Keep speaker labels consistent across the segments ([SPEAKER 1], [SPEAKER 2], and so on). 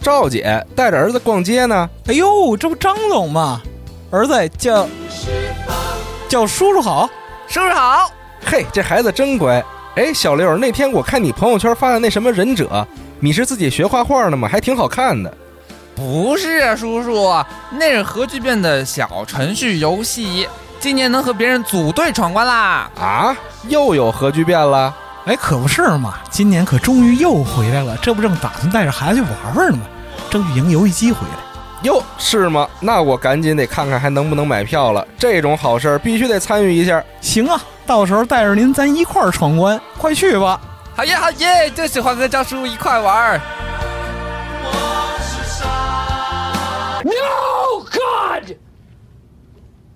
[SPEAKER 1] 赵姐带着儿子逛街呢，
[SPEAKER 2] 哎呦，这不张总吗？儿子叫叫叔叔好，
[SPEAKER 3] 叔叔好，
[SPEAKER 1] 嘿，这孩子真乖。哎，小刘，那天我看你朋友圈发的那什么忍者，你是自己学画画的吗？还挺好看的。
[SPEAKER 3] 不是啊，叔叔，那是核聚变的小程序游戏，今年能和别人组队闯关啦！
[SPEAKER 1] 啊，又有核聚变了。
[SPEAKER 2] 哎，可不是嘛，今年可终于又回来了，这不正打算带着孩子去玩玩呢吗？争取赢游戏机回来。
[SPEAKER 1] 哟，是吗？那我赶紧得看看还能不能买票了。这种好事儿必须得参与一下。
[SPEAKER 2] 行啊，到时候带着您咱一块儿闯关，快去吧！
[SPEAKER 3] 好耶好耶，就喜欢跟张叔一块玩儿。
[SPEAKER 4] No, God!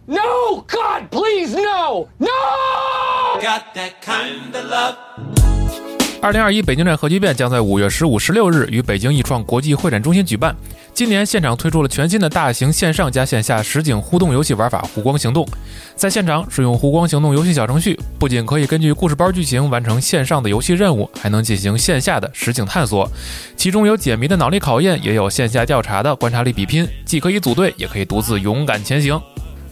[SPEAKER 4] No, God, please, no! No!
[SPEAKER 5] Got that kind of love.
[SPEAKER 6] 二零二一北京站核聚变将在五月十五、十六日于北京易创国际会展中心举办。今年现场推出了全新的大型线上加线下实景互动游戏玩法“湖光行动”。在现场使用“湖光行动”游戏小程序，不仅可以根据故事包剧情完成线上的游戏任务，还能进行线下的实景探索。其中有解谜的脑力考验，也有线下调查的观察力比拼，既可以组队，也可以独自勇敢前行。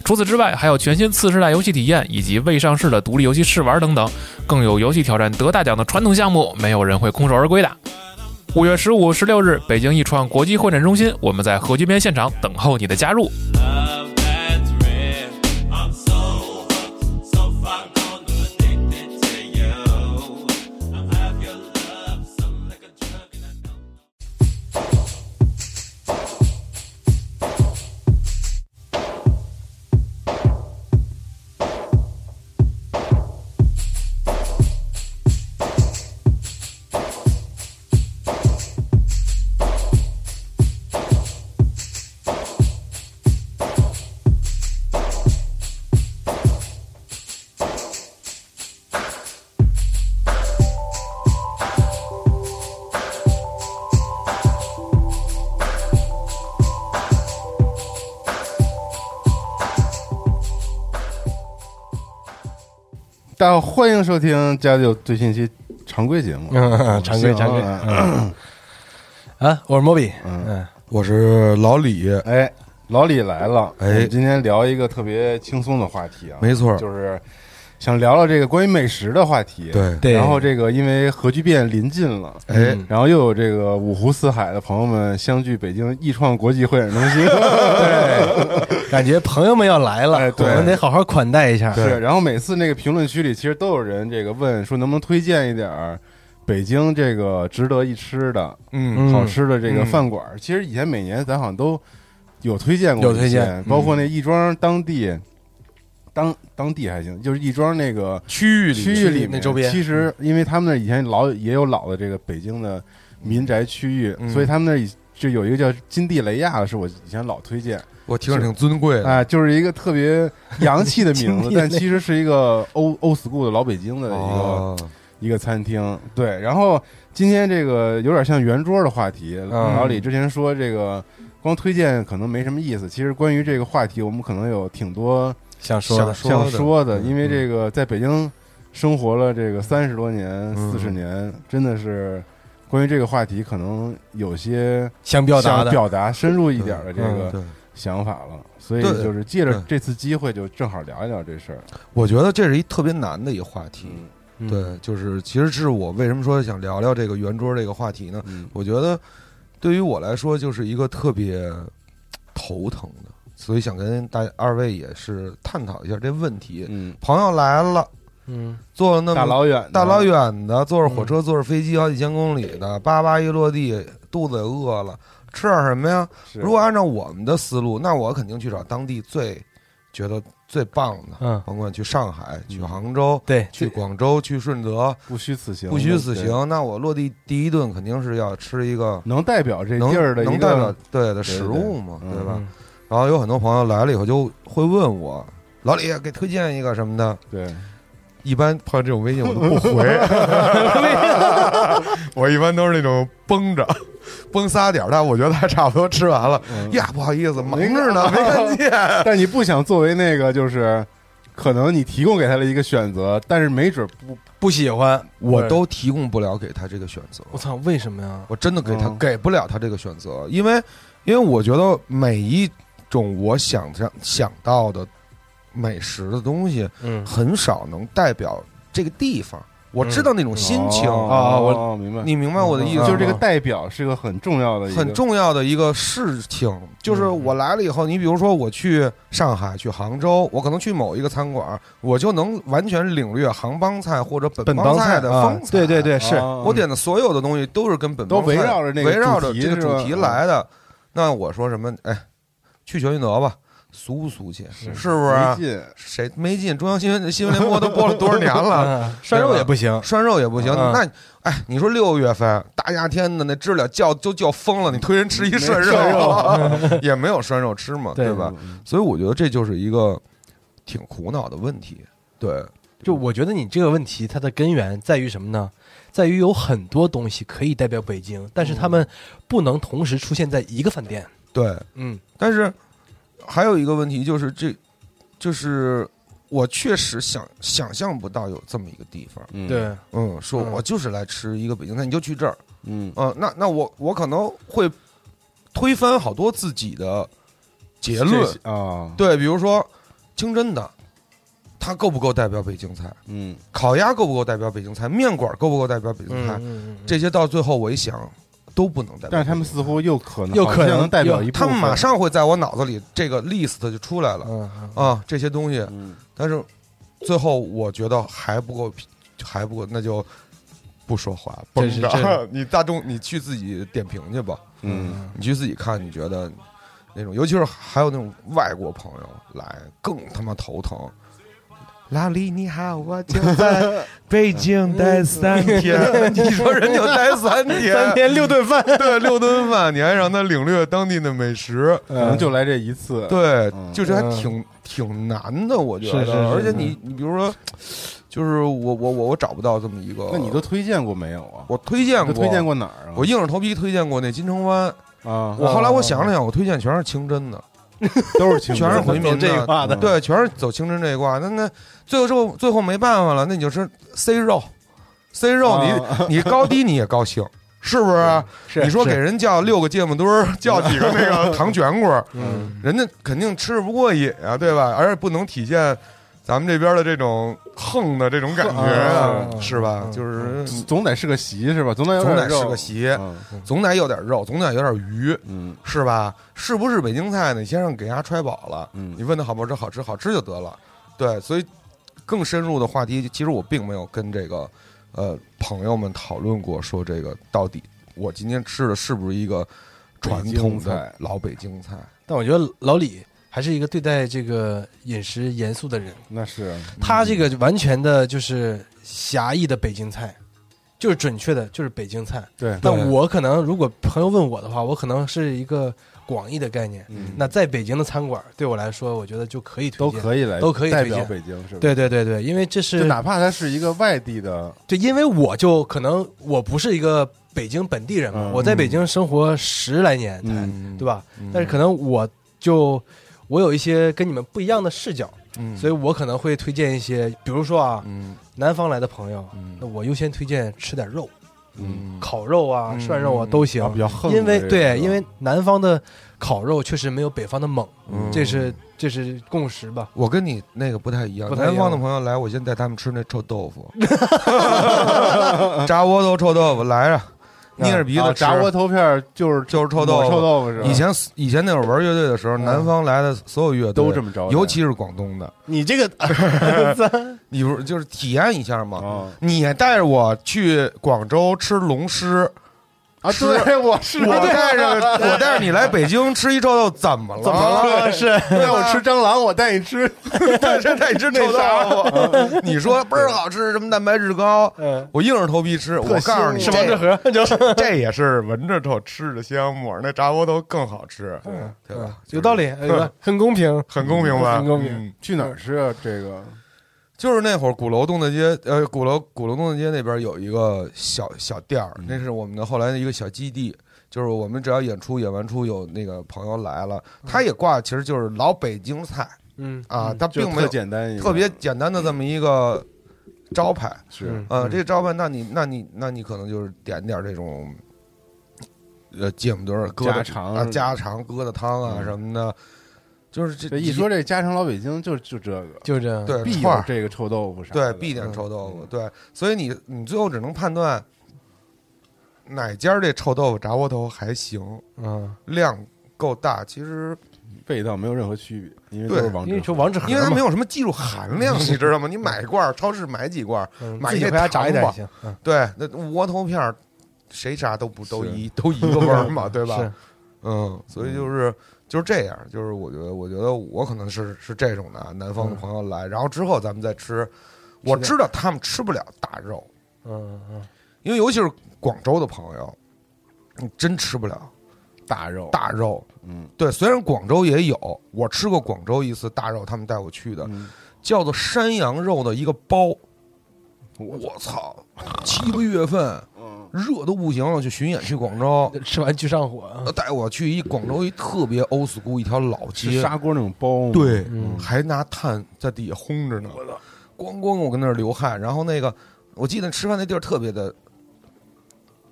[SPEAKER 6] 除此之外，还有全新次世代游戏体验以及未上市的独立游戏试玩等等，更有游戏挑战得大奖的传统项目，没有人会空手而归的。五月十五、十六日，北京易创国际会展中心，我们在核聚变现场等候你的加入。
[SPEAKER 5] Love that's real. I'm so hooked, so far gone, I'm addicted to you. I have your love, something like a drug, and I don't.
[SPEAKER 7] 大家好，欢迎收听《家里有最新一期》常规节目，
[SPEAKER 8] 嗯， 常规
[SPEAKER 7] 行
[SPEAKER 8] 常规
[SPEAKER 7] 啊
[SPEAKER 8] 嗯啊！我是莫比，嗯，
[SPEAKER 9] 我是老李，
[SPEAKER 7] 哎，老李来了，
[SPEAKER 9] 哎
[SPEAKER 7] 我们今天聊一个特别轻松的话题啊，
[SPEAKER 9] 没错
[SPEAKER 7] 就是想聊聊这个关于美食的话题。
[SPEAKER 9] 对
[SPEAKER 8] 对嗯
[SPEAKER 7] 然后这个因为核聚变临近了，
[SPEAKER 9] 哎
[SPEAKER 7] 然后又有这个五湖四海的朋友们相聚北京易创国际会展中心，
[SPEAKER 8] 对，感觉朋友们要来了
[SPEAKER 7] 哎，
[SPEAKER 8] 我
[SPEAKER 7] 对
[SPEAKER 8] 们得好好款待 一下。
[SPEAKER 7] 是。然后每次那个评论区里，其实都有人这个问说能不能推荐一点儿北京这个值得一吃的，
[SPEAKER 8] 嗯
[SPEAKER 7] 好吃的这个饭馆儿，其实以前每年咱好像都有推荐过一些，
[SPEAKER 8] 有推荐
[SPEAKER 7] 包括那亦庄当地、当当地还行，就是亦庄那个
[SPEAKER 8] 区域
[SPEAKER 7] 区域里面，
[SPEAKER 8] 那周边，
[SPEAKER 7] 其实因为他们那儿以前老也有老的这个北京的民宅区域，
[SPEAKER 8] 嗯
[SPEAKER 7] 所以他们那儿以就有一个叫金地雷亚的，是我以前老推荐，
[SPEAKER 9] 我听着挺尊贵的，
[SPEAKER 7] 啊、就是一个特别洋气的
[SPEAKER 8] 金
[SPEAKER 7] 名 字
[SPEAKER 8] 地，雷
[SPEAKER 7] 但其实是一个欧欧 school 的老北京的一个、
[SPEAKER 9] 哦，
[SPEAKER 7] 一个餐厅，对。然后今天这个有点像圆桌的话题，
[SPEAKER 9] 嗯
[SPEAKER 7] 老李之前说这个光推荐可能没什么意思，其实关于这个话题，我们可能有挺多
[SPEAKER 8] 想说的，
[SPEAKER 9] 说的
[SPEAKER 7] 想说的，
[SPEAKER 9] 嗯
[SPEAKER 7] 因为这个在北京生活了这个三十多年、
[SPEAKER 9] 嗯
[SPEAKER 7] 四十年，真的是关于这个话题，可能有些
[SPEAKER 8] 想表达
[SPEAKER 7] 想
[SPEAKER 8] 的，
[SPEAKER 7] 表达深入一点的这
[SPEAKER 9] 嗯
[SPEAKER 7] 个
[SPEAKER 9] 对
[SPEAKER 7] 想法了，所以
[SPEAKER 9] 对嗯
[SPEAKER 7] 就是借着
[SPEAKER 9] 对
[SPEAKER 7] 这次机会，就正好聊一聊这事儿。
[SPEAKER 9] 我觉得这是一特别难的一个话题。
[SPEAKER 8] 嗯
[SPEAKER 9] 对，就是其实是我为什么说想聊聊这个圆桌这个话题呢？
[SPEAKER 7] 嗯
[SPEAKER 9] 我觉得对于我来说就是一个特别头疼的，所以想跟大家二位也是探讨一下这问题。
[SPEAKER 7] 嗯，
[SPEAKER 9] 朋友来了，
[SPEAKER 8] 嗯，
[SPEAKER 9] 坐了那
[SPEAKER 7] 大
[SPEAKER 9] 么
[SPEAKER 7] 老远的，
[SPEAKER 9] 大老远的，坐着火车，坐着飞机，好几千公里
[SPEAKER 7] 嗯
[SPEAKER 9] 的，叭叭一落地，肚子也饿了，吃点什么呀？
[SPEAKER 7] 是，
[SPEAKER 9] 如果按照我们的思路，那我肯定去找当地最觉得最棒的，
[SPEAKER 8] 嗯
[SPEAKER 9] 甭管去上海、去杭州、
[SPEAKER 8] 对，
[SPEAKER 9] 去广州、去顺德，
[SPEAKER 7] 不虚此行，
[SPEAKER 9] 不虚此
[SPEAKER 7] 对
[SPEAKER 9] 行。那我落地第一顿肯定是要吃一个
[SPEAKER 7] 能代表这
[SPEAKER 9] 能
[SPEAKER 7] 地儿的一
[SPEAKER 9] 能代表
[SPEAKER 7] 个
[SPEAKER 9] 对的食物嘛，
[SPEAKER 7] 对对
[SPEAKER 9] 对吧
[SPEAKER 8] 嗯？
[SPEAKER 9] 然后有很多朋友来了以后就会问我，老李给推荐一个什么的，
[SPEAKER 7] 对，
[SPEAKER 9] 一般碰到这种微信我都不回，我一般都是那种绷着，绷仨点儿，但我觉得还差不多吃
[SPEAKER 7] 嗯
[SPEAKER 9] 完了。呀，不好意思，忙着呢，没看见。
[SPEAKER 7] 但你不想作为那个就是可能你提供给他了一个选择，但是没准不
[SPEAKER 8] 不喜欢，
[SPEAKER 9] 我都提供不了给他这个选择。
[SPEAKER 8] 我操，为什么呀？
[SPEAKER 9] 我真的给他、
[SPEAKER 7] 嗯
[SPEAKER 9] 给不了他这个选择，因为因为我觉得每一种我想象想到的美食的东西，
[SPEAKER 8] 嗯
[SPEAKER 9] 很少能代表这个地方。我知道那种心情
[SPEAKER 7] 哦
[SPEAKER 9] 啊，我
[SPEAKER 7] 哦明白，
[SPEAKER 9] 你明白我的意思吗，
[SPEAKER 7] 就是这个代表是个很重要的一个，嗯
[SPEAKER 9] 很重要的一个事情，就是我来了以后，你比如说我去上海、去杭州，我可能去某一个餐馆，我就能完全领略杭帮菜或者
[SPEAKER 8] 本
[SPEAKER 9] 本
[SPEAKER 8] 帮
[SPEAKER 9] 帮
[SPEAKER 8] 菜
[SPEAKER 9] 的
[SPEAKER 8] 啊
[SPEAKER 9] 风，采。
[SPEAKER 8] 对对对，是
[SPEAKER 7] 哦
[SPEAKER 9] 我点的所有的东西都是跟本帮
[SPEAKER 7] 都围
[SPEAKER 9] 菜
[SPEAKER 7] 绕着那个
[SPEAKER 9] 围绕着
[SPEAKER 7] 主题啊
[SPEAKER 9] 这个
[SPEAKER 7] 是吧
[SPEAKER 9] 主题来的。那我说什么？哎，去全聚德吧，俗不俗气？是啊不
[SPEAKER 7] 没
[SPEAKER 9] 是？
[SPEAKER 7] 劲，
[SPEAKER 9] 谁没进？中央新闻新闻联播都播了多少年 了？
[SPEAKER 8] 嗯涮肉也不行，
[SPEAKER 9] 涮肉也不行，
[SPEAKER 8] 嗯
[SPEAKER 9] 那哎，你说六月份大夏天的那知了叫就叫疯了，你推人吃一涮肉， 也没有涮肉吃嘛，
[SPEAKER 8] 对嗯
[SPEAKER 9] 对吧？所以我觉得这就是一个挺苦恼的问题。对，
[SPEAKER 8] 就我觉得你这个问题，它的根源在于什么呢？在于有很多东西可以代表北京，
[SPEAKER 9] 嗯
[SPEAKER 8] 但是他们不能同时出现在一个饭店。
[SPEAKER 9] 对，
[SPEAKER 8] 嗯，
[SPEAKER 9] 但是还有一个问题就是这，就是我确实想想象不到有这么一个地方。
[SPEAKER 7] 嗯，
[SPEAKER 8] 对，
[SPEAKER 9] 嗯，说
[SPEAKER 8] 嗯
[SPEAKER 9] 我就是来吃一个北京菜，你就去这儿。
[SPEAKER 7] 嗯，
[SPEAKER 9] 嗯，那那我我可能会推翻好多自己的结论。
[SPEAKER 7] 这啊，
[SPEAKER 9] 对，比如说清真的，它够不够代表北京菜？
[SPEAKER 7] 嗯，
[SPEAKER 9] 烤鸭够不够代表北京菜？面馆够不够代表北京菜？
[SPEAKER 8] 嗯，
[SPEAKER 9] 这些到最后我一想，都不能代表北京菜。
[SPEAKER 7] 但是他们似乎又可能
[SPEAKER 8] 又可能
[SPEAKER 7] 好像代表一部
[SPEAKER 9] 他
[SPEAKER 7] 分，
[SPEAKER 9] 们马上会在我脑子里这个 list 就出来了。
[SPEAKER 8] 嗯，
[SPEAKER 9] 啊，这些东西，
[SPEAKER 7] 嗯，
[SPEAKER 9] 但是最后我觉得还不够，还不够，那就不说话，
[SPEAKER 8] 这
[SPEAKER 9] 绷
[SPEAKER 8] 是
[SPEAKER 9] 着。 你大众，你去自己点评去吧，
[SPEAKER 7] 嗯，
[SPEAKER 9] 你去自己看，你觉得那种，尤其是还有那种外国朋友来，更他妈头疼。老李你好，我就 在北京待三天。你说人就待三 天，
[SPEAKER 8] 三天六顿饭，
[SPEAKER 9] 对六顿饭，你还让他领略当地的美食，
[SPEAKER 7] 可能就来这一次，
[SPEAKER 9] 对
[SPEAKER 7] 嗯，
[SPEAKER 9] 就是还
[SPEAKER 8] 嗯
[SPEAKER 9] 挺挺难的，我觉
[SPEAKER 8] 是是是
[SPEAKER 9] 得。而且你你比如说，就是我我我我找不到这么一个，
[SPEAKER 7] 那你都推荐过没有啊？
[SPEAKER 9] 哦我推荐
[SPEAKER 7] 都
[SPEAKER 9] 过，
[SPEAKER 7] 推荐，过哪儿啊？
[SPEAKER 9] 我硬着头皮推荐过那金城湾。
[SPEAKER 7] 啊，
[SPEAKER 9] 我后来我想了想，我推荐全是清真的，
[SPEAKER 7] 都是清
[SPEAKER 9] 全是回
[SPEAKER 7] 回
[SPEAKER 9] 民
[SPEAKER 8] 这一
[SPEAKER 9] 的，
[SPEAKER 8] 挂的
[SPEAKER 7] 嗯
[SPEAKER 9] 对，全是走清真这一挂。那那最后之后最后没办法了，那你就吃 C 肉，C 肉
[SPEAKER 7] 啊
[SPEAKER 9] 你你高低你也高兴。是不是？
[SPEAKER 8] 嗯是
[SPEAKER 9] 你说给人叫六个芥末墩儿，叫几个那 个糖卷果儿，
[SPEAKER 8] 嗯，
[SPEAKER 9] 人家肯定吃不过瘾啊，对吧？而且不能体现咱们这边的这种横的这种感觉啊，
[SPEAKER 8] 啊
[SPEAKER 9] 是吧？
[SPEAKER 8] 嗯
[SPEAKER 9] 就是
[SPEAKER 7] 总得是个席是吧？总得有
[SPEAKER 9] 总
[SPEAKER 7] 点
[SPEAKER 9] 得
[SPEAKER 7] 肉
[SPEAKER 9] 是个，席，
[SPEAKER 7] 嗯
[SPEAKER 9] 总得有点肉，总得有点鱼，
[SPEAKER 7] 嗯
[SPEAKER 9] 是吧？是不是北京菜呢？你先让给人家揣饱了，你
[SPEAKER 7] 嗯
[SPEAKER 9] 问他好不好吃，好吃好吃就得了。对，所以更深入的话题，其实我并没有跟这个呃朋友们讨论过，说这个到底我今天吃的是不是一个传统
[SPEAKER 7] 北京菜
[SPEAKER 9] 的老北京菜？
[SPEAKER 8] 但我觉得老李还是一个对待这个饮食严肃的人，
[SPEAKER 7] 那是
[SPEAKER 8] 他这个完全的就是狭义的北京菜，就是准确的，就是北京菜。
[SPEAKER 7] 对，
[SPEAKER 8] 但我可能如果朋友问我的话，我可能是一个广义的概念。
[SPEAKER 7] 嗯
[SPEAKER 8] 那在北京的餐馆，对我来说，我觉得就可以推
[SPEAKER 7] 都
[SPEAKER 8] 荐。
[SPEAKER 7] 可以来
[SPEAKER 8] 都可以
[SPEAKER 7] 代
[SPEAKER 8] 推荐
[SPEAKER 7] 表北京是吧？
[SPEAKER 8] 对对对对，因为这
[SPEAKER 7] 就是哪怕它是一个外地的，
[SPEAKER 8] 就因为我就可能我不是一个北京本地人嘛，
[SPEAKER 7] 嗯
[SPEAKER 8] 我在北京生活十来年才，
[SPEAKER 7] 嗯
[SPEAKER 8] 对吧？但是可能我就我有一些跟你们不一样的视角，
[SPEAKER 9] 嗯
[SPEAKER 8] 所以我可能会推荐一些，比如说啊，
[SPEAKER 9] 嗯
[SPEAKER 8] 南方来的朋友，
[SPEAKER 9] 嗯
[SPEAKER 8] 那我优先推荐吃点肉，
[SPEAKER 7] 嗯，
[SPEAKER 8] 烤肉啊、
[SPEAKER 9] 嗯
[SPEAKER 8] 涮肉啊都行
[SPEAKER 7] 啊，比较横的这
[SPEAKER 8] 因
[SPEAKER 7] 个，
[SPEAKER 8] 为对，
[SPEAKER 7] 是吧
[SPEAKER 8] 因为南方的烤肉确实没有北方的猛，
[SPEAKER 9] 嗯
[SPEAKER 8] 这是这是共识吧？
[SPEAKER 9] 我跟你那个不太一样，
[SPEAKER 8] 不太一样
[SPEAKER 9] 南方的朋友来，我先带他们吃那臭豆腐， 炸窝头臭豆腐来
[SPEAKER 8] 啊
[SPEAKER 9] 着，捏着鼻子
[SPEAKER 7] 啊
[SPEAKER 9] 吃
[SPEAKER 7] 炸窝头片儿就是
[SPEAKER 9] 就是臭豆
[SPEAKER 7] 抹臭
[SPEAKER 9] 腐。
[SPEAKER 7] 豆腐是吧？
[SPEAKER 9] 以前以前那会儿玩乐队的时候，
[SPEAKER 8] 嗯
[SPEAKER 9] 南方来的所有乐队
[SPEAKER 7] 都这么着的，
[SPEAKER 9] 尤其是广东的，
[SPEAKER 8] 你这个
[SPEAKER 9] 你不是就是体验一下吗？
[SPEAKER 7] 啊
[SPEAKER 9] 你带着我去广州吃龙狮，
[SPEAKER 7] 啊，
[SPEAKER 9] 哦吃
[SPEAKER 7] 对，我是
[SPEAKER 9] 我啊 带着我带着你来北京吃一臭豆， 怎么了？啊
[SPEAKER 7] 怎么 了？啊是让我吃蟑螂，我带你吃
[SPEAKER 9] 但是那只臭豆腐，你说倍儿好吃，什么蛋白质高，我硬着头皮吃。我告诉你，
[SPEAKER 7] 腥
[SPEAKER 9] 这
[SPEAKER 8] 这盒
[SPEAKER 9] 这这也是闻着臭，吃着香，抹那炸窝头更好吃，对吧？
[SPEAKER 8] 有道理，呃很公平，
[SPEAKER 9] 很公平吧？
[SPEAKER 8] 很公平
[SPEAKER 9] 嗯
[SPEAKER 7] 去哪儿吃啊？这个
[SPEAKER 9] 就是那会儿鼓楼东大街，呃，鼓楼鼓楼东大街那边有一个小小店儿，那是我们的后来的一个小基地。就是我们只要演出演完出有那个朋友来了，他也挂，其实就是老北京菜，
[SPEAKER 8] 嗯
[SPEAKER 9] 啊，它
[SPEAKER 7] 就
[SPEAKER 9] 并没
[SPEAKER 7] 特
[SPEAKER 9] 有
[SPEAKER 7] 简单一个，
[SPEAKER 9] 特别简单的这么一个招牌。
[SPEAKER 7] 是
[SPEAKER 9] 呃，这个招牌，那你那你那你可能就是点点这种，呃，芥末墩儿疙瘩
[SPEAKER 7] 家常
[SPEAKER 9] 啊，家常疙瘩汤啊
[SPEAKER 7] 嗯
[SPEAKER 9] 什么的，就是这
[SPEAKER 7] 这一说这家常老北京就就这个，
[SPEAKER 8] 就这样。
[SPEAKER 9] 对
[SPEAKER 7] 必
[SPEAKER 9] 串
[SPEAKER 7] 有
[SPEAKER 9] 儿
[SPEAKER 7] 这个臭豆腐啥
[SPEAKER 9] 对
[SPEAKER 7] 的，
[SPEAKER 9] 必点
[SPEAKER 7] 嗯
[SPEAKER 9] 臭豆腐，对，所以你你最后只能判断哪家儿这臭豆腐炸窝头还行，
[SPEAKER 8] 嗯，
[SPEAKER 9] 量够大，其实
[SPEAKER 7] 嗯味道没有任何区别，因为都是
[SPEAKER 9] 对
[SPEAKER 7] 王
[SPEAKER 8] 因
[SPEAKER 7] 者
[SPEAKER 8] 为说王致和
[SPEAKER 9] 因为它
[SPEAKER 8] 嘛
[SPEAKER 9] 没有什么技术含 量，你知道吗？你买一罐儿，超市买几罐儿，
[SPEAKER 8] 嗯
[SPEAKER 9] 买
[SPEAKER 8] 自
[SPEAKER 9] 一
[SPEAKER 8] 己
[SPEAKER 9] 些
[SPEAKER 8] 回家炸一点也
[SPEAKER 9] 糖
[SPEAKER 8] 行。嗯，
[SPEAKER 9] 对，那窝头片儿谁炸都不都
[SPEAKER 7] 是
[SPEAKER 9] 一都一个味 儿嘛，对吧？
[SPEAKER 8] 是
[SPEAKER 9] 嗯，所以就是就是这样，就是我觉得，我觉得我可能是是这种的，南
[SPEAKER 8] 嗯
[SPEAKER 9] 方的朋友来，然后之后咱们再吃。我知道他们吃不了大肉，
[SPEAKER 8] 嗯嗯，
[SPEAKER 9] 因为尤其是广州的朋友，你真吃不了
[SPEAKER 7] 大肉，
[SPEAKER 9] 大肉。
[SPEAKER 7] 嗯
[SPEAKER 9] 对，虽然广州也有，我吃过广州一次大肉，他们带我去的，
[SPEAKER 7] 嗯，
[SPEAKER 9] 叫做山羊肉的一个包。我操，七八月份，热都不行了，去巡演去广州，
[SPEAKER 8] 吃完去上火啊。
[SPEAKER 9] 带我去一广州一特别 old school 一条老
[SPEAKER 7] 是
[SPEAKER 9] 街，
[SPEAKER 7] 砂锅那种包吗，
[SPEAKER 9] 对，
[SPEAKER 8] 嗯
[SPEAKER 9] 还拿炭在底下烘着呢，咣咣我跟那儿流汗。然后那个，我记得吃饭那地儿特别的，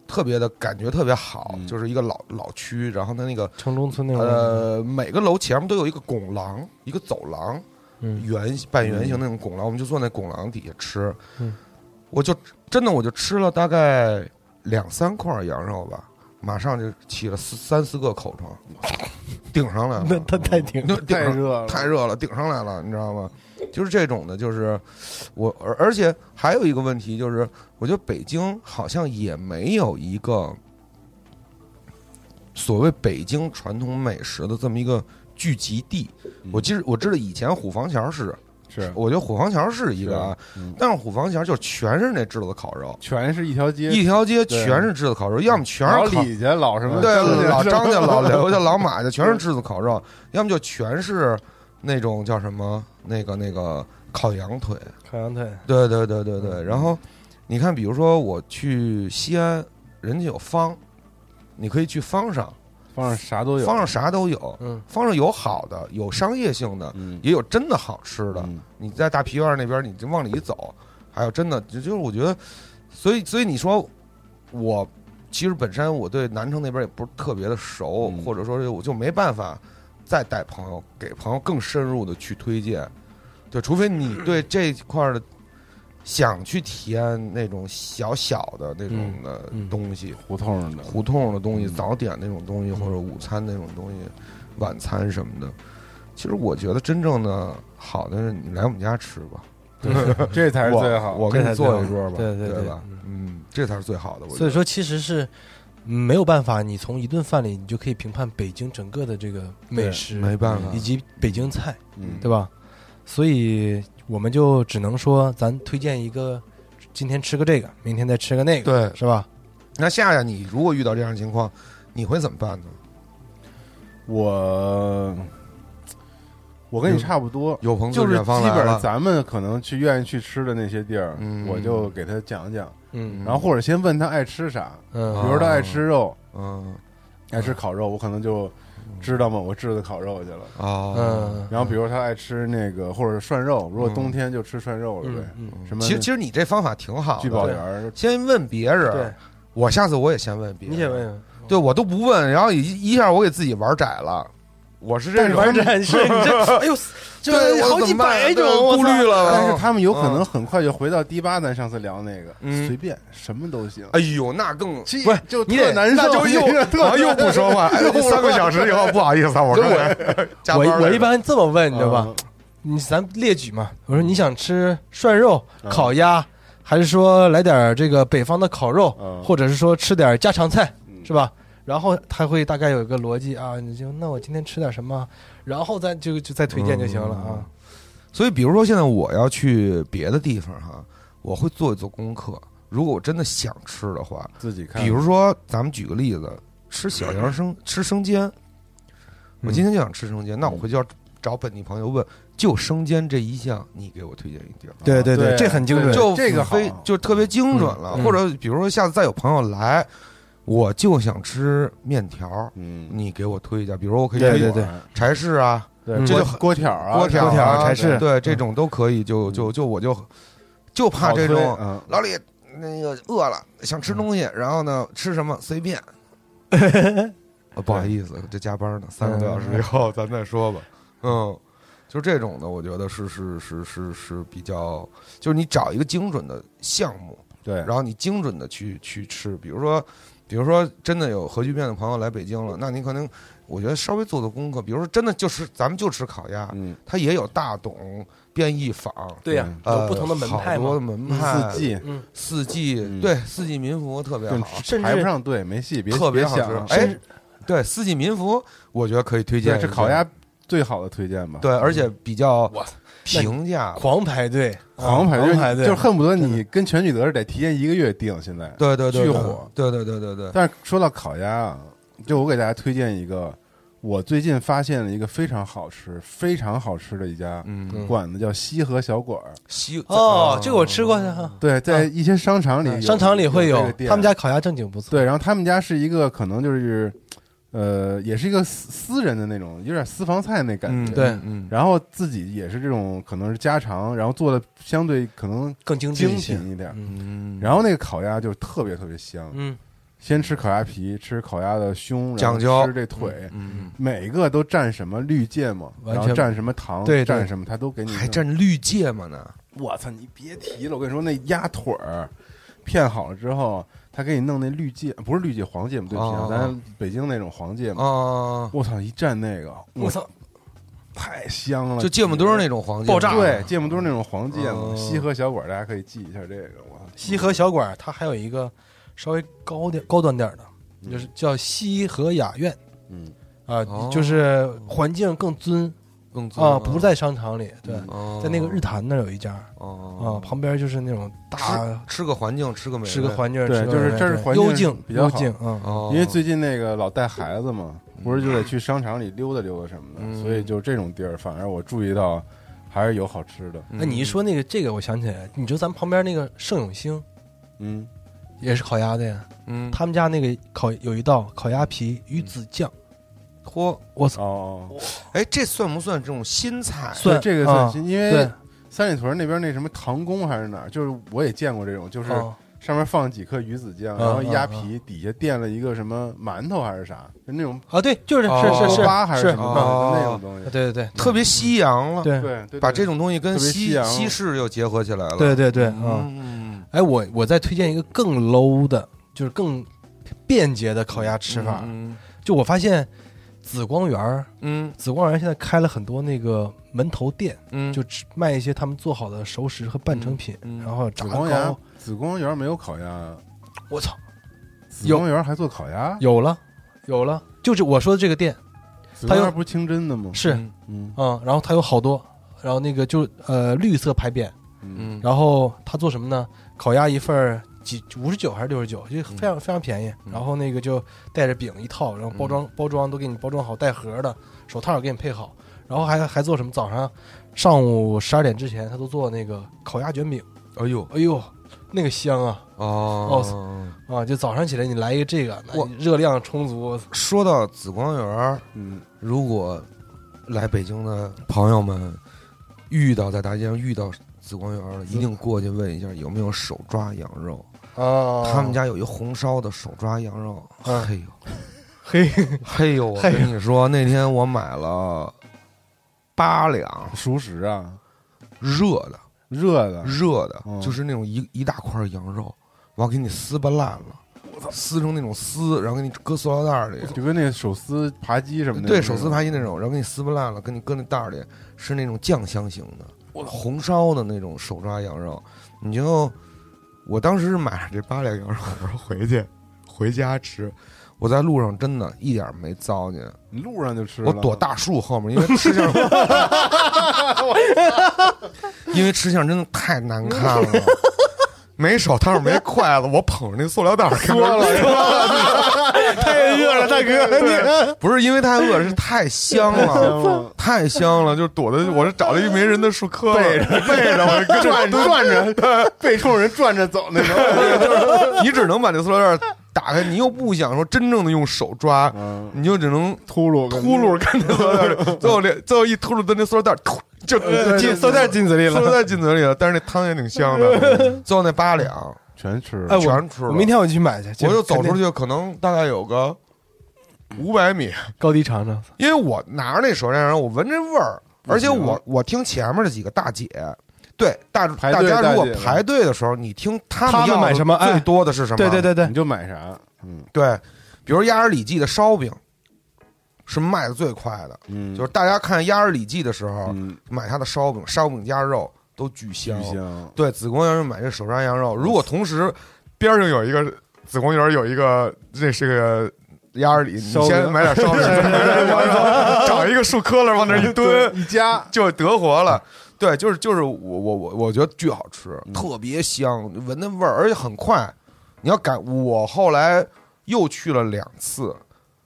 [SPEAKER 9] 特别的感觉特别好，
[SPEAKER 7] 嗯
[SPEAKER 9] 就是一个老老区。然后它那个
[SPEAKER 8] 城中村那种。
[SPEAKER 9] 呃，每个楼前面都有一个拱廊，一个走廊，
[SPEAKER 8] 嗯
[SPEAKER 9] 圆半圆形那种拱廊，我们就坐那拱廊底下吃。
[SPEAKER 8] 嗯
[SPEAKER 9] 我就真的我就吃了大概两三块羊肉吧，马上就起了四三四个口疮， 顶上来了。
[SPEAKER 8] 那他太挺
[SPEAKER 9] 那顶
[SPEAKER 7] 太
[SPEAKER 9] 上
[SPEAKER 7] 热了，
[SPEAKER 9] 太热了，顶上来了，你知道吗？就是这种的，就是我，而而且还有一个问题就是，我觉得北京好像也没有一个所谓北京传统美食的这么一个聚集地。
[SPEAKER 7] 嗯
[SPEAKER 9] 我记得我知道以前虎坊桥是，
[SPEAKER 7] 是
[SPEAKER 9] 我觉得虎坊桥是一个啊，
[SPEAKER 7] 嗯是嗯
[SPEAKER 9] 但是虎坊桥就全是那制作的烤肉，
[SPEAKER 7] 全是一条街，
[SPEAKER 9] 一条街
[SPEAKER 7] 对
[SPEAKER 9] 全是制作烤肉，要么全
[SPEAKER 7] 老
[SPEAKER 9] 是烤
[SPEAKER 7] 李家老什么
[SPEAKER 9] 对，老
[SPEAKER 7] 是
[SPEAKER 9] 张家、老刘家、老马家全是炙子烤肉，要么就全是那种叫什么那个那个烤羊腿。
[SPEAKER 8] 烤羊 腿，
[SPEAKER 9] 对对对对
[SPEAKER 7] 嗯
[SPEAKER 9] 对。然后你看，比如说我去西安，人家有方，你可以去方上，
[SPEAKER 7] 方上啥都有，
[SPEAKER 9] 方上啥都有，
[SPEAKER 8] 嗯，
[SPEAKER 9] 方上有好的，有商业性的，
[SPEAKER 7] 嗯
[SPEAKER 9] 也有真的好吃的。
[SPEAKER 7] 嗯
[SPEAKER 9] 你在大皮院那边，你就往里一走，还有真的，就就是我觉得，所以所以你说我其实本身我对南城那边也不是特别的熟，
[SPEAKER 7] 嗯
[SPEAKER 9] 或者说是我就没办法再带朋友给朋友更深入的去推荐，对，除非你 对这块儿的想去体验那种小小的那种的
[SPEAKER 8] 嗯嗯
[SPEAKER 9] 东西，
[SPEAKER 7] 胡同的，
[SPEAKER 9] 胡同的东西、
[SPEAKER 7] 嗯
[SPEAKER 9] 早点那种东西，
[SPEAKER 8] 嗯
[SPEAKER 9] 或者午餐那种东西、晚餐什么的。其实我觉得真正的好的是你来我们家吃吧，
[SPEAKER 7] 这才是
[SPEAKER 9] 我
[SPEAKER 7] 最好。
[SPEAKER 9] 我给
[SPEAKER 8] 这
[SPEAKER 9] 你
[SPEAKER 8] 才
[SPEAKER 9] 做
[SPEAKER 8] 最
[SPEAKER 9] 一
[SPEAKER 8] 好
[SPEAKER 9] 桌吧，
[SPEAKER 8] 对对对
[SPEAKER 9] 吧
[SPEAKER 8] 嗯？
[SPEAKER 9] 嗯，这才是最好的。我觉
[SPEAKER 8] 所以
[SPEAKER 9] 得
[SPEAKER 8] 说其实是没有办法，你从一顿饭里你就可以评判北京整个的这个美
[SPEAKER 9] 对
[SPEAKER 8] 食
[SPEAKER 9] 没办法
[SPEAKER 8] 以，及北京菜，
[SPEAKER 7] 嗯，
[SPEAKER 8] 对吧？所以我们就只能说，咱推荐一个，今天吃个这个，明天再吃个那个，
[SPEAKER 9] 对。
[SPEAKER 8] 是吧？
[SPEAKER 9] 那夏夏，你如果遇到这样的情况，你会怎么办呢？
[SPEAKER 7] 我我跟你差不多，
[SPEAKER 9] 有朋自
[SPEAKER 7] 就是
[SPEAKER 9] 远
[SPEAKER 7] 基
[SPEAKER 9] 方来
[SPEAKER 7] 本上
[SPEAKER 9] 了，
[SPEAKER 7] 咱们可能去愿意去吃的那些地儿，
[SPEAKER 9] 嗯
[SPEAKER 7] 我就给他讲讲，
[SPEAKER 8] 嗯
[SPEAKER 7] 然后或者先问他爱吃啥，比
[SPEAKER 8] 嗯
[SPEAKER 7] 如他爱吃肉，
[SPEAKER 9] 嗯
[SPEAKER 7] 爱吃烤肉，我可能就知道嘛，我炙的烤肉去了。
[SPEAKER 9] 哦，
[SPEAKER 8] 嗯，
[SPEAKER 7] 然后比如他爱吃那个或者涮肉，如果冬天就吃涮肉了呗，
[SPEAKER 8] 嗯
[SPEAKER 9] 嗯
[SPEAKER 7] 什么
[SPEAKER 9] 其实其实你这方法挺好
[SPEAKER 7] 聚宝
[SPEAKER 9] 的，
[SPEAKER 7] 园儿，
[SPEAKER 9] 先问别
[SPEAKER 8] 对
[SPEAKER 9] 人。，我下次我也先问别
[SPEAKER 8] 你
[SPEAKER 9] 人，
[SPEAKER 8] 先问问，
[SPEAKER 9] 对我都不问，然后一一下我给自己玩窄了。我是这种
[SPEAKER 8] 玩展示，你 这，哎呦，
[SPEAKER 9] 对
[SPEAKER 8] 这
[SPEAKER 9] 我
[SPEAKER 8] 好几
[SPEAKER 9] 怎么办
[SPEAKER 8] 百种
[SPEAKER 9] 对，
[SPEAKER 8] 我
[SPEAKER 9] 顾
[SPEAKER 8] 操
[SPEAKER 9] 虑了。
[SPEAKER 7] 但是他们有可能很快就回到第八，咱上次聊那个，
[SPEAKER 9] 嗯
[SPEAKER 7] 随便什么都行。
[SPEAKER 9] 哎呦，那更
[SPEAKER 7] 这
[SPEAKER 9] 不是
[SPEAKER 7] 就啊
[SPEAKER 9] 你
[SPEAKER 7] 特
[SPEAKER 9] 得
[SPEAKER 7] 难受
[SPEAKER 9] 那 就又
[SPEAKER 7] 你这
[SPEAKER 9] 然后又不说 话。哎，三个小时以后不好意思啊，我刚才 加
[SPEAKER 8] 我
[SPEAKER 9] 班
[SPEAKER 8] 我
[SPEAKER 9] 来
[SPEAKER 8] 一般这么问， 你知道吧
[SPEAKER 7] 嗯？
[SPEAKER 8] 你咱列举嘛，我说你想吃涮肉、
[SPEAKER 7] 嗯
[SPEAKER 8] 烤鸭，还是说来点这个北方的烤肉
[SPEAKER 7] 嗯，
[SPEAKER 8] 或者是说吃点家常菜，是吧？然后他会大概有一个逻辑啊，你就那我今天吃点什么，啊然后再就就再推荐就行了啊。
[SPEAKER 9] 嗯所以，比如说现在我要去别的地方哈，我会做一做功课。如果我真的想吃的话，
[SPEAKER 7] 自己看，
[SPEAKER 9] 比如说咱们举个例子，吃小羊生吃生煎，
[SPEAKER 8] 嗯
[SPEAKER 9] 我今天就想吃生煎，那我回去要找本地朋友问，就生煎这一项，你给我推荐一地儿。
[SPEAKER 8] 对啊对
[SPEAKER 7] 对
[SPEAKER 8] 这很精准。
[SPEAKER 9] 就
[SPEAKER 7] 这个好
[SPEAKER 9] 非就特别精准了。
[SPEAKER 8] 嗯嗯
[SPEAKER 9] 或者比如说下次再有朋友来，我就想吃面条，
[SPEAKER 7] 嗯，
[SPEAKER 9] 你给我推一下。比如我可以
[SPEAKER 8] 对
[SPEAKER 9] 推
[SPEAKER 8] 对对
[SPEAKER 9] 柴氏啊，
[SPEAKER 7] 对，
[SPEAKER 6] 嗯
[SPEAKER 7] 这就
[SPEAKER 9] 锅
[SPEAKER 7] 锅条啊，
[SPEAKER 9] 锅条
[SPEAKER 2] 锅条
[SPEAKER 9] 啊
[SPEAKER 2] 柴是
[SPEAKER 9] 对这种都可以，就就就我就就怕这
[SPEAKER 7] 烤
[SPEAKER 9] 种
[SPEAKER 7] 腿嗯
[SPEAKER 9] 老李那个饿了想吃东西，然后呢吃什么 随便。呃不好意思，这加班呢，三个多小
[SPEAKER 7] 嗯
[SPEAKER 9] 时以后咱再说吧。嗯，就这种的，我觉得是是是是是比较，就是你找一个精准的项目，
[SPEAKER 7] 对，
[SPEAKER 9] 然后你精准的去去吃，比如说，比如说真的有核聚变的朋友来北京了，那你可能我觉得稍微做做功课，比如说真的就是咱们就吃烤鸭，
[SPEAKER 7] 嗯，
[SPEAKER 9] 它也有大董、变异坊，
[SPEAKER 8] 对呀、有
[SPEAKER 9] 呃，
[SPEAKER 8] 不同的门派
[SPEAKER 9] 好多
[SPEAKER 8] 嘛
[SPEAKER 9] 的，门派，
[SPEAKER 7] 四季
[SPEAKER 8] 嗯，
[SPEAKER 9] 四季，
[SPEAKER 7] 嗯
[SPEAKER 9] 对，四季民福特别
[SPEAKER 7] 更
[SPEAKER 9] 好，
[SPEAKER 8] 甚
[SPEAKER 7] 排不
[SPEAKER 8] 至
[SPEAKER 7] 上队，没戏，别
[SPEAKER 9] 特别
[SPEAKER 7] 别
[SPEAKER 9] 好
[SPEAKER 7] 想
[SPEAKER 9] 吃，，哎，对，四季民福我觉得可以推
[SPEAKER 7] 对，
[SPEAKER 9] 荐，
[SPEAKER 7] 是烤鸭，最好的推荐吧，嗯
[SPEAKER 9] 对，而
[SPEAKER 8] 嗯
[SPEAKER 9] 且比较
[SPEAKER 8] 哇
[SPEAKER 9] 平价，
[SPEAKER 8] 狂
[SPEAKER 7] 哎
[SPEAKER 8] 排队，
[SPEAKER 7] 狂排队，
[SPEAKER 8] 狂排队
[SPEAKER 7] 就是恨不得你跟全聚德似的得提前一个月订，现在。
[SPEAKER 9] 对对对，
[SPEAKER 7] 巨
[SPEAKER 9] 对
[SPEAKER 7] 火，
[SPEAKER 9] 对对对对对，
[SPEAKER 7] 但是说到烤鸭啊，就我给大家推荐一个，我最近发现了一个非常好吃、非常好吃的一家
[SPEAKER 9] 嗯，
[SPEAKER 7] 馆子，叫西河小馆儿。
[SPEAKER 9] 西
[SPEAKER 8] 哦，这个我吃过的，
[SPEAKER 7] 对，在一些商场里有、
[SPEAKER 8] 嗯商场里会
[SPEAKER 7] 有这
[SPEAKER 8] 有
[SPEAKER 7] 个，店
[SPEAKER 8] 他们家烤鸭正经不错。
[SPEAKER 7] 对，然后他们家是一个可能就是，呃，也是一个私私人的那种，有点私房菜那感觉。
[SPEAKER 9] 嗯，
[SPEAKER 8] 对
[SPEAKER 9] 嗯，
[SPEAKER 7] 然后自己也是这种，可能是家常，然后做的相对可能
[SPEAKER 8] 更精致
[SPEAKER 7] 精
[SPEAKER 8] 一些。
[SPEAKER 7] 品一点。
[SPEAKER 9] 嗯，
[SPEAKER 7] 然后那个烤鸭就是特别特别香，
[SPEAKER 8] 嗯，
[SPEAKER 7] 先吃烤鸭皮，吃烤鸭的胸，然后
[SPEAKER 9] 讲究
[SPEAKER 7] 吃这腿，
[SPEAKER 9] 嗯，
[SPEAKER 7] 每一个都蘸什么绿芥末，
[SPEAKER 8] 完
[SPEAKER 7] 然后
[SPEAKER 8] 全
[SPEAKER 7] 蘸什么糖，
[SPEAKER 8] 对对
[SPEAKER 7] 蘸什么，他都给你弄。
[SPEAKER 9] 还蘸绿芥末呢，
[SPEAKER 7] 我操，你别提了，我跟你说，那鸭腿儿片好了之后，他给你弄那绿芥，不是绿芥，黄芥末，对不起啊
[SPEAKER 9] 哦，
[SPEAKER 7] 咱北京那种黄芥末，
[SPEAKER 9] 啊，
[SPEAKER 7] 我操，一蘸那个，
[SPEAKER 8] 我
[SPEAKER 7] 我
[SPEAKER 8] 操，
[SPEAKER 7] 太香了，
[SPEAKER 9] 哦就芥末墩儿那种黄芥末
[SPEAKER 8] 爆炸
[SPEAKER 7] 对，芥末墩儿那种黄芥末，
[SPEAKER 9] 嗯
[SPEAKER 7] 西河小馆儿，大家可以记一下这个，我操，
[SPEAKER 8] 西河小馆儿它还有一个稍微高点高端点儿的，就是叫西河雅苑
[SPEAKER 7] 嗯，
[SPEAKER 8] 啊
[SPEAKER 9] 哦，
[SPEAKER 8] 就是环境更尊
[SPEAKER 9] 更重
[SPEAKER 8] 啊，不是在商场里，对，
[SPEAKER 9] 哦
[SPEAKER 8] 在那个日坛那儿有一家啊
[SPEAKER 9] 哦，
[SPEAKER 8] 旁边就是那种大
[SPEAKER 9] 吃个环境，吃个美味，
[SPEAKER 8] 吃个环境儿，
[SPEAKER 7] 对
[SPEAKER 8] 吃个
[SPEAKER 7] 就是
[SPEAKER 8] 美
[SPEAKER 7] 这儿
[SPEAKER 8] 味
[SPEAKER 7] 环境
[SPEAKER 8] 幽静
[SPEAKER 7] 比较好
[SPEAKER 8] 幽静嗯啊，
[SPEAKER 9] 哦，
[SPEAKER 7] 因为最近那个老带孩子嘛，不是就得去商场里溜达溜达什么的，
[SPEAKER 9] 嗯
[SPEAKER 7] 所以就这种地儿，反而我注意到还是有好吃的。
[SPEAKER 9] 嗯
[SPEAKER 8] 那你一说那个这个，我想起来，你说咱们旁边那个盛永兴
[SPEAKER 7] 嗯，
[SPEAKER 8] 也是烤鸭的呀，
[SPEAKER 9] 嗯，
[SPEAKER 8] 他们家那个烤有一道烤鸭皮鱼子酱，
[SPEAKER 9] 嚯，
[SPEAKER 8] 我操，
[SPEAKER 7] 哦，哦
[SPEAKER 9] 哎，这算不算这种新菜？
[SPEAKER 8] 算
[SPEAKER 7] 这个
[SPEAKER 8] 啊
[SPEAKER 7] 算新，因为
[SPEAKER 8] 对
[SPEAKER 7] 三里屯那边那什么唐宫还是哪儿，就是我也见过这种，
[SPEAKER 9] 嗯
[SPEAKER 7] 就是
[SPEAKER 8] 啊
[SPEAKER 7] 上面放几颗鱼子酱，
[SPEAKER 8] 嗯
[SPEAKER 7] 然后鸭皮底下垫了一个什么馒头还是啥，就那种
[SPEAKER 8] 啊，对，就是
[SPEAKER 9] 哦
[SPEAKER 8] 是是
[SPEAKER 7] 锅
[SPEAKER 8] 是
[SPEAKER 7] 巴还
[SPEAKER 8] 是啊
[SPEAKER 7] 是什么
[SPEAKER 9] 哦
[SPEAKER 7] 的那种东西。
[SPEAKER 8] 对对对
[SPEAKER 9] 特别西洋了，
[SPEAKER 8] 对
[SPEAKER 7] 对对，
[SPEAKER 9] 把这
[SPEAKER 7] 种
[SPEAKER 9] 种东西跟
[SPEAKER 7] 特别西
[SPEAKER 9] 西
[SPEAKER 7] 洋
[SPEAKER 9] 西式又结合起来了，
[SPEAKER 8] 对对对啊！
[SPEAKER 9] 嗯，
[SPEAKER 8] 哎，我我再推荐一个更 low 的，就是更便捷的烤鸭吃法。
[SPEAKER 9] 嗯
[SPEAKER 8] 就我发现紫光园儿，
[SPEAKER 9] 嗯
[SPEAKER 8] 紫光园儿现在开了很多那个门头店，
[SPEAKER 9] 嗯，
[SPEAKER 8] 就只卖一些他们做好的熟食和半成品，
[SPEAKER 9] 嗯嗯
[SPEAKER 8] 然后炸
[SPEAKER 7] 紫光园
[SPEAKER 8] 糕。，
[SPEAKER 7] 紫光园没有烤鸭，
[SPEAKER 8] 我操，
[SPEAKER 7] 紫光园还做烤鸭，
[SPEAKER 8] 有了，有了！就是我说的这个店
[SPEAKER 7] 紫光
[SPEAKER 8] 它
[SPEAKER 7] 园
[SPEAKER 8] 有
[SPEAKER 7] 不是清真的吗？
[SPEAKER 8] 是啊、
[SPEAKER 9] 嗯
[SPEAKER 7] 嗯
[SPEAKER 8] 嗯然后它有好多，然后那个就呃绿色牌匾，
[SPEAKER 7] 嗯
[SPEAKER 9] 嗯，
[SPEAKER 8] 然后他做什么呢？烤鸭一份儿几五十九还是六十九，
[SPEAKER 9] 嗯
[SPEAKER 8] 就非常、非常便宜。然后那个就带着饼一套，然后包
[SPEAKER 9] 嗯
[SPEAKER 8] 装、包装都给你包装好，带盒的，手套给你配好，然后还还做什么？早上上午十二点之前，他都做那个烤鸭卷饼。
[SPEAKER 9] 哎呦
[SPEAKER 8] 哎呦，那个香啊
[SPEAKER 9] 哦，
[SPEAKER 8] 啊！就早上起来你来一个这个，那
[SPEAKER 9] 我
[SPEAKER 8] 你热量充足。
[SPEAKER 9] 说到紫光园儿，
[SPEAKER 7] 嗯，
[SPEAKER 9] 如果来北京的朋友们遇到在大街上遇到紫光园儿了，一定过去问一下有没有手抓羊肉。
[SPEAKER 8] 啊，
[SPEAKER 9] 他们家有一红烧的手抓羊肉，
[SPEAKER 8] 嗯
[SPEAKER 9] 嘿呦
[SPEAKER 8] 嘿，
[SPEAKER 9] 嘿呦，我跟你说，那天我买了八两
[SPEAKER 7] 熟食啊，
[SPEAKER 9] 热的，
[SPEAKER 7] 热的，
[SPEAKER 9] 热的，
[SPEAKER 7] 嗯
[SPEAKER 9] 就是那种一一大块羊肉，我要给你撕巴烂了，撕成那种丝，然后给你搁塑料袋儿里，
[SPEAKER 7] 就跟那个手撕扒鸡什么的，
[SPEAKER 9] 对手撕扒鸡那种，然后给你撕不烂了，给你搁那袋儿里，是那种酱香型的，红烧的那种手抓羊肉。你就，我当时是买了这八两羊肉，我说回去回家吃。我在路上真的一点儿没糟践，
[SPEAKER 7] 你路上就吃了，
[SPEAKER 9] 我躲大树后面，因为吃 相，因为吃相真的太难看了，没手套没筷子，我捧着那塑料袋儿说了，太
[SPEAKER 7] 哎
[SPEAKER 9] 饿了，大哥， 不是因为太饿了，是太香了。
[SPEAKER 7] 了，
[SPEAKER 9] 太香了，就躲在我是找了一没人的树棵背着背着，我跟
[SPEAKER 7] 哎 转转着，背冲人转着走那种，
[SPEAKER 9] 就是你只能把那塑料袋打打开，你又不想说真正的用手抓，
[SPEAKER 7] 嗯，
[SPEAKER 9] 你就只能
[SPEAKER 7] 秃噜跟
[SPEAKER 9] 秃噜跟那塑料袋里，最后连最后一秃噜跟那塑料袋儿突就
[SPEAKER 7] 进
[SPEAKER 9] 进
[SPEAKER 7] 都在镜子里
[SPEAKER 9] 塑料
[SPEAKER 7] 了，
[SPEAKER 9] 袋进嘴里了，但是那汤也挺香的，嗯最后那八两
[SPEAKER 7] 全吃
[SPEAKER 8] 哎
[SPEAKER 7] 了。
[SPEAKER 8] 我
[SPEAKER 9] 全吃
[SPEAKER 8] 我
[SPEAKER 9] 了。
[SPEAKER 8] 明天我就去买去，
[SPEAKER 9] 我就走出
[SPEAKER 8] 去
[SPEAKER 9] 去，可能大概有个五百米，
[SPEAKER 8] 高低尝尝。
[SPEAKER 9] 因为我拿着那手电筒，我闻这味儿，而且
[SPEAKER 7] 闻
[SPEAKER 9] 我我听前面的几个大姐，对大
[SPEAKER 7] 排
[SPEAKER 9] 大
[SPEAKER 7] 队
[SPEAKER 9] 家
[SPEAKER 7] 大
[SPEAKER 9] 如果
[SPEAKER 7] 姐们
[SPEAKER 9] 排队的时候，你听他
[SPEAKER 8] 他
[SPEAKER 9] 们
[SPEAKER 8] 们
[SPEAKER 9] 要
[SPEAKER 8] 买
[SPEAKER 9] 的
[SPEAKER 8] 什么哎
[SPEAKER 9] 最多的是什么？
[SPEAKER 8] 对对对对
[SPEAKER 7] 你，就买啥？嗯
[SPEAKER 9] 对，比如鸭儿里脊的烧饼是卖的最快的，
[SPEAKER 7] 嗯，
[SPEAKER 9] 就是大家看鸭儿里脊的时候，
[SPEAKER 7] 嗯，
[SPEAKER 9] 买它的烧饼、烧饼加肉都巨香
[SPEAKER 7] 鱼。香，
[SPEAKER 9] 对，紫光园买这手抓羊肉，如果同时边上有一个紫光园有一个，这是个。鸭儿里，你
[SPEAKER 7] 烧饼
[SPEAKER 9] 先买点烧 饼，再买点羊肉找一个树棵了往那 儿一蹲，
[SPEAKER 7] 一家
[SPEAKER 9] 就得活了。对，就是就是我我我我觉得巨好吃，
[SPEAKER 7] 嗯
[SPEAKER 9] 特别香，闻那味儿，而且很快。你要赶我后来又去了两次，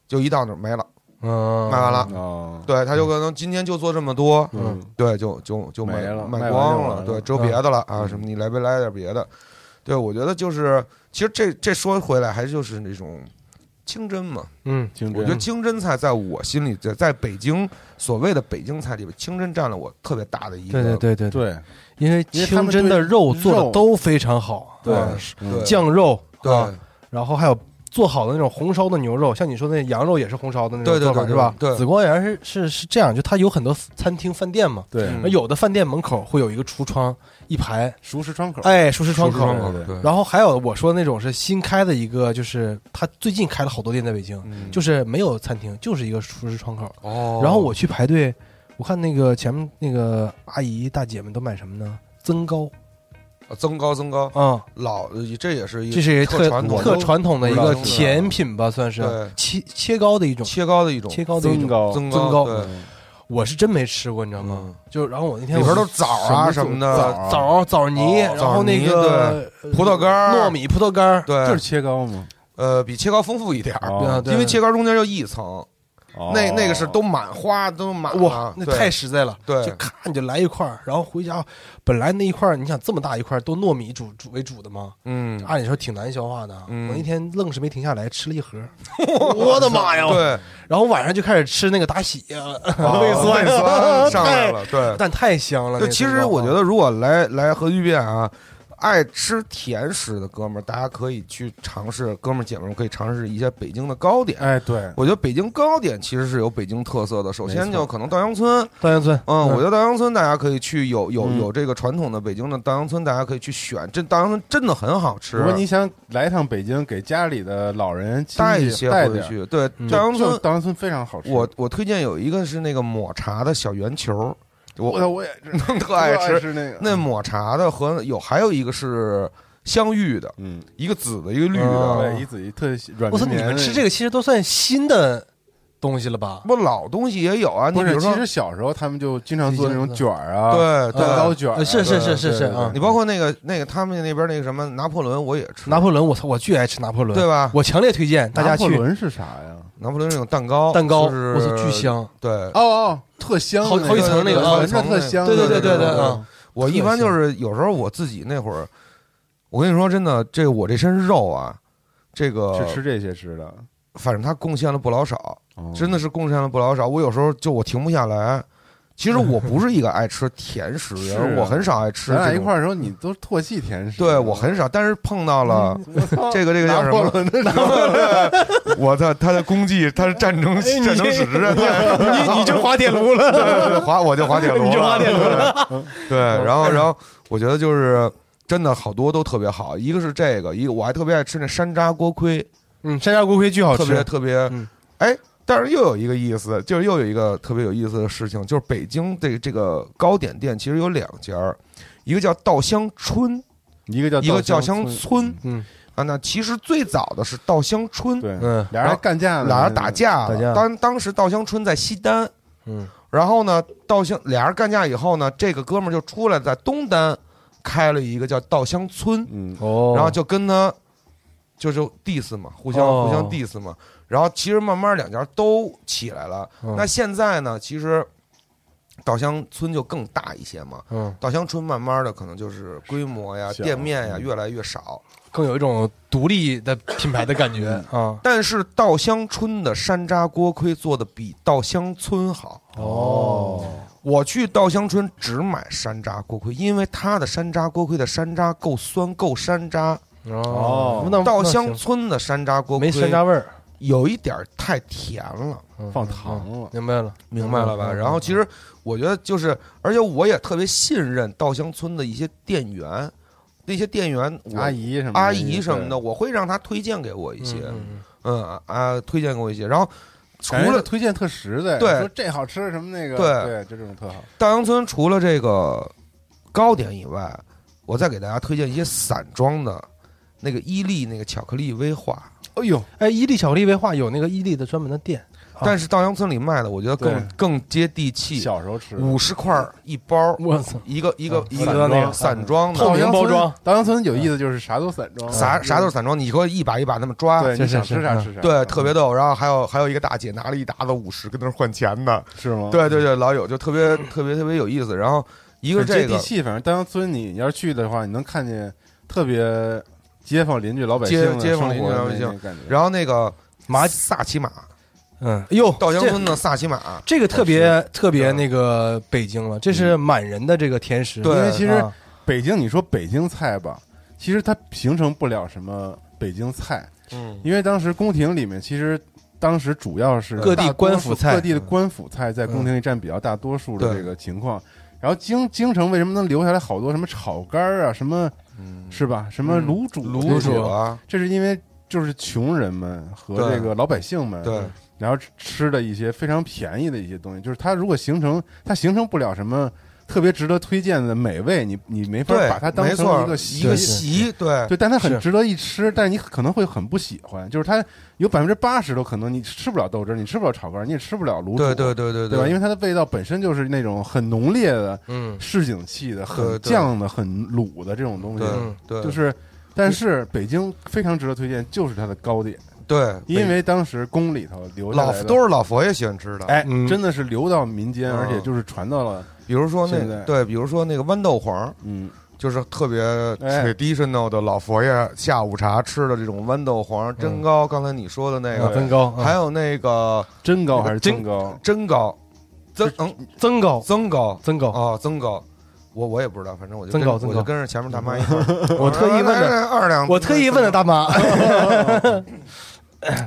[SPEAKER 9] 就一到那儿没了，
[SPEAKER 8] 嗯，
[SPEAKER 9] 卖完啊了。
[SPEAKER 7] 哦，
[SPEAKER 9] 对，他就可能今天就做这么多，
[SPEAKER 7] 嗯，
[SPEAKER 9] 对，就就就卖
[SPEAKER 7] 没了
[SPEAKER 9] 卖
[SPEAKER 7] 卖完就
[SPEAKER 9] 光
[SPEAKER 7] 完了
[SPEAKER 9] 对，只有别的了啊，
[SPEAKER 7] 嗯
[SPEAKER 9] 什么你来不来点别的？对，我觉得就是，其实这这说回来，还就是那种清真嘛，
[SPEAKER 8] 嗯，
[SPEAKER 7] 清
[SPEAKER 9] 我觉得清真菜在我心里，在在北京所谓的北京菜里边，清真占了我特别大的一个
[SPEAKER 8] 对对对对，
[SPEAKER 7] 对
[SPEAKER 8] 因为
[SPEAKER 7] 因为他
[SPEAKER 8] 清
[SPEAKER 7] 们
[SPEAKER 8] 真的肉做
[SPEAKER 7] 肉
[SPEAKER 8] 的都非常好，
[SPEAKER 7] 对
[SPEAKER 8] 啊
[SPEAKER 7] 嗯
[SPEAKER 9] 酱
[SPEAKER 8] 酱肉
[SPEAKER 9] 对
[SPEAKER 8] 啊然后还有做好的那种红烧的牛肉，像你说的那羊肉也是红烧的那
[SPEAKER 9] 对
[SPEAKER 8] 种做
[SPEAKER 9] 对
[SPEAKER 8] 法
[SPEAKER 9] 对
[SPEAKER 8] 是吧？
[SPEAKER 9] 对
[SPEAKER 8] 紫光园是是是这样，就它有很多餐厅饭店嘛，
[SPEAKER 7] 对
[SPEAKER 9] 嗯，
[SPEAKER 8] 有的饭店门口会有一个橱窗一排，
[SPEAKER 7] 熟食窗口，
[SPEAKER 8] 哎，熟食窗
[SPEAKER 7] 熟食
[SPEAKER 8] 口
[SPEAKER 7] 窗。口
[SPEAKER 9] 对对
[SPEAKER 8] 然后还有我说那种是新开的一个，就是它最近开了好多店在北京，
[SPEAKER 9] 嗯
[SPEAKER 8] 就是没有餐厅，就是一个熟食窗口。
[SPEAKER 9] 哦
[SPEAKER 8] 然后我去排队，我看那个前面那个阿姨大姐们都买什么呢？增高
[SPEAKER 9] 增高增高，
[SPEAKER 8] 啊，
[SPEAKER 9] 老呃这也是一
[SPEAKER 8] 这是一个
[SPEAKER 9] 特传统
[SPEAKER 8] 特传统的一
[SPEAKER 9] 我
[SPEAKER 8] 个
[SPEAKER 9] 都
[SPEAKER 8] 甜品吧，算是
[SPEAKER 9] 对
[SPEAKER 8] 切切糕的一种，
[SPEAKER 9] 切糕的一种
[SPEAKER 8] 切糕的一
[SPEAKER 7] 增
[SPEAKER 8] 种。
[SPEAKER 7] 高，
[SPEAKER 9] 增
[SPEAKER 8] 增高
[SPEAKER 9] 高
[SPEAKER 8] 嗯
[SPEAKER 9] 对，
[SPEAKER 8] 我是真没吃过，你知道吗？
[SPEAKER 9] 嗯
[SPEAKER 8] 就然后我那天
[SPEAKER 9] 里边
[SPEAKER 8] 我
[SPEAKER 9] 都是枣啊
[SPEAKER 7] 什
[SPEAKER 9] 什
[SPEAKER 7] 么
[SPEAKER 9] 么的，
[SPEAKER 8] 枣儿枣儿泥，
[SPEAKER 9] 哦
[SPEAKER 8] 然后那个呃
[SPEAKER 9] 葡萄干儿
[SPEAKER 8] 糯米、葡萄干儿，
[SPEAKER 9] 对，
[SPEAKER 7] 就是切糕吗？
[SPEAKER 9] 呃比切糕丰富一点儿，
[SPEAKER 7] 哦
[SPEAKER 8] 对啊
[SPEAKER 9] 因为切糕中间就一层，
[SPEAKER 7] 哦
[SPEAKER 9] 那那个是都满花都满
[SPEAKER 8] 哇
[SPEAKER 9] 了，，
[SPEAKER 8] 那
[SPEAKER 9] 啊对
[SPEAKER 8] 太实在了。
[SPEAKER 9] 对
[SPEAKER 8] 就咔你就来一块儿，然后回家，本来那一块儿，你想这么大一块儿都糯米煮煮为主的吗？
[SPEAKER 9] 嗯，
[SPEAKER 8] 按理说挺难消化的。啊
[SPEAKER 9] 嗯
[SPEAKER 8] 我那天愣是没停下来，吃了一盒，我的妈呀！
[SPEAKER 9] 对，
[SPEAKER 8] 然后晚上就开始吃那个打喜， 呃
[SPEAKER 9] 胃酸胃 酸上来了，对，
[SPEAKER 8] 但太香了。
[SPEAKER 9] 对，
[SPEAKER 8] 那个
[SPEAKER 9] 其实
[SPEAKER 8] 蛋糕
[SPEAKER 9] 我觉得，如果来来核聚变啊，爱吃甜食的哥们儿，大家可以去尝试，哥们儿姐们儿可以尝试一些北京的糕点。
[SPEAKER 7] 哎对，
[SPEAKER 9] 我觉得北京糕点其实是有北京特色的。首先
[SPEAKER 7] 没错
[SPEAKER 9] 就可能稻香村，
[SPEAKER 8] 稻香村，
[SPEAKER 9] 嗯，我觉得稻香村大家可以去有有
[SPEAKER 7] 嗯
[SPEAKER 9] 有这个传统的北京的稻香村，大家可以去选。这稻香村真的很好吃
[SPEAKER 7] 如，果你想来一趟北京，给家里的老人亲
[SPEAKER 9] 带一
[SPEAKER 7] 戚
[SPEAKER 9] 些
[SPEAKER 7] 带
[SPEAKER 9] 回
[SPEAKER 7] 点儿，
[SPEAKER 9] 去。对，
[SPEAKER 8] 嗯
[SPEAKER 9] 稻香
[SPEAKER 7] 就是
[SPEAKER 9] 村，
[SPEAKER 7] 稻香村非常好吃。
[SPEAKER 9] 我我推荐有一个是那个抹茶的小圆球，我
[SPEAKER 7] 我哎我也是
[SPEAKER 9] 特爱吃
[SPEAKER 7] 吃那个嗯
[SPEAKER 9] 那抹茶的和有还有一个是香芋的，
[SPEAKER 7] 嗯，
[SPEAKER 9] 一个紫的，一个绿的，
[SPEAKER 7] 哦对，一子一特软
[SPEAKER 8] 我操，
[SPEAKER 7] 绵
[SPEAKER 8] 你
[SPEAKER 7] 绵
[SPEAKER 8] 们
[SPEAKER 7] 的
[SPEAKER 8] 吃这个其实都算新的东西了吧？
[SPEAKER 9] 不老东西也有啊。你
[SPEAKER 7] 不
[SPEAKER 9] 比
[SPEAKER 7] 是，
[SPEAKER 9] 如
[SPEAKER 7] 其
[SPEAKER 9] 说，
[SPEAKER 7] 实小时候他们就经常做那种卷儿啊，
[SPEAKER 9] 对对
[SPEAKER 7] 蛋糕卷儿啊，
[SPEAKER 8] 呃是是是是是
[SPEAKER 7] 对对对
[SPEAKER 8] 啊
[SPEAKER 9] 你包括那个那个他们那边那个什么拿破仑，我也吃
[SPEAKER 8] 拿破仑，我操，我巨爱吃拿破仑，
[SPEAKER 9] 对啊吧？
[SPEAKER 8] 我强烈推荐大家
[SPEAKER 7] 拿破
[SPEAKER 8] 去
[SPEAKER 7] 仑是啥呀？
[SPEAKER 9] 拿破仑那种蛋糕，
[SPEAKER 8] 蛋糕，
[SPEAKER 9] 就是
[SPEAKER 8] 我操，巨香。
[SPEAKER 9] 对。
[SPEAKER 7] 哦哦，特香的
[SPEAKER 8] 好
[SPEAKER 7] 那个，
[SPEAKER 8] 好几层那个
[SPEAKER 7] 闻着
[SPEAKER 9] 啊
[SPEAKER 7] 特香的
[SPEAKER 8] 对
[SPEAKER 7] 那
[SPEAKER 8] 对
[SPEAKER 7] 个。
[SPEAKER 8] 对对对，
[SPEAKER 9] 对啊
[SPEAKER 8] 嗯，
[SPEAKER 9] 我一般就是有时候我自己那会儿，我跟你说真的，这我这身肉啊，这个
[SPEAKER 7] 是吃这些吃的，
[SPEAKER 9] 反正它贡献了不老少，
[SPEAKER 7] 哦
[SPEAKER 9] 真的是贡献了不老少。我有时候就我停不下来。其实我不是一个爱吃甜食 的
[SPEAKER 7] 是
[SPEAKER 9] 人，
[SPEAKER 7] 啊
[SPEAKER 9] 我很少爱吃
[SPEAKER 7] 咱俩
[SPEAKER 9] 这
[SPEAKER 7] 一
[SPEAKER 9] 种
[SPEAKER 7] 块儿的时候，你都唾弃甜食。
[SPEAKER 9] 对我很少，但是碰到了 这个这个叫
[SPEAKER 7] 嗯拿
[SPEAKER 9] 什
[SPEAKER 7] 破
[SPEAKER 9] 么？
[SPEAKER 7] 仑的拿破
[SPEAKER 9] 我操，他的功绩，他是战争战争史，
[SPEAKER 2] 哎
[SPEAKER 9] 啊
[SPEAKER 2] 你你就滑铁卢了，
[SPEAKER 9] 对滑我就滑铁卢了，
[SPEAKER 2] 你就滑铁卢
[SPEAKER 9] 了。 对，然后然后我觉得就是真的好多都特别好，一个是这个，一个我还特别爱吃那山楂锅盔，
[SPEAKER 8] 嗯，山楂锅盔巨好
[SPEAKER 9] 特别
[SPEAKER 8] 吃，
[SPEAKER 9] 特别
[SPEAKER 8] 嗯，
[SPEAKER 9] 哎。但是又有一个意思，就是又有一个特别有意思的事情，就是北京的这个糕点店其实有两家儿，一个叫稻香春
[SPEAKER 7] 一个叫
[SPEAKER 9] 一个叫
[SPEAKER 7] 啊香
[SPEAKER 9] 乡村
[SPEAKER 8] 嗯
[SPEAKER 9] 啊，那其实最早的是稻香春，
[SPEAKER 7] 对，
[SPEAKER 8] 嗯
[SPEAKER 7] 俩人还干架呢，
[SPEAKER 9] 俩人打架
[SPEAKER 8] 打架
[SPEAKER 9] 了。当当时稻香春在西单，
[SPEAKER 8] 嗯，
[SPEAKER 9] 然后呢，稻香俩人干架以后呢，这个哥们儿就出来在东单开了一个叫稻香村，
[SPEAKER 7] 嗯，
[SPEAKER 8] 哦
[SPEAKER 9] 然后就跟他就就 diss 嘛，互相、
[SPEAKER 8] 哦
[SPEAKER 9] 互相 diss 嘛。然后其实慢慢两家都起来了。
[SPEAKER 8] 嗯
[SPEAKER 9] 那现在呢，其实稻香村就更大一些嘛。
[SPEAKER 8] 嗯
[SPEAKER 9] 稻香村慢慢的可能就是规模呀、
[SPEAKER 7] 小
[SPEAKER 9] 店面呀
[SPEAKER 7] 嗯
[SPEAKER 9] 越来越少，
[SPEAKER 8] 更有一种独立的品牌的感觉啊。
[SPEAKER 9] 嗯但是稻香村的山楂锅盔做的比稻香村好。
[SPEAKER 8] 哦，
[SPEAKER 9] 我去稻香村只买山楂锅盔，因为它的山楂锅盔的山楂够酸够山楂。
[SPEAKER 8] 哦，那
[SPEAKER 9] 稻香
[SPEAKER 8] 那
[SPEAKER 9] 村的山楂
[SPEAKER 8] 行
[SPEAKER 9] 锅盔
[SPEAKER 8] 没山楂味儿，
[SPEAKER 9] 有一点儿太甜了，
[SPEAKER 8] 嗯
[SPEAKER 7] 放糖，了，
[SPEAKER 8] 明白了，
[SPEAKER 9] 明白了吧？
[SPEAKER 8] 嗯
[SPEAKER 9] 然后其实我觉得就是，而且我也特别信任稻香村的一些店员，那些店员我
[SPEAKER 7] 阿姨什么的
[SPEAKER 9] 阿姨什么
[SPEAKER 7] 对
[SPEAKER 9] 的，我会让她推荐给我一些，
[SPEAKER 8] 嗯嗯
[SPEAKER 9] 嗯啊，推荐给我一些。然后除
[SPEAKER 7] 感觉
[SPEAKER 9] 了
[SPEAKER 7] 推荐特实在，
[SPEAKER 9] 对
[SPEAKER 7] 说这好吃什么那个，
[SPEAKER 9] 对
[SPEAKER 7] 对，就这种特好。
[SPEAKER 9] 稻香村除了这个糕点以外，我再给大家推荐一些散装的，那个伊利那个巧克力威化。
[SPEAKER 7] 哎呦，
[SPEAKER 8] 哎，伊利巧克力威化有那个伊利的专门的店，啊
[SPEAKER 9] 但是稻香村里卖的，我觉得更
[SPEAKER 7] 对
[SPEAKER 9] 更接地气，
[SPEAKER 7] 小时候吃的嗯
[SPEAKER 9] 五十块儿一包，
[SPEAKER 8] 我操，
[SPEAKER 9] 一个一个一
[SPEAKER 8] 散装那
[SPEAKER 9] 个
[SPEAKER 8] 个
[SPEAKER 9] 散装
[SPEAKER 8] 透
[SPEAKER 9] 的，
[SPEAKER 8] 明包装。嗯
[SPEAKER 7] 稻香嗯村有意思就是啥都散装，啊
[SPEAKER 9] 啥啥都是散装，你给我一把一把那么抓。
[SPEAKER 7] 嗯对，
[SPEAKER 8] 是
[SPEAKER 7] 你
[SPEAKER 8] 是
[SPEAKER 7] 想
[SPEAKER 8] 是
[SPEAKER 7] 吃啥
[SPEAKER 8] 嗯
[SPEAKER 7] 吃啥，
[SPEAKER 9] 对，特别逗。然后还有还有一个大姐拿了一沓子五十，跟那儿换钱呢。
[SPEAKER 7] 是吗？
[SPEAKER 9] 对对对，老有就特别特别特别有意思。然后一个
[SPEAKER 7] 很
[SPEAKER 9] 这
[SPEAKER 7] 接
[SPEAKER 9] 个
[SPEAKER 7] 地气，反正稻香村你要是去的话，你能看见特别街坊邻居老百姓的
[SPEAKER 9] 街街坊
[SPEAKER 7] 生活
[SPEAKER 9] 邻居老百
[SPEAKER 7] 那
[SPEAKER 9] 姓
[SPEAKER 7] 那感觉
[SPEAKER 9] 然后那个
[SPEAKER 8] 麻
[SPEAKER 9] 萨其马，
[SPEAKER 8] 嗯，哟，
[SPEAKER 9] 稻香
[SPEAKER 8] 这
[SPEAKER 9] 村的萨其马，
[SPEAKER 8] 这个特别特别
[SPEAKER 9] 嗯
[SPEAKER 8] 那个北京了，这是满人的这个甜食。
[SPEAKER 9] 对
[SPEAKER 7] 因为其实
[SPEAKER 8] 啊
[SPEAKER 7] 北京，你说北京菜吧，其实它形成不了什么北京菜，
[SPEAKER 9] 嗯，
[SPEAKER 7] 因为当时宫廷里面其实。当时主要是
[SPEAKER 8] 各地
[SPEAKER 7] 大多
[SPEAKER 8] 官府
[SPEAKER 7] 数
[SPEAKER 8] 菜
[SPEAKER 7] 各地的官府菜在宫廷里占比较大多数的
[SPEAKER 9] 嗯对
[SPEAKER 7] 这个情况。然后京京城为什么能留下来好多什么炒肝儿啊，什么是吧？什么卤煮这
[SPEAKER 9] 嗯卤
[SPEAKER 7] 些
[SPEAKER 9] 煮啊，
[SPEAKER 7] 这是因为就是穷人们和
[SPEAKER 9] 对
[SPEAKER 7] 这个老百姓们，
[SPEAKER 9] 对，
[SPEAKER 7] 然后吃吃的一些非常便宜的一些东西，就是它如果形成，它形成不了什么特别值得推荐的美味，你你没法
[SPEAKER 9] 对，
[SPEAKER 7] 把它当
[SPEAKER 9] 没
[SPEAKER 7] 成
[SPEAKER 9] 错
[SPEAKER 7] 一个
[SPEAKER 9] 一
[SPEAKER 7] 习
[SPEAKER 9] 个
[SPEAKER 8] 对
[SPEAKER 9] 席， 对
[SPEAKER 7] 对，但它很
[SPEAKER 8] 是
[SPEAKER 7] 值得一吃，但是你可能会很不喜欢，就是它有百分之八十都可能你吃不了豆汁儿，你吃不了炒肝儿，你也吃不了卤煮，
[SPEAKER 9] 对对对对
[SPEAKER 7] 对吧？因为它的味道本身就是那种很浓烈的、
[SPEAKER 8] 嗯
[SPEAKER 7] 市井气的、
[SPEAKER 9] 对
[SPEAKER 7] 很
[SPEAKER 9] 对
[SPEAKER 7] 酱的、很卤的这种东西
[SPEAKER 9] 对，
[SPEAKER 8] 嗯
[SPEAKER 9] 对
[SPEAKER 7] 就是，但是北京非常值得推荐，就是它的糕点，
[SPEAKER 9] 对，
[SPEAKER 7] 因为当时宫里头留下
[SPEAKER 9] 老
[SPEAKER 7] 来的
[SPEAKER 9] 都是老佛爷喜欢吃的，
[SPEAKER 7] 哎，
[SPEAKER 8] 嗯
[SPEAKER 7] 真的是流到民间，
[SPEAKER 9] 嗯
[SPEAKER 7] 而且就是传到了，
[SPEAKER 9] 比如说那
[SPEAKER 7] 现在
[SPEAKER 9] 对，比如说那个豌豆黄，
[SPEAKER 7] 嗯，
[SPEAKER 9] 就是特别
[SPEAKER 7] 哎
[SPEAKER 9] traditional 的老佛爷下午茶吃的这种豌豆黄蒸糕，刚才你说的那
[SPEAKER 8] 嗯啊，
[SPEAKER 9] 个，
[SPEAKER 8] 增高，
[SPEAKER 9] 还有那个
[SPEAKER 7] 蒸糕
[SPEAKER 9] 那个
[SPEAKER 7] 还是
[SPEAKER 9] 蒸
[SPEAKER 7] 蒸糕？
[SPEAKER 9] 蒸糕，增嗯
[SPEAKER 8] 增高，
[SPEAKER 9] 增糕
[SPEAKER 8] 增高。
[SPEAKER 9] 啊增糕。我我也不知道，反正我就
[SPEAKER 8] 增
[SPEAKER 9] 跟
[SPEAKER 8] 糕增
[SPEAKER 9] 我就
[SPEAKER 8] 糕
[SPEAKER 9] 跟着前面大妈一块儿，
[SPEAKER 8] 我特意问
[SPEAKER 9] 来
[SPEAKER 8] 的，
[SPEAKER 9] 来二 两，
[SPEAKER 8] 我特意问了大妈。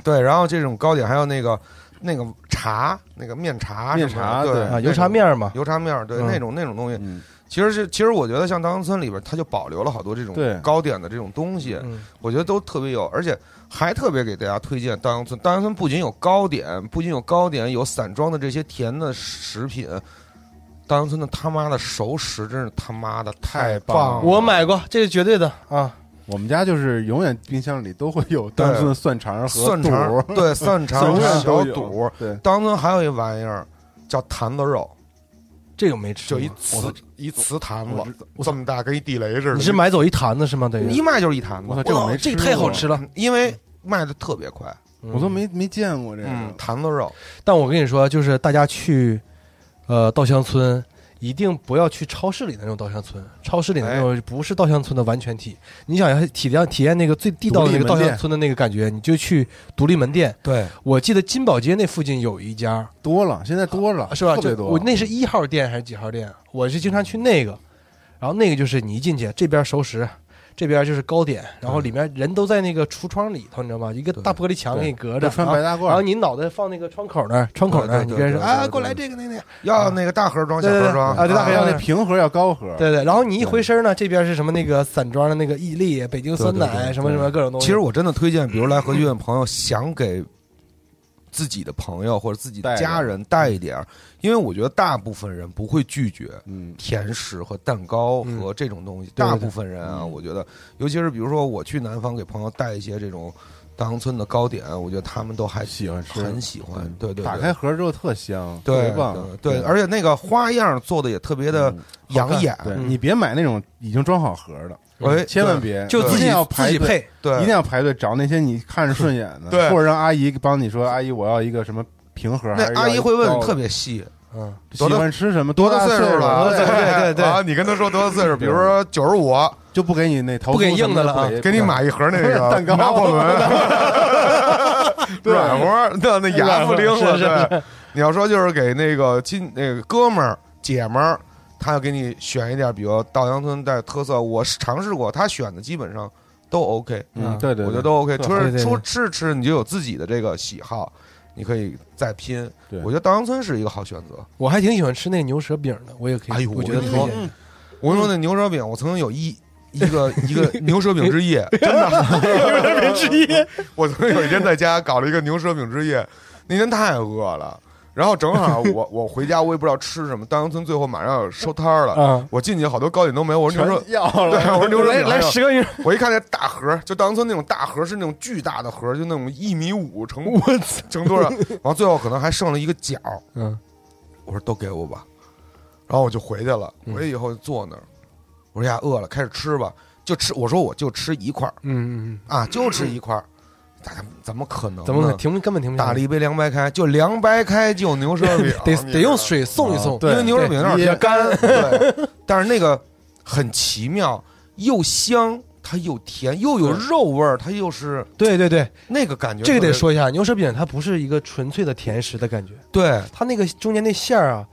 [SPEAKER 9] 对，然后这种糕点还有那个那个茶，那个面茶什
[SPEAKER 7] 面
[SPEAKER 9] 么的，
[SPEAKER 7] 茶
[SPEAKER 9] 对
[SPEAKER 7] 对
[SPEAKER 8] 啊，
[SPEAKER 9] 那
[SPEAKER 8] 油茶
[SPEAKER 9] 种
[SPEAKER 8] 面儿嘛，
[SPEAKER 9] 油茶面儿，对、
[SPEAKER 8] 嗯
[SPEAKER 9] 那种那种东西，
[SPEAKER 7] 嗯，
[SPEAKER 9] 其实是其实我觉得像稻香村里边，它就保留了好多这种
[SPEAKER 7] 对
[SPEAKER 9] 糕点的这种东西，
[SPEAKER 8] 嗯
[SPEAKER 9] 我觉得都特别有，而且还特别给大家推荐稻香村。稻香村不仅有糕点，不仅有糕点，有散装的这些甜的食品。稻香村的他妈的熟食真是他妈的太棒了！
[SPEAKER 8] 我买过，这是绝对的啊。
[SPEAKER 7] 我们家就是永远冰箱里都会有当村的蒜肠和
[SPEAKER 9] 蒜肠
[SPEAKER 7] 肚，
[SPEAKER 9] 对蒜肠
[SPEAKER 7] 永远
[SPEAKER 9] 小
[SPEAKER 7] 都有
[SPEAKER 9] 肚，，
[SPEAKER 7] 对，
[SPEAKER 9] 稻香村还有一玩意儿叫坛子肉，
[SPEAKER 8] 这个没吃
[SPEAKER 9] 就
[SPEAKER 8] 过，
[SPEAKER 9] 一
[SPEAKER 8] 我
[SPEAKER 9] 瓷一瓷坛
[SPEAKER 7] 我
[SPEAKER 9] 子，这么大跟一地雷似的。
[SPEAKER 8] 你是买走一坛子是吗？等于
[SPEAKER 9] 一卖就是一坛
[SPEAKER 7] 我操，
[SPEAKER 9] 子，嗯
[SPEAKER 7] 这我
[SPEAKER 8] 哇
[SPEAKER 7] 没
[SPEAKER 8] 这
[SPEAKER 7] 吃，
[SPEAKER 8] 太好吃，了，
[SPEAKER 9] 因为卖的特别快。
[SPEAKER 7] 我都没没见过这
[SPEAKER 9] 嗯
[SPEAKER 7] 个，，
[SPEAKER 9] 坛子肉，
[SPEAKER 8] 但我跟你说，就是大家去，呃，稻香村一定不要去超市里的那种稻香村，超市里的那
[SPEAKER 9] 哎
[SPEAKER 8] 种不是稻香村的完全体。你想要体谅体验那个最地道的那个
[SPEAKER 7] 独立门
[SPEAKER 8] 稻
[SPEAKER 7] 店
[SPEAKER 8] 香村的那个感觉，你就去独立门店。
[SPEAKER 9] 对，
[SPEAKER 8] 我记得金宝街那附近有一家，
[SPEAKER 7] 多了，现在多
[SPEAKER 9] 啊
[SPEAKER 7] 了，
[SPEAKER 8] 是吧？
[SPEAKER 7] 特别
[SPEAKER 8] 就
[SPEAKER 7] 多，
[SPEAKER 8] 我那是一号店还是几号店？我是经常去那个，然后那个就是你一进去，这边熟食，这边就是糕点，然后里面人都在那个橱窗里头，你知道吗？一个大玻璃墙给你隔着，
[SPEAKER 7] 就
[SPEAKER 9] 啊
[SPEAKER 7] 穿白
[SPEAKER 8] 然后
[SPEAKER 7] 大褂
[SPEAKER 8] 然后你脑袋放那个窗口那儿，窗口那儿，
[SPEAKER 9] 嗯对对
[SPEAKER 8] 你跟人
[SPEAKER 9] 对
[SPEAKER 8] 说
[SPEAKER 9] 对
[SPEAKER 8] 啊，
[SPEAKER 9] 对
[SPEAKER 8] 过来
[SPEAKER 9] 对
[SPEAKER 8] 这个那个那个，
[SPEAKER 9] 要那个大盒装、小
[SPEAKER 8] 对对
[SPEAKER 9] 盒
[SPEAKER 8] 对
[SPEAKER 9] 装嗯
[SPEAKER 8] 啊，对大
[SPEAKER 7] 还
[SPEAKER 8] 黑
[SPEAKER 7] 要
[SPEAKER 8] 羊
[SPEAKER 7] 那平盒要高盒，
[SPEAKER 8] 对对。然后你一回身呢，这边是什么那个散装的那个伊利、北京酸
[SPEAKER 9] 对对对
[SPEAKER 8] 奶
[SPEAKER 9] 对
[SPEAKER 8] 什么什么各种东西。
[SPEAKER 9] 其实我真的推荐，比如来核聚变的朋友，想给自己的朋友或者自己的家人带一点儿，因为我觉得大部分人不会拒绝
[SPEAKER 7] 嗯，
[SPEAKER 9] 甜食和蛋糕
[SPEAKER 8] 嗯
[SPEAKER 9] 和这种东西。
[SPEAKER 8] 对对
[SPEAKER 9] 大部分人啊，
[SPEAKER 7] 嗯
[SPEAKER 9] 我觉得，尤其是比如说我去南方给朋友带一些这种大乡村的糕点，我觉得他们都还
[SPEAKER 7] 喜欢吃，
[SPEAKER 9] 哎
[SPEAKER 7] 嗯
[SPEAKER 9] 很喜欢。对对，对
[SPEAKER 7] 打开盒之后特香，特
[SPEAKER 9] 对
[SPEAKER 7] 别棒，
[SPEAKER 9] 对，而且那个花样做的也特别的
[SPEAKER 7] 嗯
[SPEAKER 9] 养眼，
[SPEAKER 7] 对你别买那种已经装好盒的，
[SPEAKER 9] 哎，
[SPEAKER 7] 千万
[SPEAKER 9] 对
[SPEAKER 7] 别，
[SPEAKER 8] 就自
[SPEAKER 7] 一
[SPEAKER 8] 己
[SPEAKER 7] 定要
[SPEAKER 8] 自
[SPEAKER 7] 排
[SPEAKER 8] 己
[SPEAKER 7] 队
[SPEAKER 8] 配，
[SPEAKER 9] 对，
[SPEAKER 7] 一定要排队找那些你看着顺眼的，
[SPEAKER 9] 对
[SPEAKER 7] 或者让阿姨帮你说，阿姨我要一个什么平盒，还是
[SPEAKER 9] 那阿
[SPEAKER 7] 要一
[SPEAKER 9] 姨会问
[SPEAKER 7] 高
[SPEAKER 9] 得
[SPEAKER 7] 的
[SPEAKER 9] 特别细，
[SPEAKER 8] 嗯，
[SPEAKER 7] 喜欢吃什么，
[SPEAKER 9] 多
[SPEAKER 7] 大
[SPEAKER 9] 大
[SPEAKER 7] 岁
[SPEAKER 9] 数
[SPEAKER 7] 了，啊
[SPEAKER 9] 了？
[SPEAKER 7] 对
[SPEAKER 9] 啊 对对对，啊，你跟他说多大岁数，比如说九十五，
[SPEAKER 7] 就不给你那头
[SPEAKER 8] 不给
[SPEAKER 7] 酥什
[SPEAKER 8] 硬
[SPEAKER 7] 么
[SPEAKER 8] 的了啊
[SPEAKER 7] 不
[SPEAKER 9] 给你买一盒那个
[SPEAKER 7] 蛋糕
[SPEAKER 9] 拿破 仑，
[SPEAKER 7] 对
[SPEAKER 9] 软和的那牙不灵
[SPEAKER 8] 是是
[SPEAKER 9] 了。对，你要说就是给那个亲那个哥们儿姐们儿，他要给你选一点，比如稻香村带特色，我是尝试过，他选的基本上都 OK，
[SPEAKER 7] 嗯，对对，
[SPEAKER 9] 我觉得
[SPEAKER 7] 对
[SPEAKER 9] 都 OK。
[SPEAKER 7] 对
[SPEAKER 9] 除
[SPEAKER 8] 对
[SPEAKER 9] 了
[SPEAKER 8] 对
[SPEAKER 9] 除吃吃，你就有自己的这个喜好，你可以再拼。
[SPEAKER 7] 对
[SPEAKER 9] 我觉得稻香村是一个好选择。
[SPEAKER 8] 我还挺喜欢吃那牛舌饼的，我也可以，
[SPEAKER 9] 哎呦
[SPEAKER 8] 我觉得
[SPEAKER 9] 我
[SPEAKER 8] 推
[SPEAKER 9] 跟你说
[SPEAKER 7] 嗯
[SPEAKER 8] 荐。
[SPEAKER 9] 我跟你说，那牛舌饼，我曾经有一一个一个牛舌饼之夜，真的牛舌饼之夜。 我曾经有一天在家搞了一个牛舌饼之夜，那天太饿了，然后正好我 我回家，我也不知道吃什么。稻香村最后马上要收摊儿了，
[SPEAKER 8] 啊，
[SPEAKER 9] 我进去好多糕点都没有，我说牛舌，
[SPEAKER 7] 全要
[SPEAKER 9] 对，
[SPEAKER 7] 了，
[SPEAKER 9] 我说牛舌
[SPEAKER 8] 来
[SPEAKER 9] 饼还
[SPEAKER 8] 来
[SPEAKER 9] 有，
[SPEAKER 8] 十个人，
[SPEAKER 9] 我一看那大盒，就稻香村那种大盒是那种巨大的盒，就那种一米五乘我乘多少，然后最后可能还剩了一个角，
[SPEAKER 8] 嗯，
[SPEAKER 9] 我说都给我吧，然后我就回去了，回去以后就坐那儿，我说呀饿了，开始吃吧，就吃，我说我就吃一块儿
[SPEAKER 8] 嗯嗯
[SPEAKER 9] 啊，就吃一块儿，大家怎么可能呢？
[SPEAKER 8] 嗯，怎么停根本停不下
[SPEAKER 9] 打了
[SPEAKER 8] 来，
[SPEAKER 9] 一杯凉白开，就凉白开就牛舌饼
[SPEAKER 8] ，得
[SPEAKER 9] 你知道吗啊
[SPEAKER 8] 得用，水送一送，
[SPEAKER 9] 因为牛舌饼有点
[SPEAKER 7] 对
[SPEAKER 9] 比较干，对，但是那个很奇妙，又香。它又甜又有肉味儿，它又是
[SPEAKER 8] 对对对，
[SPEAKER 9] 那个感觉。
[SPEAKER 8] 这个得，说一下，牛舌饼它不是一个纯粹的甜食的感觉，
[SPEAKER 9] 对，
[SPEAKER 8] 它那个中间那馅儿啊，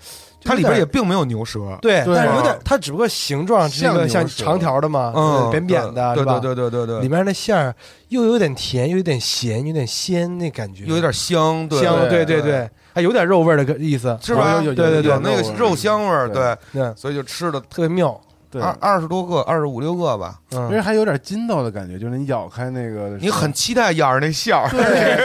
[SPEAKER 9] 它里边也并没有牛舌，
[SPEAKER 8] 对，
[SPEAKER 7] 对
[SPEAKER 8] 但是有
[SPEAKER 9] 啊
[SPEAKER 8] 点，它只不过形状是一
[SPEAKER 7] 像
[SPEAKER 8] 个
[SPEAKER 7] 牛
[SPEAKER 8] 像
[SPEAKER 7] 舌
[SPEAKER 8] 长条的嘛，
[SPEAKER 9] 嗯，
[SPEAKER 8] 扁扁的，
[SPEAKER 9] 对
[SPEAKER 8] 是吧？
[SPEAKER 9] 对对对对
[SPEAKER 8] 里
[SPEAKER 9] 对，
[SPEAKER 8] 面的馅儿又有点甜，又有点咸，有点鲜那感觉，
[SPEAKER 9] 又有点香，对
[SPEAKER 8] 香，对
[SPEAKER 9] 对
[SPEAKER 8] 对，还有点肉味儿的意思，
[SPEAKER 9] 是吧？
[SPEAKER 7] 有有有
[SPEAKER 9] 对对对，
[SPEAKER 7] 有
[SPEAKER 9] 那个肉香味儿，
[SPEAKER 7] 对
[SPEAKER 9] 对，
[SPEAKER 8] 那
[SPEAKER 9] 所以就吃了
[SPEAKER 8] 特别妙，
[SPEAKER 7] 对，
[SPEAKER 9] 二二十多个，二十五六个吧。
[SPEAKER 7] 因为
[SPEAKER 8] 嗯，
[SPEAKER 7] 啊还有点筋道的感觉，就是你咬开那个，
[SPEAKER 9] 你很期待咬着那馅 儿，
[SPEAKER 7] 对，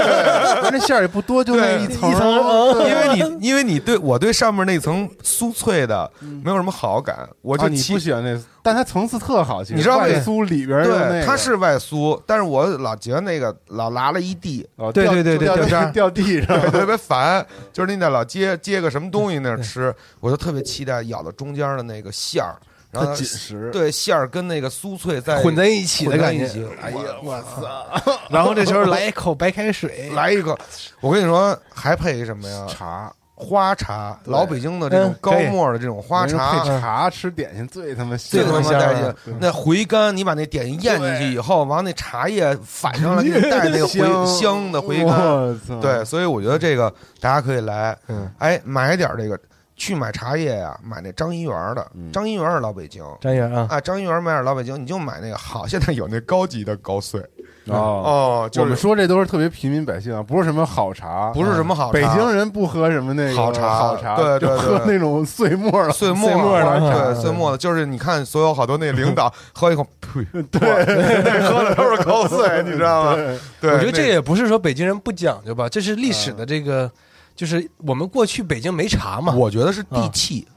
[SPEAKER 7] 对那馅儿也不多，就那
[SPEAKER 9] 对
[SPEAKER 7] 一层
[SPEAKER 8] 一层嗯
[SPEAKER 7] 对
[SPEAKER 9] 因为你因为你对我对上面那层酥脆的没有什么好感，我
[SPEAKER 7] 嗯啊
[SPEAKER 9] 就
[SPEAKER 7] 你
[SPEAKER 9] 期
[SPEAKER 7] 不喜欢那，但它层次特好，其实
[SPEAKER 9] 你知道为
[SPEAKER 7] 外酥里边儿有那
[SPEAKER 9] 对
[SPEAKER 7] 个
[SPEAKER 9] 它是外酥，但是我老觉得那个老拉了一地，
[SPEAKER 7] 哦
[SPEAKER 8] 对
[SPEAKER 7] 掉
[SPEAKER 8] 对对对
[SPEAKER 7] 掉
[SPEAKER 8] 掉渣
[SPEAKER 7] 地掉地上，
[SPEAKER 9] 特别烦，就是你在老接接个什么东西那儿吃，我就特别期待咬到中间的那个馅儿，然后
[SPEAKER 7] 它
[SPEAKER 9] 它
[SPEAKER 7] 紧实。
[SPEAKER 9] 对馅儿跟那个酥脆在
[SPEAKER 8] 混在一起的
[SPEAKER 9] 混在
[SPEAKER 8] 感
[SPEAKER 9] 一
[SPEAKER 8] 觉
[SPEAKER 9] 起，
[SPEAKER 8] 哎呀，我操！
[SPEAKER 7] 然后这时候 来
[SPEAKER 8] 来一口白开水，
[SPEAKER 9] 来一个，我跟你说还配什么呀？
[SPEAKER 7] 茶，
[SPEAKER 9] 花茶，
[SPEAKER 7] 对
[SPEAKER 9] 老北京的这种
[SPEAKER 8] 嗯
[SPEAKER 9] 高
[SPEAKER 8] 可以
[SPEAKER 9] 沫的这种花
[SPEAKER 7] 我跟你说
[SPEAKER 9] 茶，嗯
[SPEAKER 7] 配茶吃点心最他妈
[SPEAKER 9] 最
[SPEAKER 7] 香
[SPEAKER 9] 他
[SPEAKER 8] 这
[SPEAKER 9] 妈
[SPEAKER 8] 香
[SPEAKER 9] 带
[SPEAKER 8] 啊
[SPEAKER 9] 劲。那回甘，你把那点咽进去以后，完那茶叶反上来，给你带那个 回
[SPEAKER 7] 香
[SPEAKER 9] 香的回甘。
[SPEAKER 7] 我操！
[SPEAKER 9] 对，，所以我觉得这个大家可以来，
[SPEAKER 8] 嗯，
[SPEAKER 9] 哎，买点这个，去买茶叶呀，买那张一元的
[SPEAKER 7] 嗯，
[SPEAKER 9] 张一元是老北京。
[SPEAKER 8] 张岩啊，
[SPEAKER 9] 啊，张一元买点老北京，你就买那个好。现在有那高级的高碎
[SPEAKER 7] 哦，
[SPEAKER 9] 哦，就
[SPEAKER 7] 我们
[SPEAKER 9] 是
[SPEAKER 7] 说这都是特别平民百姓啊，不是什么好茶，嗯
[SPEAKER 9] 不是什么好茶
[SPEAKER 7] 北京人不喝什么那个
[SPEAKER 9] 好茶
[SPEAKER 7] 好茶，
[SPEAKER 9] 对对
[SPEAKER 7] 就喝
[SPEAKER 9] 对
[SPEAKER 7] 那种碎末儿了，
[SPEAKER 9] 碎末
[SPEAKER 8] 末
[SPEAKER 9] 儿啊
[SPEAKER 8] 儿的
[SPEAKER 9] 对，碎末的，就是你看所有好多那领导喝一口，呸，对，那喝的都是口水，你知道吗？
[SPEAKER 7] 对
[SPEAKER 9] 对，
[SPEAKER 8] 我觉得这
[SPEAKER 9] 那嗯
[SPEAKER 8] 也不是说北京人不讲究吧，这是历史的这个，就是我们过去北京没茶嘛，嗯
[SPEAKER 9] 我觉得是地气，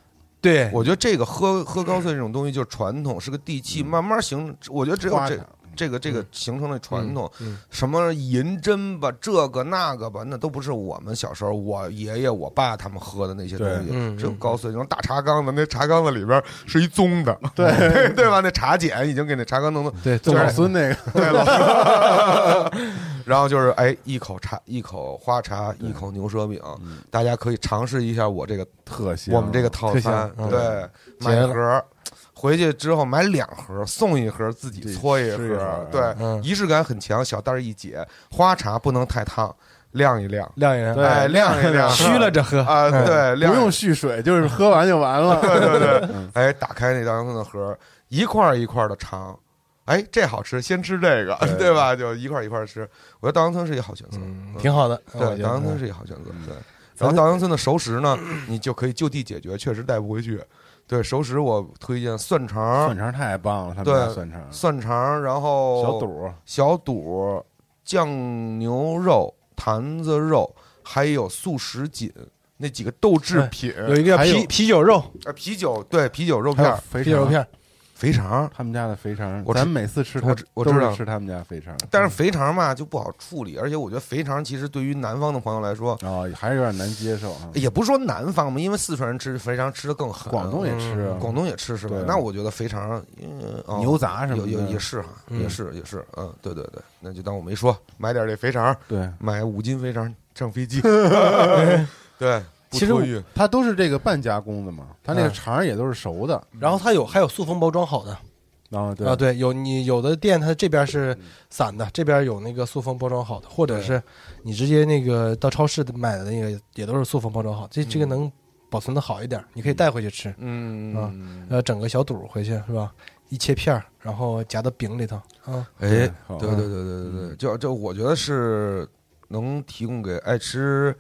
[SPEAKER 8] 对，
[SPEAKER 9] 啊我觉得这个喝喝高碎这种东西就是传统，是个地气，慢慢形，我觉得只有
[SPEAKER 7] 花
[SPEAKER 9] 这
[SPEAKER 7] 茶
[SPEAKER 9] 这个这个形成了传统
[SPEAKER 8] 嗯嗯，
[SPEAKER 9] 什么银针吧，这个那个吧，那都不是我们小时候我爷爷我爸他们喝的那些东
[SPEAKER 8] 对嗯
[SPEAKER 9] 西，只有高碎，那种大茶缸子，那茶缸子里边是一棕的， 对对吧？那茶碱已经给那茶缸弄得
[SPEAKER 8] 对，
[SPEAKER 7] 就
[SPEAKER 8] 这
[SPEAKER 7] 老
[SPEAKER 8] 么
[SPEAKER 7] 孙那个，
[SPEAKER 9] 对了，然后就是哎，一口茶，一口花茶，一口牛舌饼，大家可以尝试一下我这个
[SPEAKER 7] 特香。
[SPEAKER 9] 我们这个套
[SPEAKER 8] 特
[SPEAKER 9] 餐
[SPEAKER 8] 香，嗯
[SPEAKER 9] 对，买一盒。回去之后买两盒，送一盒，自己搓一
[SPEAKER 7] 自己吃一
[SPEAKER 9] 盒
[SPEAKER 7] 盒，
[SPEAKER 9] 对，
[SPEAKER 8] 嗯
[SPEAKER 9] 仪式感很强。小袋儿一解，花茶不能太烫，晾一晾，
[SPEAKER 8] 亮人
[SPEAKER 7] 对
[SPEAKER 9] 哎，晾一晾，
[SPEAKER 8] 虚了着喝，
[SPEAKER 9] 啊，对，
[SPEAKER 7] 嗯不
[SPEAKER 9] 晾一
[SPEAKER 7] 用蓄水，就是喝完就完了。
[SPEAKER 9] 对对对，哎，打开那当中的盒儿，一块儿一块儿的尝，哎，这好吃，先吃这个，
[SPEAKER 7] 对
[SPEAKER 9] 对吧？就一块儿一块儿吃。我觉得稻香村是一个好选择，嗯
[SPEAKER 8] 挺好的，
[SPEAKER 9] 对，
[SPEAKER 8] 我觉
[SPEAKER 9] 稻香
[SPEAKER 8] 得
[SPEAKER 9] 村
[SPEAKER 8] 嗯
[SPEAKER 9] 是一个好选择，对。然后稻香村的熟食呢，你就可以就地解决，确实带不回去。对，熟食我推荐蒜肠
[SPEAKER 7] 蒜、肠太棒了，他们
[SPEAKER 9] 对哦
[SPEAKER 7] 家蒜肠、
[SPEAKER 9] 蒜肠，然后
[SPEAKER 7] 小、肚，
[SPEAKER 9] 小肚、酱牛肉、坛子肉，还有素食锦那几个豆制
[SPEAKER 8] 哎
[SPEAKER 9] 品，
[SPEAKER 8] 有一个
[SPEAKER 7] 还有
[SPEAKER 8] 啤啤酒肉，
[SPEAKER 9] 呃，啤酒对啤酒肉
[SPEAKER 7] 还
[SPEAKER 9] 片
[SPEAKER 7] 有
[SPEAKER 9] 儿、
[SPEAKER 7] 肥
[SPEAKER 8] 啤酒肉
[SPEAKER 7] 肠
[SPEAKER 8] 片，儿，
[SPEAKER 9] 肥肠，
[SPEAKER 7] 他们家的肥肠，
[SPEAKER 9] 我
[SPEAKER 7] 咱
[SPEAKER 9] 知
[SPEAKER 7] 每次吃
[SPEAKER 9] 我
[SPEAKER 7] 它
[SPEAKER 9] 知我
[SPEAKER 7] 都
[SPEAKER 9] 知
[SPEAKER 7] 是
[SPEAKER 9] 道
[SPEAKER 7] 吃他们家肥肠，嗯
[SPEAKER 9] 但是肥肠嘛就不好处理，而且我觉得肥肠其实对于南方的朋友来说，
[SPEAKER 7] 哦还是有点难接受啊。
[SPEAKER 9] 也不是说南方嘛，因为四川人吃肥肠吃的更狠，嗯
[SPEAKER 7] 广东也吃啊，
[SPEAKER 9] 广东也吃是吧
[SPEAKER 7] 对？
[SPEAKER 9] 那我觉得肥肠，嗯，哦
[SPEAKER 7] 牛杂什么
[SPEAKER 9] 有
[SPEAKER 7] 的
[SPEAKER 9] 有也是哈，
[SPEAKER 8] 嗯
[SPEAKER 9] 也是也是，嗯，对对对，那就当我没说，买点这肥肠，
[SPEAKER 7] 对，
[SPEAKER 9] 买五斤肥肠上飞 机，对，不
[SPEAKER 7] 其实
[SPEAKER 9] 托运
[SPEAKER 7] 它都是这个半加工的嘛，它那个
[SPEAKER 8] 嗯
[SPEAKER 9] 啊
[SPEAKER 7] 肠儿也都是熟的，
[SPEAKER 8] 然后它有还有塑封包装好的，
[SPEAKER 7] 啊，对
[SPEAKER 8] 啊，，对，有你有的店它这边是
[SPEAKER 9] 嗯
[SPEAKER 8] 散的，这边有那个塑封包装好的，或者是你直接那个到超市买的那个也都是塑封包装好，这这个能保存的好一点，你可以带回去吃，
[SPEAKER 9] 嗯
[SPEAKER 8] 啊呃，整个小肚回去是吧？一切片儿，然后夹到饼里头啊，
[SPEAKER 9] 哎，
[SPEAKER 7] 好
[SPEAKER 9] 对对对对对对，就就我觉得是能提供给爱吃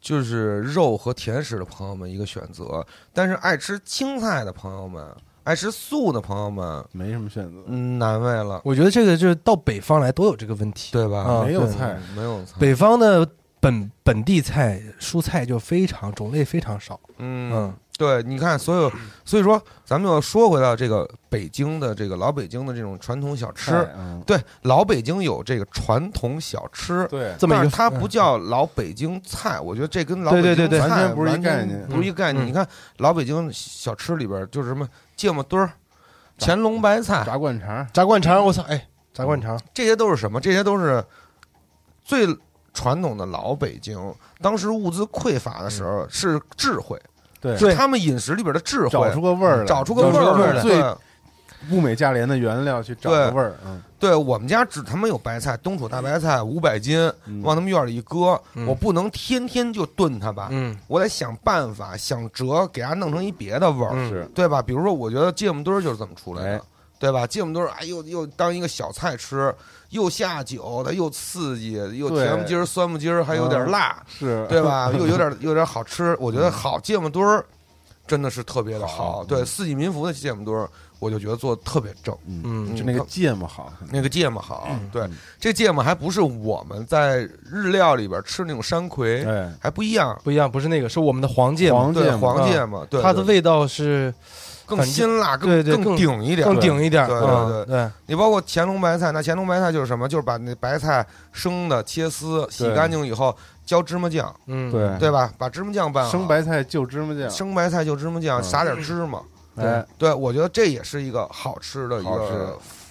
[SPEAKER 9] 就是肉和甜食的朋友们一个选择，但是爱吃青菜的朋友们，爱吃素的朋友们，
[SPEAKER 7] 没什么选择，
[SPEAKER 9] 嗯，难为了，
[SPEAKER 8] 我觉得这个就是到北方来都有这个问题。
[SPEAKER 9] 对吧？
[SPEAKER 8] 啊
[SPEAKER 7] 嗯没有
[SPEAKER 8] 对
[SPEAKER 7] 菜，
[SPEAKER 9] 没有菜，
[SPEAKER 8] 北方的本本地菜、蔬菜就非常种类非常少，
[SPEAKER 9] 嗯
[SPEAKER 8] 嗯，
[SPEAKER 9] 对，你看，所有，所以说，咱们又说回到这个北京的这个老北京的这种传统小吃，
[SPEAKER 7] 菜，嗯
[SPEAKER 9] 对，老北京有这个传统小吃，
[SPEAKER 7] 对，
[SPEAKER 8] 这么一
[SPEAKER 9] 但
[SPEAKER 8] 个
[SPEAKER 9] 是它不
[SPEAKER 8] 嗯
[SPEAKER 9] 叫老北京菜，我觉得这跟老
[SPEAKER 8] 对
[SPEAKER 9] 北
[SPEAKER 8] 对
[SPEAKER 9] 京
[SPEAKER 8] 对对
[SPEAKER 9] 菜
[SPEAKER 7] 完全不是一概念
[SPEAKER 9] 不是一概
[SPEAKER 8] 嗯
[SPEAKER 9] 念。你看老北京小吃里边就是什么芥末
[SPEAKER 8] 啊
[SPEAKER 9] 墩儿、乾隆白菜，
[SPEAKER 7] 炸灌肠，嗯
[SPEAKER 8] 炸灌肠，我操，哎，炸灌肠，
[SPEAKER 9] 这些都是什么？这些都是最传统的老北京。当时物资匮乏的时
[SPEAKER 8] 嗯
[SPEAKER 9] 候是智慧，
[SPEAKER 7] 对
[SPEAKER 9] 是他们饮食里边的智
[SPEAKER 7] 找
[SPEAKER 9] 慧
[SPEAKER 7] 出，个味
[SPEAKER 8] 嗯
[SPEAKER 7] 儿来，
[SPEAKER 9] 找出个味
[SPEAKER 7] 找出
[SPEAKER 9] 儿
[SPEAKER 7] 个
[SPEAKER 9] 来。
[SPEAKER 7] 最
[SPEAKER 9] 对
[SPEAKER 7] 物美价廉的原料去找个
[SPEAKER 9] 对
[SPEAKER 7] 味儿，嗯
[SPEAKER 9] 对我们家只他妈有白菜，东楚大白菜五百斤，
[SPEAKER 7] 嗯，
[SPEAKER 9] 往他们院里一搁，
[SPEAKER 8] 嗯
[SPEAKER 9] 我不能天天就炖它吧。
[SPEAKER 8] 嗯
[SPEAKER 9] 我得想办法，想辙给它弄成一别的味儿，
[SPEAKER 8] 嗯
[SPEAKER 7] 是
[SPEAKER 9] 对吧？比如说，我觉得芥末墩儿就是这么出来的，
[SPEAKER 7] 哎
[SPEAKER 9] 对吧？芥末墩儿，哎，又又当一个小菜吃，又下酒，它又刺激，又
[SPEAKER 7] 对嗯
[SPEAKER 9] 甜不筋儿、酸不筋儿，还有点辣，
[SPEAKER 7] 是，嗯
[SPEAKER 9] 对吧？又有点有点好吃。我觉得好芥末墩儿真的是特别的好，
[SPEAKER 7] 好嗯
[SPEAKER 9] 对四季民福的芥末墩儿，我就觉得做的特别正。
[SPEAKER 8] 嗯，
[SPEAKER 7] 就那个芥末好，
[SPEAKER 9] 那个芥末好，对
[SPEAKER 7] 嗯，
[SPEAKER 9] 这芥末还不是我们在日料里边吃那种山葵，
[SPEAKER 7] 哎，
[SPEAKER 9] 还不一样，
[SPEAKER 8] 不一样，不是那个，是我们的黄芥末，啊
[SPEAKER 7] 黄
[SPEAKER 9] 对
[SPEAKER 7] 芥末
[SPEAKER 9] 黄芥末，对
[SPEAKER 8] 它的
[SPEAKER 9] 对
[SPEAKER 8] 味道是
[SPEAKER 9] 更
[SPEAKER 8] 反正
[SPEAKER 9] 辛辣，
[SPEAKER 8] 对对
[SPEAKER 9] 更更
[SPEAKER 8] 更
[SPEAKER 9] 顶一点，
[SPEAKER 8] 更顶一点，
[SPEAKER 9] 对对对
[SPEAKER 8] 嗯对，
[SPEAKER 9] 你包括乾隆白菜，那乾隆白菜就是什么？就是把那白菜生的切丝，洗
[SPEAKER 7] 对
[SPEAKER 9] 干净以后浇芝麻酱，
[SPEAKER 8] 嗯，
[SPEAKER 7] 对
[SPEAKER 9] 对吧？把芝麻酱拌好
[SPEAKER 7] 啊生白菜就芝麻酱，
[SPEAKER 9] 生白菜就芝麻
[SPEAKER 7] 嗯
[SPEAKER 9] 酱，撒点芝麻。
[SPEAKER 7] 哎，
[SPEAKER 9] 对，我觉得这也是一个好吃的一
[SPEAKER 7] 好
[SPEAKER 9] 个
[SPEAKER 7] 吃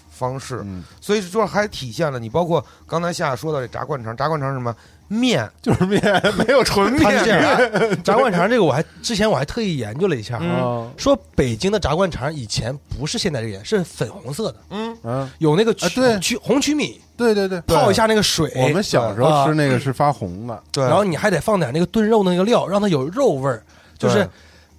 [SPEAKER 9] 方式。
[SPEAKER 7] 嗯，
[SPEAKER 9] 所以说还体现了你包括刚才夏夏说到这炸灌肠，炸灌肠是什么面
[SPEAKER 7] 就是面，没有纯
[SPEAKER 9] 面
[SPEAKER 7] 面，
[SPEAKER 8] 它是这 样，炸灌肠这个我还之前我还特意研究了一下，啊
[SPEAKER 9] 嗯
[SPEAKER 7] 哦
[SPEAKER 8] 说北京的炸灌肠以前不是现在这个颜，是粉红色的，
[SPEAKER 9] 嗯，
[SPEAKER 7] 嗯，
[SPEAKER 8] 有那个曲
[SPEAKER 7] 啊对
[SPEAKER 8] 曲红曲米
[SPEAKER 7] 对对对，
[SPEAKER 8] 泡一下那啊个水，
[SPEAKER 7] 我们小时候吃那个是发红的，
[SPEAKER 9] 对，
[SPEAKER 8] 然后你还得放点那个炖肉的那个料，让它有肉味儿，就是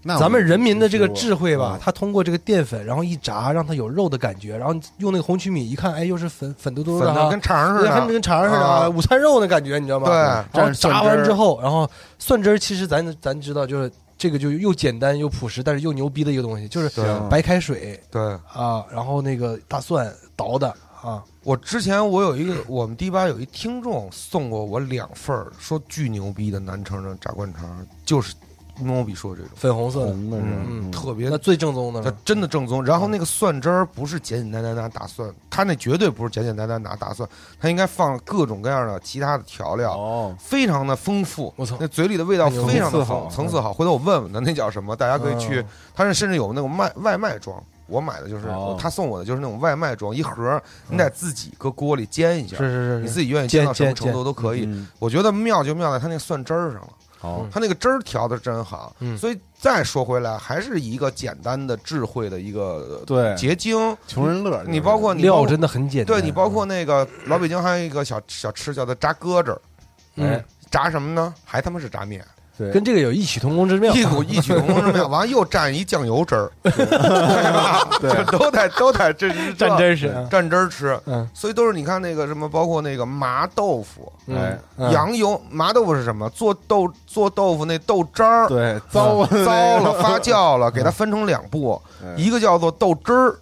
[SPEAKER 7] 那我
[SPEAKER 8] 咱们人民的这个智慧
[SPEAKER 7] 嗯
[SPEAKER 8] 吧，它通过这个淀粉，然后一炸，让它有肉的感觉，然后用那个红曲米一看，哎，又是粉粉嘟嘟
[SPEAKER 9] 粉的
[SPEAKER 8] 哈
[SPEAKER 9] 跟，肠似
[SPEAKER 8] 跟
[SPEAKER 9] 的，
[SPEAKER 8] 跟肠似的
[SPEAKER 9] 啊
[SPEAKER 8] 啊，午餐肉那感觉，你知道吗？
[SPEAKER 9] 对
[SPEAKER 8] 然后
[SPEAKER 7] 蘸蒜
[SPEAKER 8] 炸
[SPEAKER 7] 汁儿
[SPEAKER 8] 完之后，然后蒜汁儿，其实咱咱知道，就是这个就又简单又朴实，但是又牛逼的一个东西，就是
[SPEAKER 7] 行
[SPEAKER 8] 白开水
[SPEAKER 9] 对。
[SPEAKER 8] 啊，然后那个大蒜捣的啊，
[SPEAKER 9] 我之前我有一个，我们迪吧有一听众送过我两份儿，说巨牛逼的南城的炸灌肠，就是诺比说这种，
[SPEAKER 8] 粉红色的，
[SPEAKER 7] 红的是吧，
[SPEAKER 8] 嗯
[SPEAKER 9] 特别
[SPEAKER 8] 那，最正宗的
[SPEAKER 9] 它
[SPEAKER 8] 了，
[SPEAKER 9] 真的正宗。然后那个蒜汁儿不是简简单单拿大蒜，它那绝对不是简简单单拿大蒜，它应该放各种各样的其他的调料，
[SPEAKER 7] 哦，
[SPEAKER 9] 非常的丰富。
[SPEAKER 8] 我操
[SPEAKER 9] 那，嘴里的味道非常
[SPEAKER 7] 层
[SPEAKER 9] 的
[SPEAKER 7] 次好
[SPEAKER 9] 好，层次好。回头我问问他那叫什么，大家可以去。他是甚至有那种卖外卖装，我买的就是
[SPEAKER 7] 哦
[SPEAKER 9] 他送我的就是那种外卖装一盒儿，你得自己搁锅里煎一下。
[SPEAKER 8] 是是
[SPEAKER 9] 你
[SPEAKER 8] 是
[SPEAKER 9] 自己愿意煎到什么
[SPEAKER 8] 煎
[SPEAKER 9] 程度都可以。
[SPEAKER 7] 嗯，
[SPEAKER 9] 我觉得妙就妙在它那个蒜汁儿上了，
[SPEAKER 7] 好，
[SPEAKER 9] 它那个汁儿调的真好。
[SPEAKER 8] 嗯
[SPEAKER 9] 所以再说回来，还是一个简单的智慧的一个
[SPEAKER 7] 对，
[SPEAKER 9] 结晶。
[SPEAKER 7] 穷人乐，
[SPEAKER 9] 你包括
[SPEAKER 8] 是，
[SPEAKER 9] 你包
[SPEAKER 8] 料
[SPEAKER 9] 括
[SPEAKER 8] 真的很简单，
[SPEAKER 9] 对你包括那个老北京还有一个小小吃叫做炸鸽子儿，哎
[SPEAKER 8] 嗯，
[SPEAKER 9] 炸什么呢？还他妈是 炸面，
[SPEAKER 7] 对
[SPEAKER 8] 跟这个有异曲同工之妙，
[SPEAKER 9] 一 股异曲同工之妙。完了又蘸一酱油汁儿，对吧
[SPEAKER 7] 对
[SPEAKER 9] 就都得都得这是
[SPEAKER 8] 蘸真是，
[SPEAKER 9] 蘸汁儿吃。
[SPEAKER 8] 嗯
[SPEAKER 9] 所以都是你看那个什么，包括那个麻豆腐，
[SPEAKER 7] 哎
[SPEAKER 8] 嗯，嗯
[SPEAKER 9] 羊油麻豆腐是什么？做豆做豆腐那豆汁儿，
[SPEAKER 7] 对糟了嗯
[SPEAKER 9] 嗯糟了，发酵了，给它分成两步，一个叫做豆汁儿，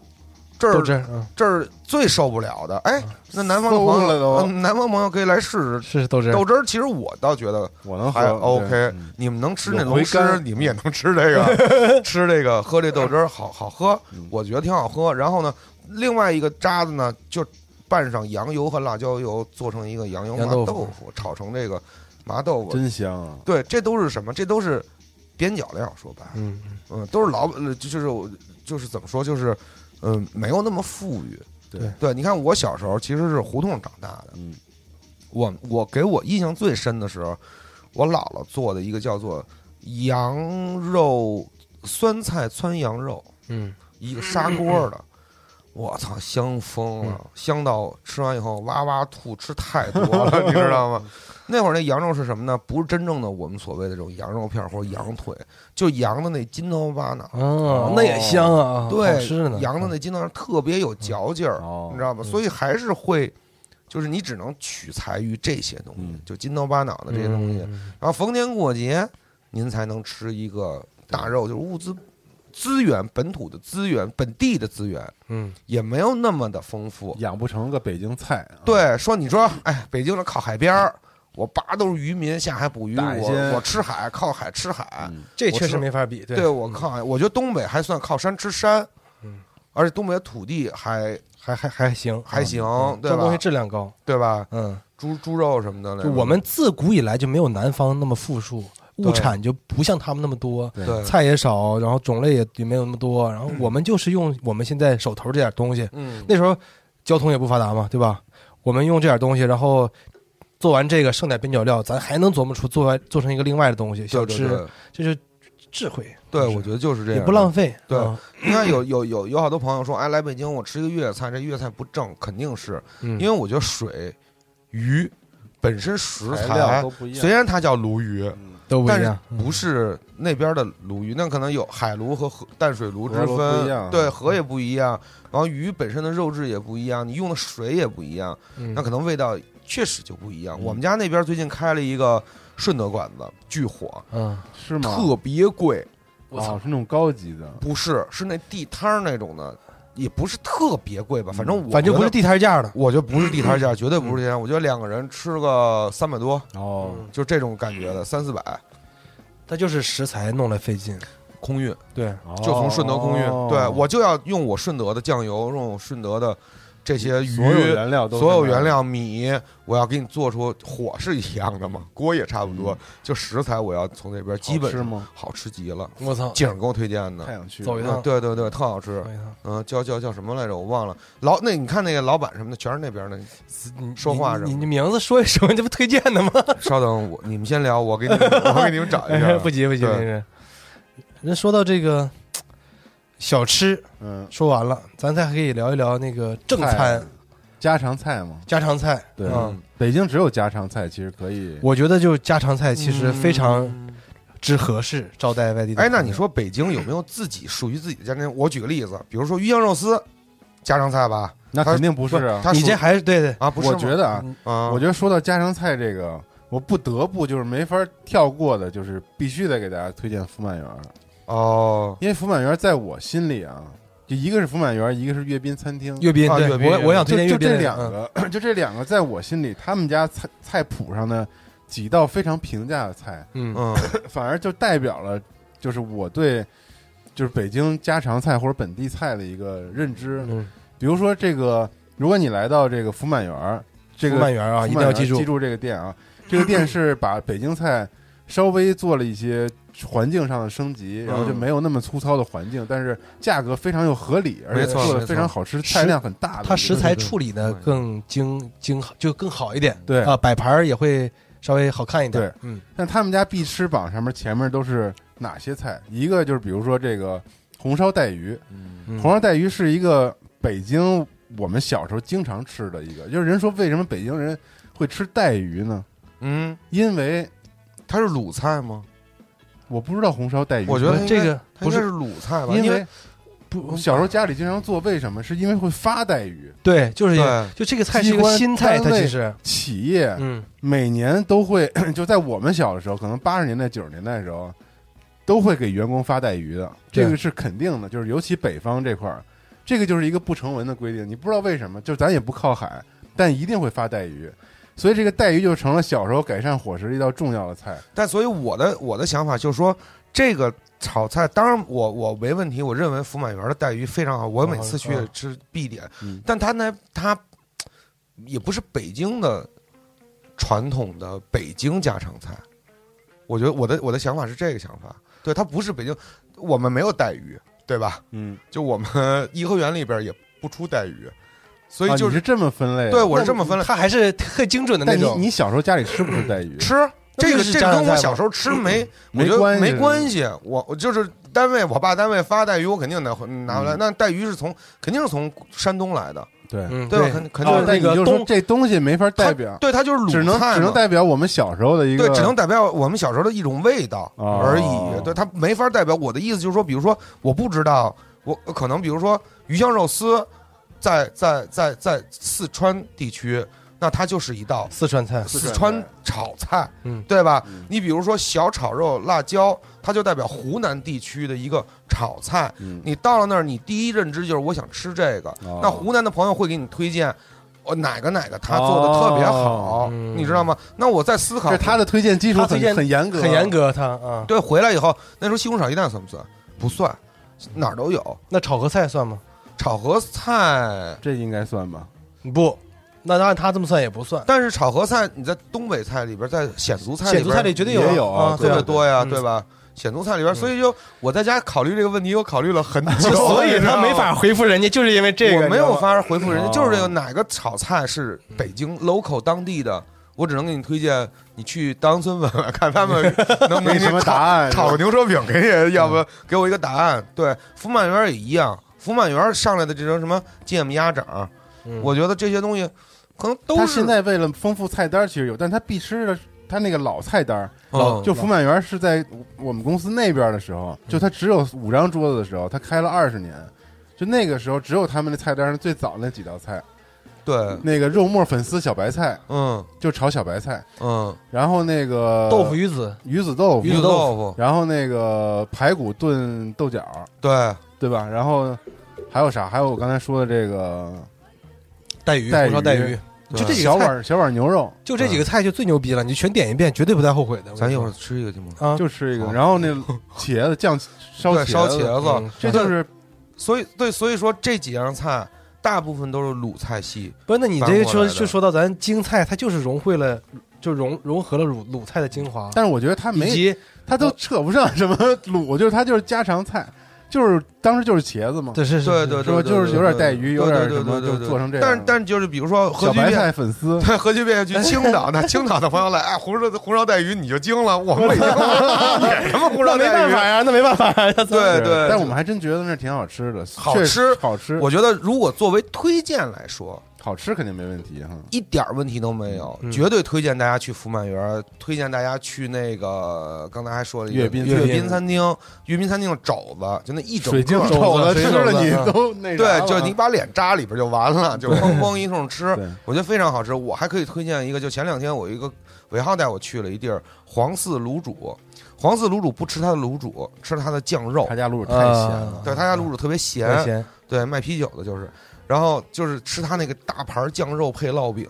[SPEAKER 9] 这
[SPEAKER 8] 豆
[SPEAKER 9] 儿
[SPEAKER 8] 汁儿，嗯
[SPEAKER 9] 这儿最受不了的。哎，那南方的朋
[SPEAKER 7] 馊了都
[SPEAKER 9] 友，嗯南方朋友可以来试试
[SPEAKER 8] 是是豆汁儿
[SPEAKER 9] 豆，汁儿。其实我倒觉得
[SPEAKER 7] 我能喝
[SPEAKER 9] 还 OK，
[SPEAKER 7] 哦对嗯
[SPEAKER 9] 你们能吃那
[SPEAKER 7] 有
[SPEAKER 9] 龙
[SPEAKER 7] 回
[SPEAKER 9] 须，
[SPEAKER 7] 甘
[SPEAKER 9] 你们也能吃 这个，吃这个喝这豆汁儿，好好喝
[SPEAKER 7] 嗯，
[SPEAKER 9] 我觉得挺好喝。然后呢，另外一个渣子呢，就拌上羊油和辣椒油，做成一个羊油麻
[SPEAKER 8] 羊豆腐
[SPEAKER 9] 豆腐，炒成这个麻豆腐，
[SPEAKER 7] 真香啊，
[SPEAKER 9] 对，这都是什么？这都是边角料，说白了，
[SPEAKER 8] 嗯，
[SPEAKER 9] 嗯，都是老，呃就是我就是怎么说，就是，嗯，没有那么富裕。
[SPEAKER 7] 对
[SPEAKER 9] 对，你看我小时候其实是胡同长大的，
[SPEAKER 7] 嗯，
[SPEAKER 9] 我我给我印象最深的时候，我姥姥做的一个叫做羊肉酸菜汆羊肉，
[SPEAKER 8] 嗯，
[SPEAKER 9] 一个砂锅的。我操，香疯
[SPEAKER 7] 嗯
[SPEAKER 9] 了，香到吃完以后哇哇吐，吃太多了，你知道吗？那会儿那羊肉是什么呢？不是真正的我们所谓的这种羊肉片儿或者羊腿，就羊的那筋头巴脑，
[SPEAKER 8] 哦，那也香啊，好
[SPEAKER 9] 对，
[SPEAKER 8] 吃呢，
[SPEAKER 9] 羊的那筋头巴脑特别有嚼劲儿，
[SPEAKER 7] 哦
[SPEAKER 9] 你知道
[SPEAKER 8] 嗯
[SPEAKER 9] 吧？所以还是会，就是你只能取材于这些东西，
[SPEAKER 7] 嗯
[SPEAKER 9] 就筋头巴脑的这些东西。
[SPEAKER 8] 嗯
[SPEAKER 9] 然后逢年过节，您才能吃一个大肉，就是物资资源、本土的资源、本地的资源
[SPEAKER 8] 嗯，
[SPEAKER 9] 也没有那么的丰富。
[SPEAKER 7] 养不成个北京菜啊。
[SPEAKER 9] 对，说你说，哎，北京的靠海边儿。我爸都是渔民，下海捕鱼，
[SPEAKER 7] 打一些
[SPEAKER 9] 我我吃海，靠海吃海。
[SPEAKER 7] 嗯，
[SPEAKER 8] 这确实没法比，
[SPEAKER 9] 对我靠海，我觉得东北还算靠山吃山，
[SPEAKER 8] 嗯，
[SPEAKER 9] 而且东北的土地还
[SPEAKER 8] 还还还行，
[SPEAKER 9] 还行，对
[SPEAKER 8] 嗯这东西
[SPEAKER 9] 吧？
[SPEAKER 8] 质量高，
[SPEAKER 9] 对吧？
[SPEAKER 8] 嗯，
[SPEAKER 9] 猪猪肉什么的来
[SPEAKER 8] 就
[SPEAKER 9] 着，
[SPEAKER 8] 我们自古以来就没有南方那么富庶，物产就不像他们那么多，
[SPEAKER 7] 对
[SPEAKER 9] 对，
[SPEAKER 8] 菜也少，然后种类也也没有那么多，然后我们就是用我们现在手头这点东西，
[SPEAKER 9] 嗯，
[SPEAKER 8] 那时候交通也不发达嘛，对吧？我们用这点东西，然后做完这个剩点边角料，咱还能琢磨出做完做成一个另外的东西，小
[SPEAKER 9] 对对
[SPEAKER 8] 吃，
[SPEAKER 9] 对，
[SPEAKER 8] 这就是智慧，
[SPEAKER 9] 对
[SPEAKER 8] 是
[SPEAKER 9] 我觉得就是这
[SPEAKER 8] 也
[SPEAKER 9] 样，
[SPEAKER 8] 不浪费，
[SPEAKER 9] 对
[SPEAKER 8] 啊
[SPEAKER 9] 你看有有有有好多朋友说，哎，来北京我吃一个粤菜，这粤菜不正，肯定是
[SPEAKER 8] 嗯
[SPEAKER 9] 因为我觉得水、鱼本身食
[SPEAKER 7] 材料
[SPEAKER 9] 材
[SPEAKER 7] 都，不一样。
[SPEAKER 9] 虽然它叫鲈鱼，
[SPEAKER 8] 都不
[SPEAKER 9] 但
[SPEAKER 8] 一
[SPEAKER 9] 是
[SPEAKER 8] 样，嗯
[SPEAKER 9] 不是那边的鲈鱼，那可能有海鲈和河淡水鲈之
[SPEAKER 7] 河鲈不一样嗯
[SPEAKER 9] 分，对，河也不一样，然后鱼本身的肉质也不一样，你用的水也不一样，
[SPEAKER 8] 嗯
[SPEAKER 9] 那可能味道确实就不一样。
[SPEAKER 7] 嗯
[SPEAKER 9] 我们家那边最近开了一个顺德馆子，巨火，
[SPEAKER 8] 嗯，
[SPEAKER 7] 是吗？
[SPEAKER 9] 特别贵，
[SPEAKER 7] 我操，是那种高级的，
[SPEAKER 9] 不是，是那地摊儿那种的，也不是特别贵吧，
[SPEAKER 7] 嗯
[SPEAKER 9] 反正我
[SPEAKER 8] 反正
[SPEAKER 9] 觉
[SPEAKER 8] 不是
[SPEAKER 9] 得，
[SPEAKER 8] 地摊价的，
[SPEAKER 9] 我觉得不是地 摊价，绝对不是地摊。我觉得两个人吃个三百多，
[SPEAKER 7] 哦，
[SPEAKER 9] 就这种感
[SPEAKER 7] 嗯
[SPEAKER 9] 觉的，三四百
[SPEAKER 8] 它就是食材弄来费劲，
[SPEAKER 9] 空运，
[SPEAKER 8] 对，
[SPEAKER 9] 就从顺德空运。
[SPEAKER 7] 哦
[SPEAKER 9] 对我就要用我顺德的酱油，用我顺德的这些嗯鱼，
[SPEAKER 7] 所有原料都是
[SPEAKER 9] 所有原料米，我要给你做出火是一样的嘛，锅也差不多，
[SPEAKER 7] 嗯
[SPEAKER 9] 就食材我要从那边
[SPEAKER 7] 好
[SPEAKER 9] 基本
[SPEAKER 7] 吃吗？
[SPEAKER 9] 好吃极了。
[SPEAKER 8] 我操，
[SPEAKER 9] 景儿给我推荐的
[SPEAKER 7] 太，想去了
[SPEAKER 8] 走一
[SPEAKER 9] 啊
[SPEAKER 8] 趟，
[SPEAKER 9] 对对对，特好吃
[SPEAKER 8] 走。一趟。
[SPEAKER 9] 嗯，叫叫叫什么来着？我忘了。老那你看那个老板什么的，全是那边的。
[SPEAKER 8] 你
[SPEAKER 9] 说话是吧
[SPEAKER 8] 你你你名字说一说， 这不推荐的吗？
[SPEAKER 9] 稍等，我你们先聊，我给你们我给你们找一下。
[SPEAKER 8] 哎
[SPEAKER 9] 啊
[SPEAKER 8] 不急不急，没事。那说到这个小吃，
[SPEAKER 7] 嗯，
[SPEAKER 8] 说完了，咱再可以聊一聊那个正餐
[SPEAKER 7] 菜家常菜嘛，
[SPEAKER 8] 家常菜。
[SPEAKER 7] 对
[SPEAKER 8] 嗯，
[SPEAKER 7] 北京只有家常菜，其实可以。
[SPEAKER 8] 我觉得就是家常菜其实非常
[SPEAKER 9] 嗯
[SPEAKER 8] 之合适招待外地的。
[SPEAKER 9] 哎，那你，说北京有没有自己属于自己的家庭？我举个例子，比如说鱼香肉丝，家常菜吧？
[SPEAKER 7] 那
[SPEAKER 9] 它
[SPEAKER 7] 肯定不是啊，
[SPEAKER 9] 它
[SPEAKER 8] 你
[SPEAKER 9] 属
[SPEAKER 8] 这还是对对，
[SPEAKER 9] 啊？不是
[SPEAKER 7] 我
[SPEAKER 9] 吗，
[SPEAKER 7] 觉得啊，
[SPEAKER 9] 啊，
[SPEAKER 7] 我觉得说到家常菜这个，我不得不就是没法跳过的，就是必须得给大家推荐福满园儿，
[SPEAKER 9] 哦，
[SPEAKER 7] 因为福满园儿在我心里啊，就一个是福满园儿，一个是阅兵餐厅。
[SPEAKER 8] 阅兵，
[SPEAKER 9] 啊
[SPEAKER 8] 对
[SPEAKER 9] 阅兵阅
[SPEAKER 8] 我
[SPEAKER 9] 兵
[SPEAKER 8] 我想推
[SPEAKER 7] 就
[SPEAKER 8] 荐
[SPEAKER 7] 就
[SPEAKER 8] 阅兵
[SPEAKER 7] 这
[SPEAKER 8] 的
[SPEAKER 7] 两
[SPEAKER 8] 嗯
[SPEAKER 7] 个， 就这两个，在我心里，他们家菜菜谱上的几道非常平价的菜，
[SPEAKER 8] 嗯，
[SPEAKER 9] 嗯，
[SPEAKER 7] 反而就代表了就是我对就是北京家常菜或者本地菜的一个认知。
[SPEAKER 8] 嗯
[SPEAKER 7] 比如说这个，如果你来到这个福满园儿，这个
[SPEAKER 8] 福满园啊，一定要记住
[SPEAKER 7] 记，住这个店啊！这个店是把北京菜稍微做了一些环境上的升级，然后
[SPEAKER 8] 嗯
[SPEAKER 7] 就没有那么粗糙的环境，但是价格非常又合理，而且
[SPEAKER 9] 没错
[SPEAKER 7] 做的
[SPEAKER 9] 没
[SPEAKER 7] 非
[SPEAKER 9] 错
[SPEAKER 7] 常好吃，菜量很大的一个。
[SPEAKER 8] 它食材
[SPEAKER 9] 啊对对对
[SPEAKER 8] 处理的更精精就更好一点，
[SPEAKER 7] 对
[SPEAKER 8] 啊，摆盘儿也会稍微好看一点。
[SPEAKER 7] 对，
[SPEAKER 8] 嗯，
[SPEAKER 7] 但他们家必吃榜上面前面都是哪些菜？一个就是比如说这个红烧带鱼，
[SPEAKER 8] 嗯
[SPEAKER 7] 红烧带鱼是一个北京我们小时候经常吃的一个，就是人说为什么北京人会吃带鱼呢？
[SPEAKER 9] 嗯，
[SPEAKER 7] 因为
[SPEAKER 9] 它是鲁菜吗？
[SPEAKER 7] 我不知道红烧带鱼，
[SPEAKER 9] 我觉得它应该
[SPEAKER 8] 呃这个
[SPEAKER 9] 它
[SPEAKER 8] 不
[SPEAKER 9] 应该
[SPEAKER 8] 是
[SPEAKER 9] 是鲁菜吧？
[SPEAKER 7] 因
[SPEAKER 9] 因
[SPEAKER 7] 为
[SPEAKER 8] 不
[SPEAKER 7] 小时候家里经常做，为什么？是因为会发带鱼。
[SPEAKER 8] 对，就是因为
[SPEAKER 9] 对
[SPEAKER 8] 就这个菜是一
[SPEAKER 7] 机关
[SPEAKER 8] 个新菜，它
[SPEAKER 7] 单位
[SPEAKER 8] 其实
[SPEAKER 7] 企业
[SPEAKER 8] 嗯
[SPEAKER 7] 每年都会， 就在我们小的时候，可能八十年代、九十年代的时候，都会给员工发带鱼的，
[SPEAKER 8] 对
[SPEAKER 7] 这个是肯定的。就是尤其北方这块儿，这个就是一个不成文的规定，你不知道为什么，就咱也不靠海，但一定会发带鱼，所以这个带鱼就成了小时候改善伙食的一道重要的菜。
[SPEAKER 9] 但所以我的我的想法就是说，这个炒菜，当然我我没问题，我认为福满园的带鱼非常好，我每次去
[SPEAKER 8] 嗯
[SPEAKER 9] 吃必点，
[SPEAKER 7] 嗯
[SPEAKER 9] 但它呢，它也不是北京的传统的北京家常菜。我觉得我的我的想法是这个想法，对，它不是北京，我们没有带鱼，对吧？
[SPEAKER 7] 嗯，
[SPEAKER 9] 就我们颐和园里边也不出带鱼，所
[SPEAKER 8] 哦
[SPEAKER 7] 啊，
[SPEAKER 9] 以
[SPEAKER 7] 你
[SPEAKER 9] 就是是、
[SPEAKER 7] 这么分类？
[SPEAKER 9] 对我是这么分类，
[SPEAKER 8] 它还是特精准的那
[SPEAKER 7] 但你
[SPEAKER 8] 种。
[SPEAKER 7] 你小时候家里吃不吃带鱼？
[SPEAKER 9] 吃。
[SPEAKER 8] 那
[SPEAKER 9] 这
[SPEAKER 8] 就
[SPEAKER 9] 个
[SPEAKER 8] 是
[SPEAKER 9] 这
[SPEAKER 8] 家
[SPEAKER 9] 个
[SPEAKER 8] 常
[SPEAKER 9] 跟
[SPEAKER 8] 菜
[SPEAKER 9] 我
[SPEAKER 8] 嘛
[SPEAKER 9] 小时候吃没，我
[SPEAKER 7] 嗯没
[SPEAKER 9] 觉得
[SPEAKER 7] 关系
[SPEAKER 9] 没关系。我我就是单位我爸单位发带鱼，我肯定拿回拿
[SPEAKER 7] 嗯
[SPEAKER 9] 回来。那带鱼是从肯定是从山东来的，
[SPEAKER 7] 对，
[SPEAKER 8] 嗯，
[SPEAKER 9] 对吧？
[SPEAKER 8] 对，
[SPEAKER 9] 肯肯定
[SPEAKER 7] 哦
[SPEAKER 9] 是
[SPEAKER 7] 但
[SPEAKER 9] 那
[SPEAKER 7] 你
[SPEAKER 9] 个
[SPEAKER 7] 就说
[SPEAKER 9] 东，
[SPEAKER 7] 这东西没法
[SPEAKER 9] 它
[SPEAKER 7] 代表，
[SPEAKER 9] 对，它就是鲁
[SPEAKER 7] 只能
[SPEAKER 9] 菜
[SPEAKER 7] 只能
[SPEAKER 9] 嘛
[SPEAKER 7] 代表我们小时候的一个，
[SPEAKER 9] 对，只能代表我们小时候的一种味道
[SPEAKER 7] 哦
[SPEAKER 9] 而已。对，它没法代表我的意思，就是说，比如说，我不知道，我可能比如说鱼香肉丝在，在在在四川地区，那它就是一道
[SPEAKER 8] 四川菜，
[SPEAKER 9] 四川炒菜，
[SPEAKER 8] 嗯
[SPEAKER 9] 对吧？
[SPEAKER 7] 嗯
[SPEAKER 9] 你比如说小炒肉辣椒，它就代表湖南地区的一个炒菜。
[SPEAKER 7] 嗯
[SPEAKER 9] 你到了那儿，你第一认知就是我想吃这个。
[SPEAKER 7] 哦
[SPEAKER 9] 那湖南的朋友会给你推荐，哦，哪个哪个他做的特别好，
[SPEAKER 8] 哦嗯
[SPEAKER 9] 你知道吗？那我在思考，
[SPEAKER 7] 这他的推荐基础
[SPEAKER 8] 他推
[SPEAKER 7] 很
[SPEAKER 8] 荐
[SPEAKER 7] 很严格，
[SPEAKER 8] 很严。格，他啊，
[SPEAKER 9] 对，回来以后，那时候西红柿炒鸡蛋算不算？不算，哪儿都有。
[SPEAKER 8] 那炒合菜算吗？
[SPEAKER 9] 炒合菜，
[SPEAKER 7] 这应该算吧？
[SPEAKER 8] 不，那按他这么算也不算。
[SPEAKER 9] 但是炒合菜你在东北菜里边，在鲜族菜里
[SPEAKER 8] 显
[SPEAKER 9] 边
[SPEAKER 8] 族菜里绝对有
[SPEAKER 7] 也
[SPEAKER 8] 啊
[SPEAKER 7] 有啊
[SPEAKER 8] 啊，
[SPEAKER 9] 特
[SPEAKER 8] 对
[SPEAKER 9] 别
[SPEAKER 8] 啊，
[SPEAKER 9] 多呀，
[SPEAKER 8] 嗯
[SPEAKER 9] 对吧？鲜族菜里边，所以就我在家考虑这个问题，我考虑 了很久，
[SPEAKER 8] 所以他没法
[SPEAKER 9] 你
[SPEAKER 8] 回复人家，就是因为
[SPEAKER 9] 知
[SPEAKER 8] 这
[SPEAKER 9] 道
[SPEAKER 8] 个
[SPEAKER 9] 吗。哦我没有
[SPEAKER 8] 法，
[SPEAKER 9] 法回复人家，
[SPEAKER 7] 哦
[SPEAKER 9] 就是这个哪个炒菜是北京 local 当地的，我只能给你推荐，你去当村问 问，看 他们能不能
[SPEAKER 7] 没
[SPEAKER 9] 给
[SPEAKER 7] 什
[SPEAKER 9] 你
[SPEAKER 7] 么
[SPEAKER 9] 炒
[SPEAKER 7] 答案，
[SPEAKER 9] 炒个牛舌饼给
[SPEAKER 7] 嗯
[SPEAKER 9] 你，要不给我一个答案。对，福满园也一样，福满园上来的这种什么芥末鸭掌，
[SPEAKER 8] 嗯
[SPEAKER 9] 我觉得这些东西可能都
[SPEAKER 7] 他
[SPEAKER 9] 是
[SPEAKER 7] 现在为了丰富菜单，其实有，但他必吃的他那个老菜单儿，
[SPEAKER 9] 嗯
[SPEAKER 7] 就福满园是在我们公司那边的时候，就他只有五张桌子的时候，他开了二十年。就那个时候，只有他们的菜单上最早那几道菜，
[SPEAKER 9] 对，
[SPEAKER 7] 那个肉末粉丝小白菜
[SPEAKER 9] 嗯
[SPEAKER 7] 就炒小白菜，
[SPEAKER 9] 嗯，
[SPEAKER 7] 然后那个
[SPEAKER 8] 豆腐鱼子，
[SPEAKER 7] 鱼子豆腐
[SPEAKER 9] 鱼，子豆腐，
[SPEAKER 7] 然后那个排骨炖豆角，
[SPEAKER 9] 对，
[SPEAKER 7] 对吧？然后还有啥？还有我刚才说的这个
[SPEAKER 8] 带鱼，
[SPEAKER 7] 带
[SPEAKER 8] 红烧带
[SPEAKER 7] 鱼
[SPEAKER 8] 鱼，就这几
[SPEAKER 7] 小
[SPEAKER 8] 个菜，
[SPEAKER 7] 碗小碗牛肉，
[SPEAKER 8] 就这几个菜就最牛逼了，你全点一遍，绝对不带后悔的。
[SPEAKER 9] 咱一会儿吃一个去吗？
[SPEAKER 8] 啊，
[SPEAKER 7] 就吃一个。
[SPEAKER 9] 好
[SPEAKER 7] 然后那茄子酱烧
[SPEAKER 9] 对，烧
[SPEAKER 7] 茄子，
[SPEAKER 9] 茄子
[SPEAKER 8] 嗯，
[SPEAKER 7] 这就是
[SPEAKER 9] 所以对，所以说这几样菜大部分都是鲁菜系，
[SPEAKER 8] 不是，那你这个
[SPEAKER 9] 搬过
[SPEAKER 8] 说
[SPEAKER 9] 来的
[SPEAKER 8] 就说到咱京菜，它就是融汇了，就融融合了鲁鲁菜的精华，
[SPEAKER 7] 但是我觉得他
[SPEAKER 8] 以
[SPEAKER 7] 没，
[SPEAKER 8] 及
[SPEAKER 7] 他都扯不上什么卤，就是他就是家常菜，就是当时就是茄子嘛，
[SPEAKER 8] 这是是
[SPEAKER 9] 对
[SPEAKER 8] 是
[SPEAKER 9] 对
[SPEAKER 7] 是吧？
[SPEAKER 9] 对，
[SPEAKER 7] 就是有点带鱼，有点
[SPEAKER 9] 对
[SPEAKER 7] 什么，
[SPEAKER 9] 对对
[SPEAKER 7] 就
[SPEAKER 9] 对对
[SPEAKER 7] 做成这样。
[SPEAKER 9] 但但就是比如说核
[SPEAKER 7] 小
[SPEAKER 9] 聚
[SPEAKER 7] 白
[SPEAKER 9] 变，
[SPEAKER 7] 菜粉丝，
[SPEAKER 9] 对，核聚变去青岛，那青岛的朋友来，哎，红烧红烧带鱼你就惊了，我们北京也他妈红烧
[SPEAKER 8] 那没
[SPEAKER 9] 带
[SPEAKER 8] 办
[SPEAKER 9] 鱼。
[SPEAKER 8] 法呀，那没办法呀，
[SPEAKER 9] 对
[SPEAKER 7] 是
[SPEAKER 9] 对，
[SPEAKER 7] 但我们还真觉得那挺好吃的，
[SPEAKER 9] 好
[SPEAKER 7] 确
[SPEAKER 9] 吃
[SPEAKER 7] 实好吃，
[SPEAKER 9] 我觉得如果作为推荐来说，
[SPEAKER 7] 好吃肯定没问题哈。
[SPEAKER 9] 一点儿问题都没有，
[SPEAKER 8] 嗯
[SPEAKER 9] 绝对推荐大家去福满园儿，推荐大家去那个刚才还说了一个
[SPEAKER 7] 阅兵
[SPEAKER 9] 阅
[SPEAKER 7] 阅
[SPEAKER 9] 兵
[SPEAKER 7] 兵
[SPEAKER 9] 餐厅，阅兵餐厅的肘子就那一整
[SPEAKER 7] 水晶
[SPEAKER 9] 个
[SPEAKER 7] 肘
[SPEAKER 8] 肘
[SPEAKER 7] 子嗯
[SPEAKER 8] 子
[SPEAKER 7] 吃
[SPEAKER 8] 水
[SPEAKER 7] 了
[SPEAKER 8] 晶
[SPEAKER 7] 你
[SPEAKER 8] 肘子
[SPEAKER 7] 都那啥
[SPEAKER 9] 嗯对，
[SPEAKER 7] 了
[SPEAKER 8] 啊
[SPEAKER 9] 就你把脸扎里边就完了，就咣咣一通吃
[SPEAKER 7] 对，
[SPEAKER 9] 我觉得非常好吃。我还可以推荐一个，就前两天我一个尾号带我去了一地儿，黄四卤煮。黄四卤煮不吃它的卤煮，吃它的酱肉
[SPEAKER 7] 他。家卤煮太咸
[SPEAKER 8] 啊
[SPEAKER 7] 了，
[SPEAKER 9] 对，他家卤煮特别咸，
[SPEAKER 8] 太咸，
[SPEAKER 9] 对，卖啤酒的就是。然后就是吃他那个大盘酱肉配烙饼，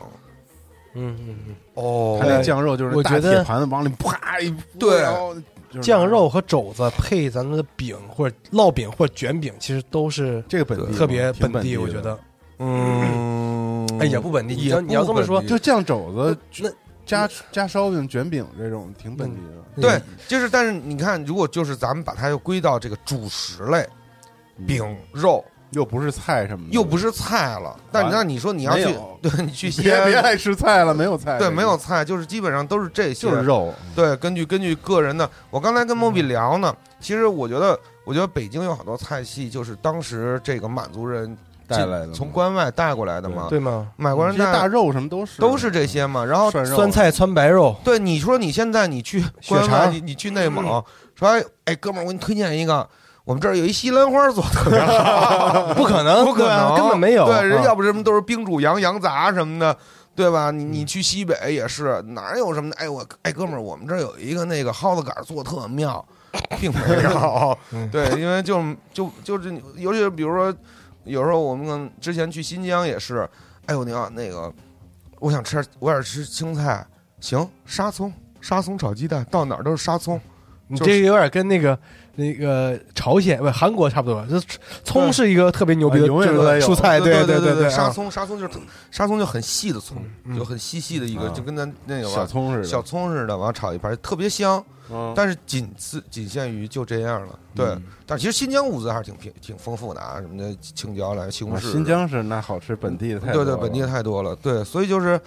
[SPEAKER 8] 嗯嗯嗯，
[SPEAKER 9] 哦
[SPEAKER 7] 他那酱肉就是
[SPEAKER 8] 我
[SPEAKER 7] 大
[SPEAKER 8] 觉得
[SPEAKER 7] 铁盘子往里啪一
[SPEAKER 9] 对
[SPEAKER 7] 然后就是
[SPEAKER 8] 酱肉和肘子配咱们的饼或者烙饼或者卷饼，其实都是
[SPEAKER 7] 这个本地
[SPEAKER 8] 特别
[SPEAKER 7] 挺本
[SPEAKER 8] 地，我
[SPEAKER 7] 的
[SPEAKER 8] 觉得，
[SPEAKER 9] 嗯，
[SPEAKER 8] 哎，也不本地，你
[SPEAKER 9] 也
[SPEAKER 8] 要你要
[SPEAKER 9] 不
[SPEAKER 8] 这么
[SPEAKER 9] 本
[SPEAKER 8] 说
[SPEAKER 9] 地，
[SPEAKER 7] 就酱肘子
[SPEAKER 8] 那
[SPEAKER 7] 加加烧饼卷饼这种挺本地的。
[SPEAKER 9] 嗯
[SPEAKER 7] 嗯
[SPEAKER 9] 对，就是但是你看，如果就是咱们把它又归到这个主食类，
[SPEAKER 8] 嗯
[SPEAKER 9] 饼肉
[SPEAKER 7] 又不是菜什么的，
[SPEAKER 9] 又不是菜了，但你
[SPEAKER 7] 嗯完了
[SPEAKER 9] 那你说你要去
[SPEAKER 7] 没有，
[SPEAKER 9] 对你去西
[SPEAKER 7] 别别
[SPEAKER 9] 安，
[SPEAKER 7] 爱吃菜了，没有菜，
[SPEAKER 9] 对，没有菜，就是基本上都是这些，
[SPEAKER 7] 就是肉，嗯
[SPEAKER 9] 对，根据根据个人的，我刚才跟莫比聊呢，其实我觉得，我觉得北京有好多菜系，就是当时这个满族人
[SPEAKER 7] 带来的嘛
[SPEAKER 9] 从关外带过来的嘛，
[SPEAKER 8] 对吗？
[SPEAKER 9] 满国人
[SPEAKER 7] 这些大
[SPEAKER 9] 带
[SPEAKER 7] 肉什么都是
[SPEAKER 9] 都是这些嘛，然后。
[SPEAKER 7] 涮肉
[SPEAKER 8] 酸菜川白肉，
[SPEAKER 9] 对，你说你现在你去
[SPEAKER 8] 血
[SPEAKER 9] 关外，
[SPEAKER 8] 肠
[SPEAKER 9] 你你去 内蒙，说哎哎哥们儿，我给你推荐一个，我们这儿有一西兰花做的特 别好，
[SPEAKER 8] 不可能，
[SPEAKER 9] 不可
[SPEAKER 8] 对啊
[SPEAKER 9] 能，
[SPEAKER 8] 根本没有，
[SPEAKER 9] 对，人
[SPEAKER 8] 啊
[SPEAKER 9] 要不什么都是冰煮羊、羊杂什么的，对吧？你
[SPEAKER 8] 嗯
[SPEAKER 9] 你去西北也是，哪儿有什么的？哎，我哎哥们儿，我们这儿有一个那个蒿子杆儿做得特妙，并没 有。
[SPEAKER 8] 嗯
[SPEAKER 9] 对，因为就就就是你，尤其是比如说，有时候我们可能之前去新疆也是，哎呦你好，那个我想吃，我想吃青菜，行，沙葱。沙葱炒鸡蛋，到哪儿都是沙葱。
[SPEAKER 8] 你
[SPEAKER 9] 就是
[SPEAKER 8] 这个有点跟那个那个朝鲜不是韩国差不多，就是葱是一个特别牛逼
[SPEAKER 7] 啊
[SPEAKER 8] 的
[SPEAKER 7] 永远
[SPEAKER 8] 这
[SPEAKER 7] 都得
[SPEAKER 8] 个
[SPEAKER 7] 有
[SPEAKER 8] 蔬菜，
[SPEAKER 9] 对
[SPEAKER 8] 哎对
[SPEAKER 9] 对
[SPEAKER 8] 对，
[SPEAKER 9] 沙
[SPEAKER 8] 啊
[SPEAKER 9] 葱，沙葱就是特沙葱就很细的葱，
[SPEAKER 8] 嗯
[SPEAKER 9] 就很细细的一个，
[SPEAKER 7] 啊
[SPEAKER 9] 就跟咱那个
[SPEAKER 7] 小葱似的，
[SPEAKER 9] 小葱似的，往上炒一盘，特别香，
[SPEAKER 7] 嗯
[SPEAKER 9] 但是仅次仅限于就这样了。对，
[SPEAKER 7] 嗯
[SPEAKER 9] 但其实新疆物资还是挺平挺丰富的啊，什么的青椒啦、西红
[SPEAKER 7] 啊
[SPEAKER 9] 柿，
[SPEAKER 7] 新疆是那好吃本地的菜，
[SPEAKER 9] 对对，本地太多了，对，所以就是。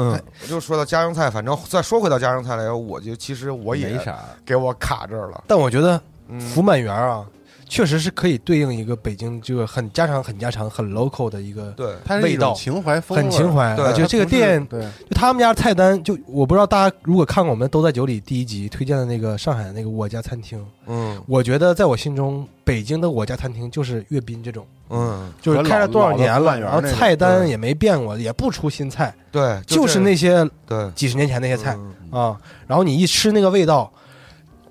[SPEAKER 9] 嗯
[SPEAKER 8] 哎，
[SPEAKER 9] 就说到家乡菜，反正再说回到家乡菜来，我就其实我
[SPEAKER 7] 没
[SPEAKER 9] 也
[SPEAKER 7] 啥，
[SPEAKER 9] 给我卡这儿了。
[SPEAKER 8] 但我觉得福满园啊，确实是可以对应一个北京这个很家常、很家常、很 local 的一个，
[SPEAKER 9] 对，
[SPEAKER 7] 它是一
[SPEAKER 8] 味道
[SPEAKER 7] 种情怀风味儿，
[SPEAKER 8] 很情怀。
[SPEAKER 9] 对
[SPEAKER 8] 我觉得这个
[SPEAKER 7] 它不是
[SPEAKER 8] 店，
[SPEAKER 7] 对
[SPEAKER 8] 就他们家菜单，就我不知道大家如果看过我们都在酒里第一集推荐的那个上海的那个我家餐厅，
[SPEAKER 9] 嗯
[SPEAKER 8] 我觉得在我心中，北京的我家餐厅就是阅兵这种，
[SPEAKER 9] 嗯，
[SPEAKER 8] 就是开了多少年
[SPEAKER 7] 和老
[SPEAKER 8] 了，
[SPEAKER 7] 的
[SPEAKER 8] 然后
[SPEAKER 7] 老的
[SPEAKER 8] 菜单
[SPEAKER 9] 对
[SPEAKER 8] 也没变过，也不出新菜，
[SPEAKER 9] 对，
[SPEAKER 8] 就是
[SPEAKER 9] 这
[SPEAKER 8] 那些
[SPEAKER 9] 对
[SPEAKER 8] 几十年前那些菜
[SPEAKER 9] 嗯
[SPEAKER 8] 啊。然后你一吃那个味道，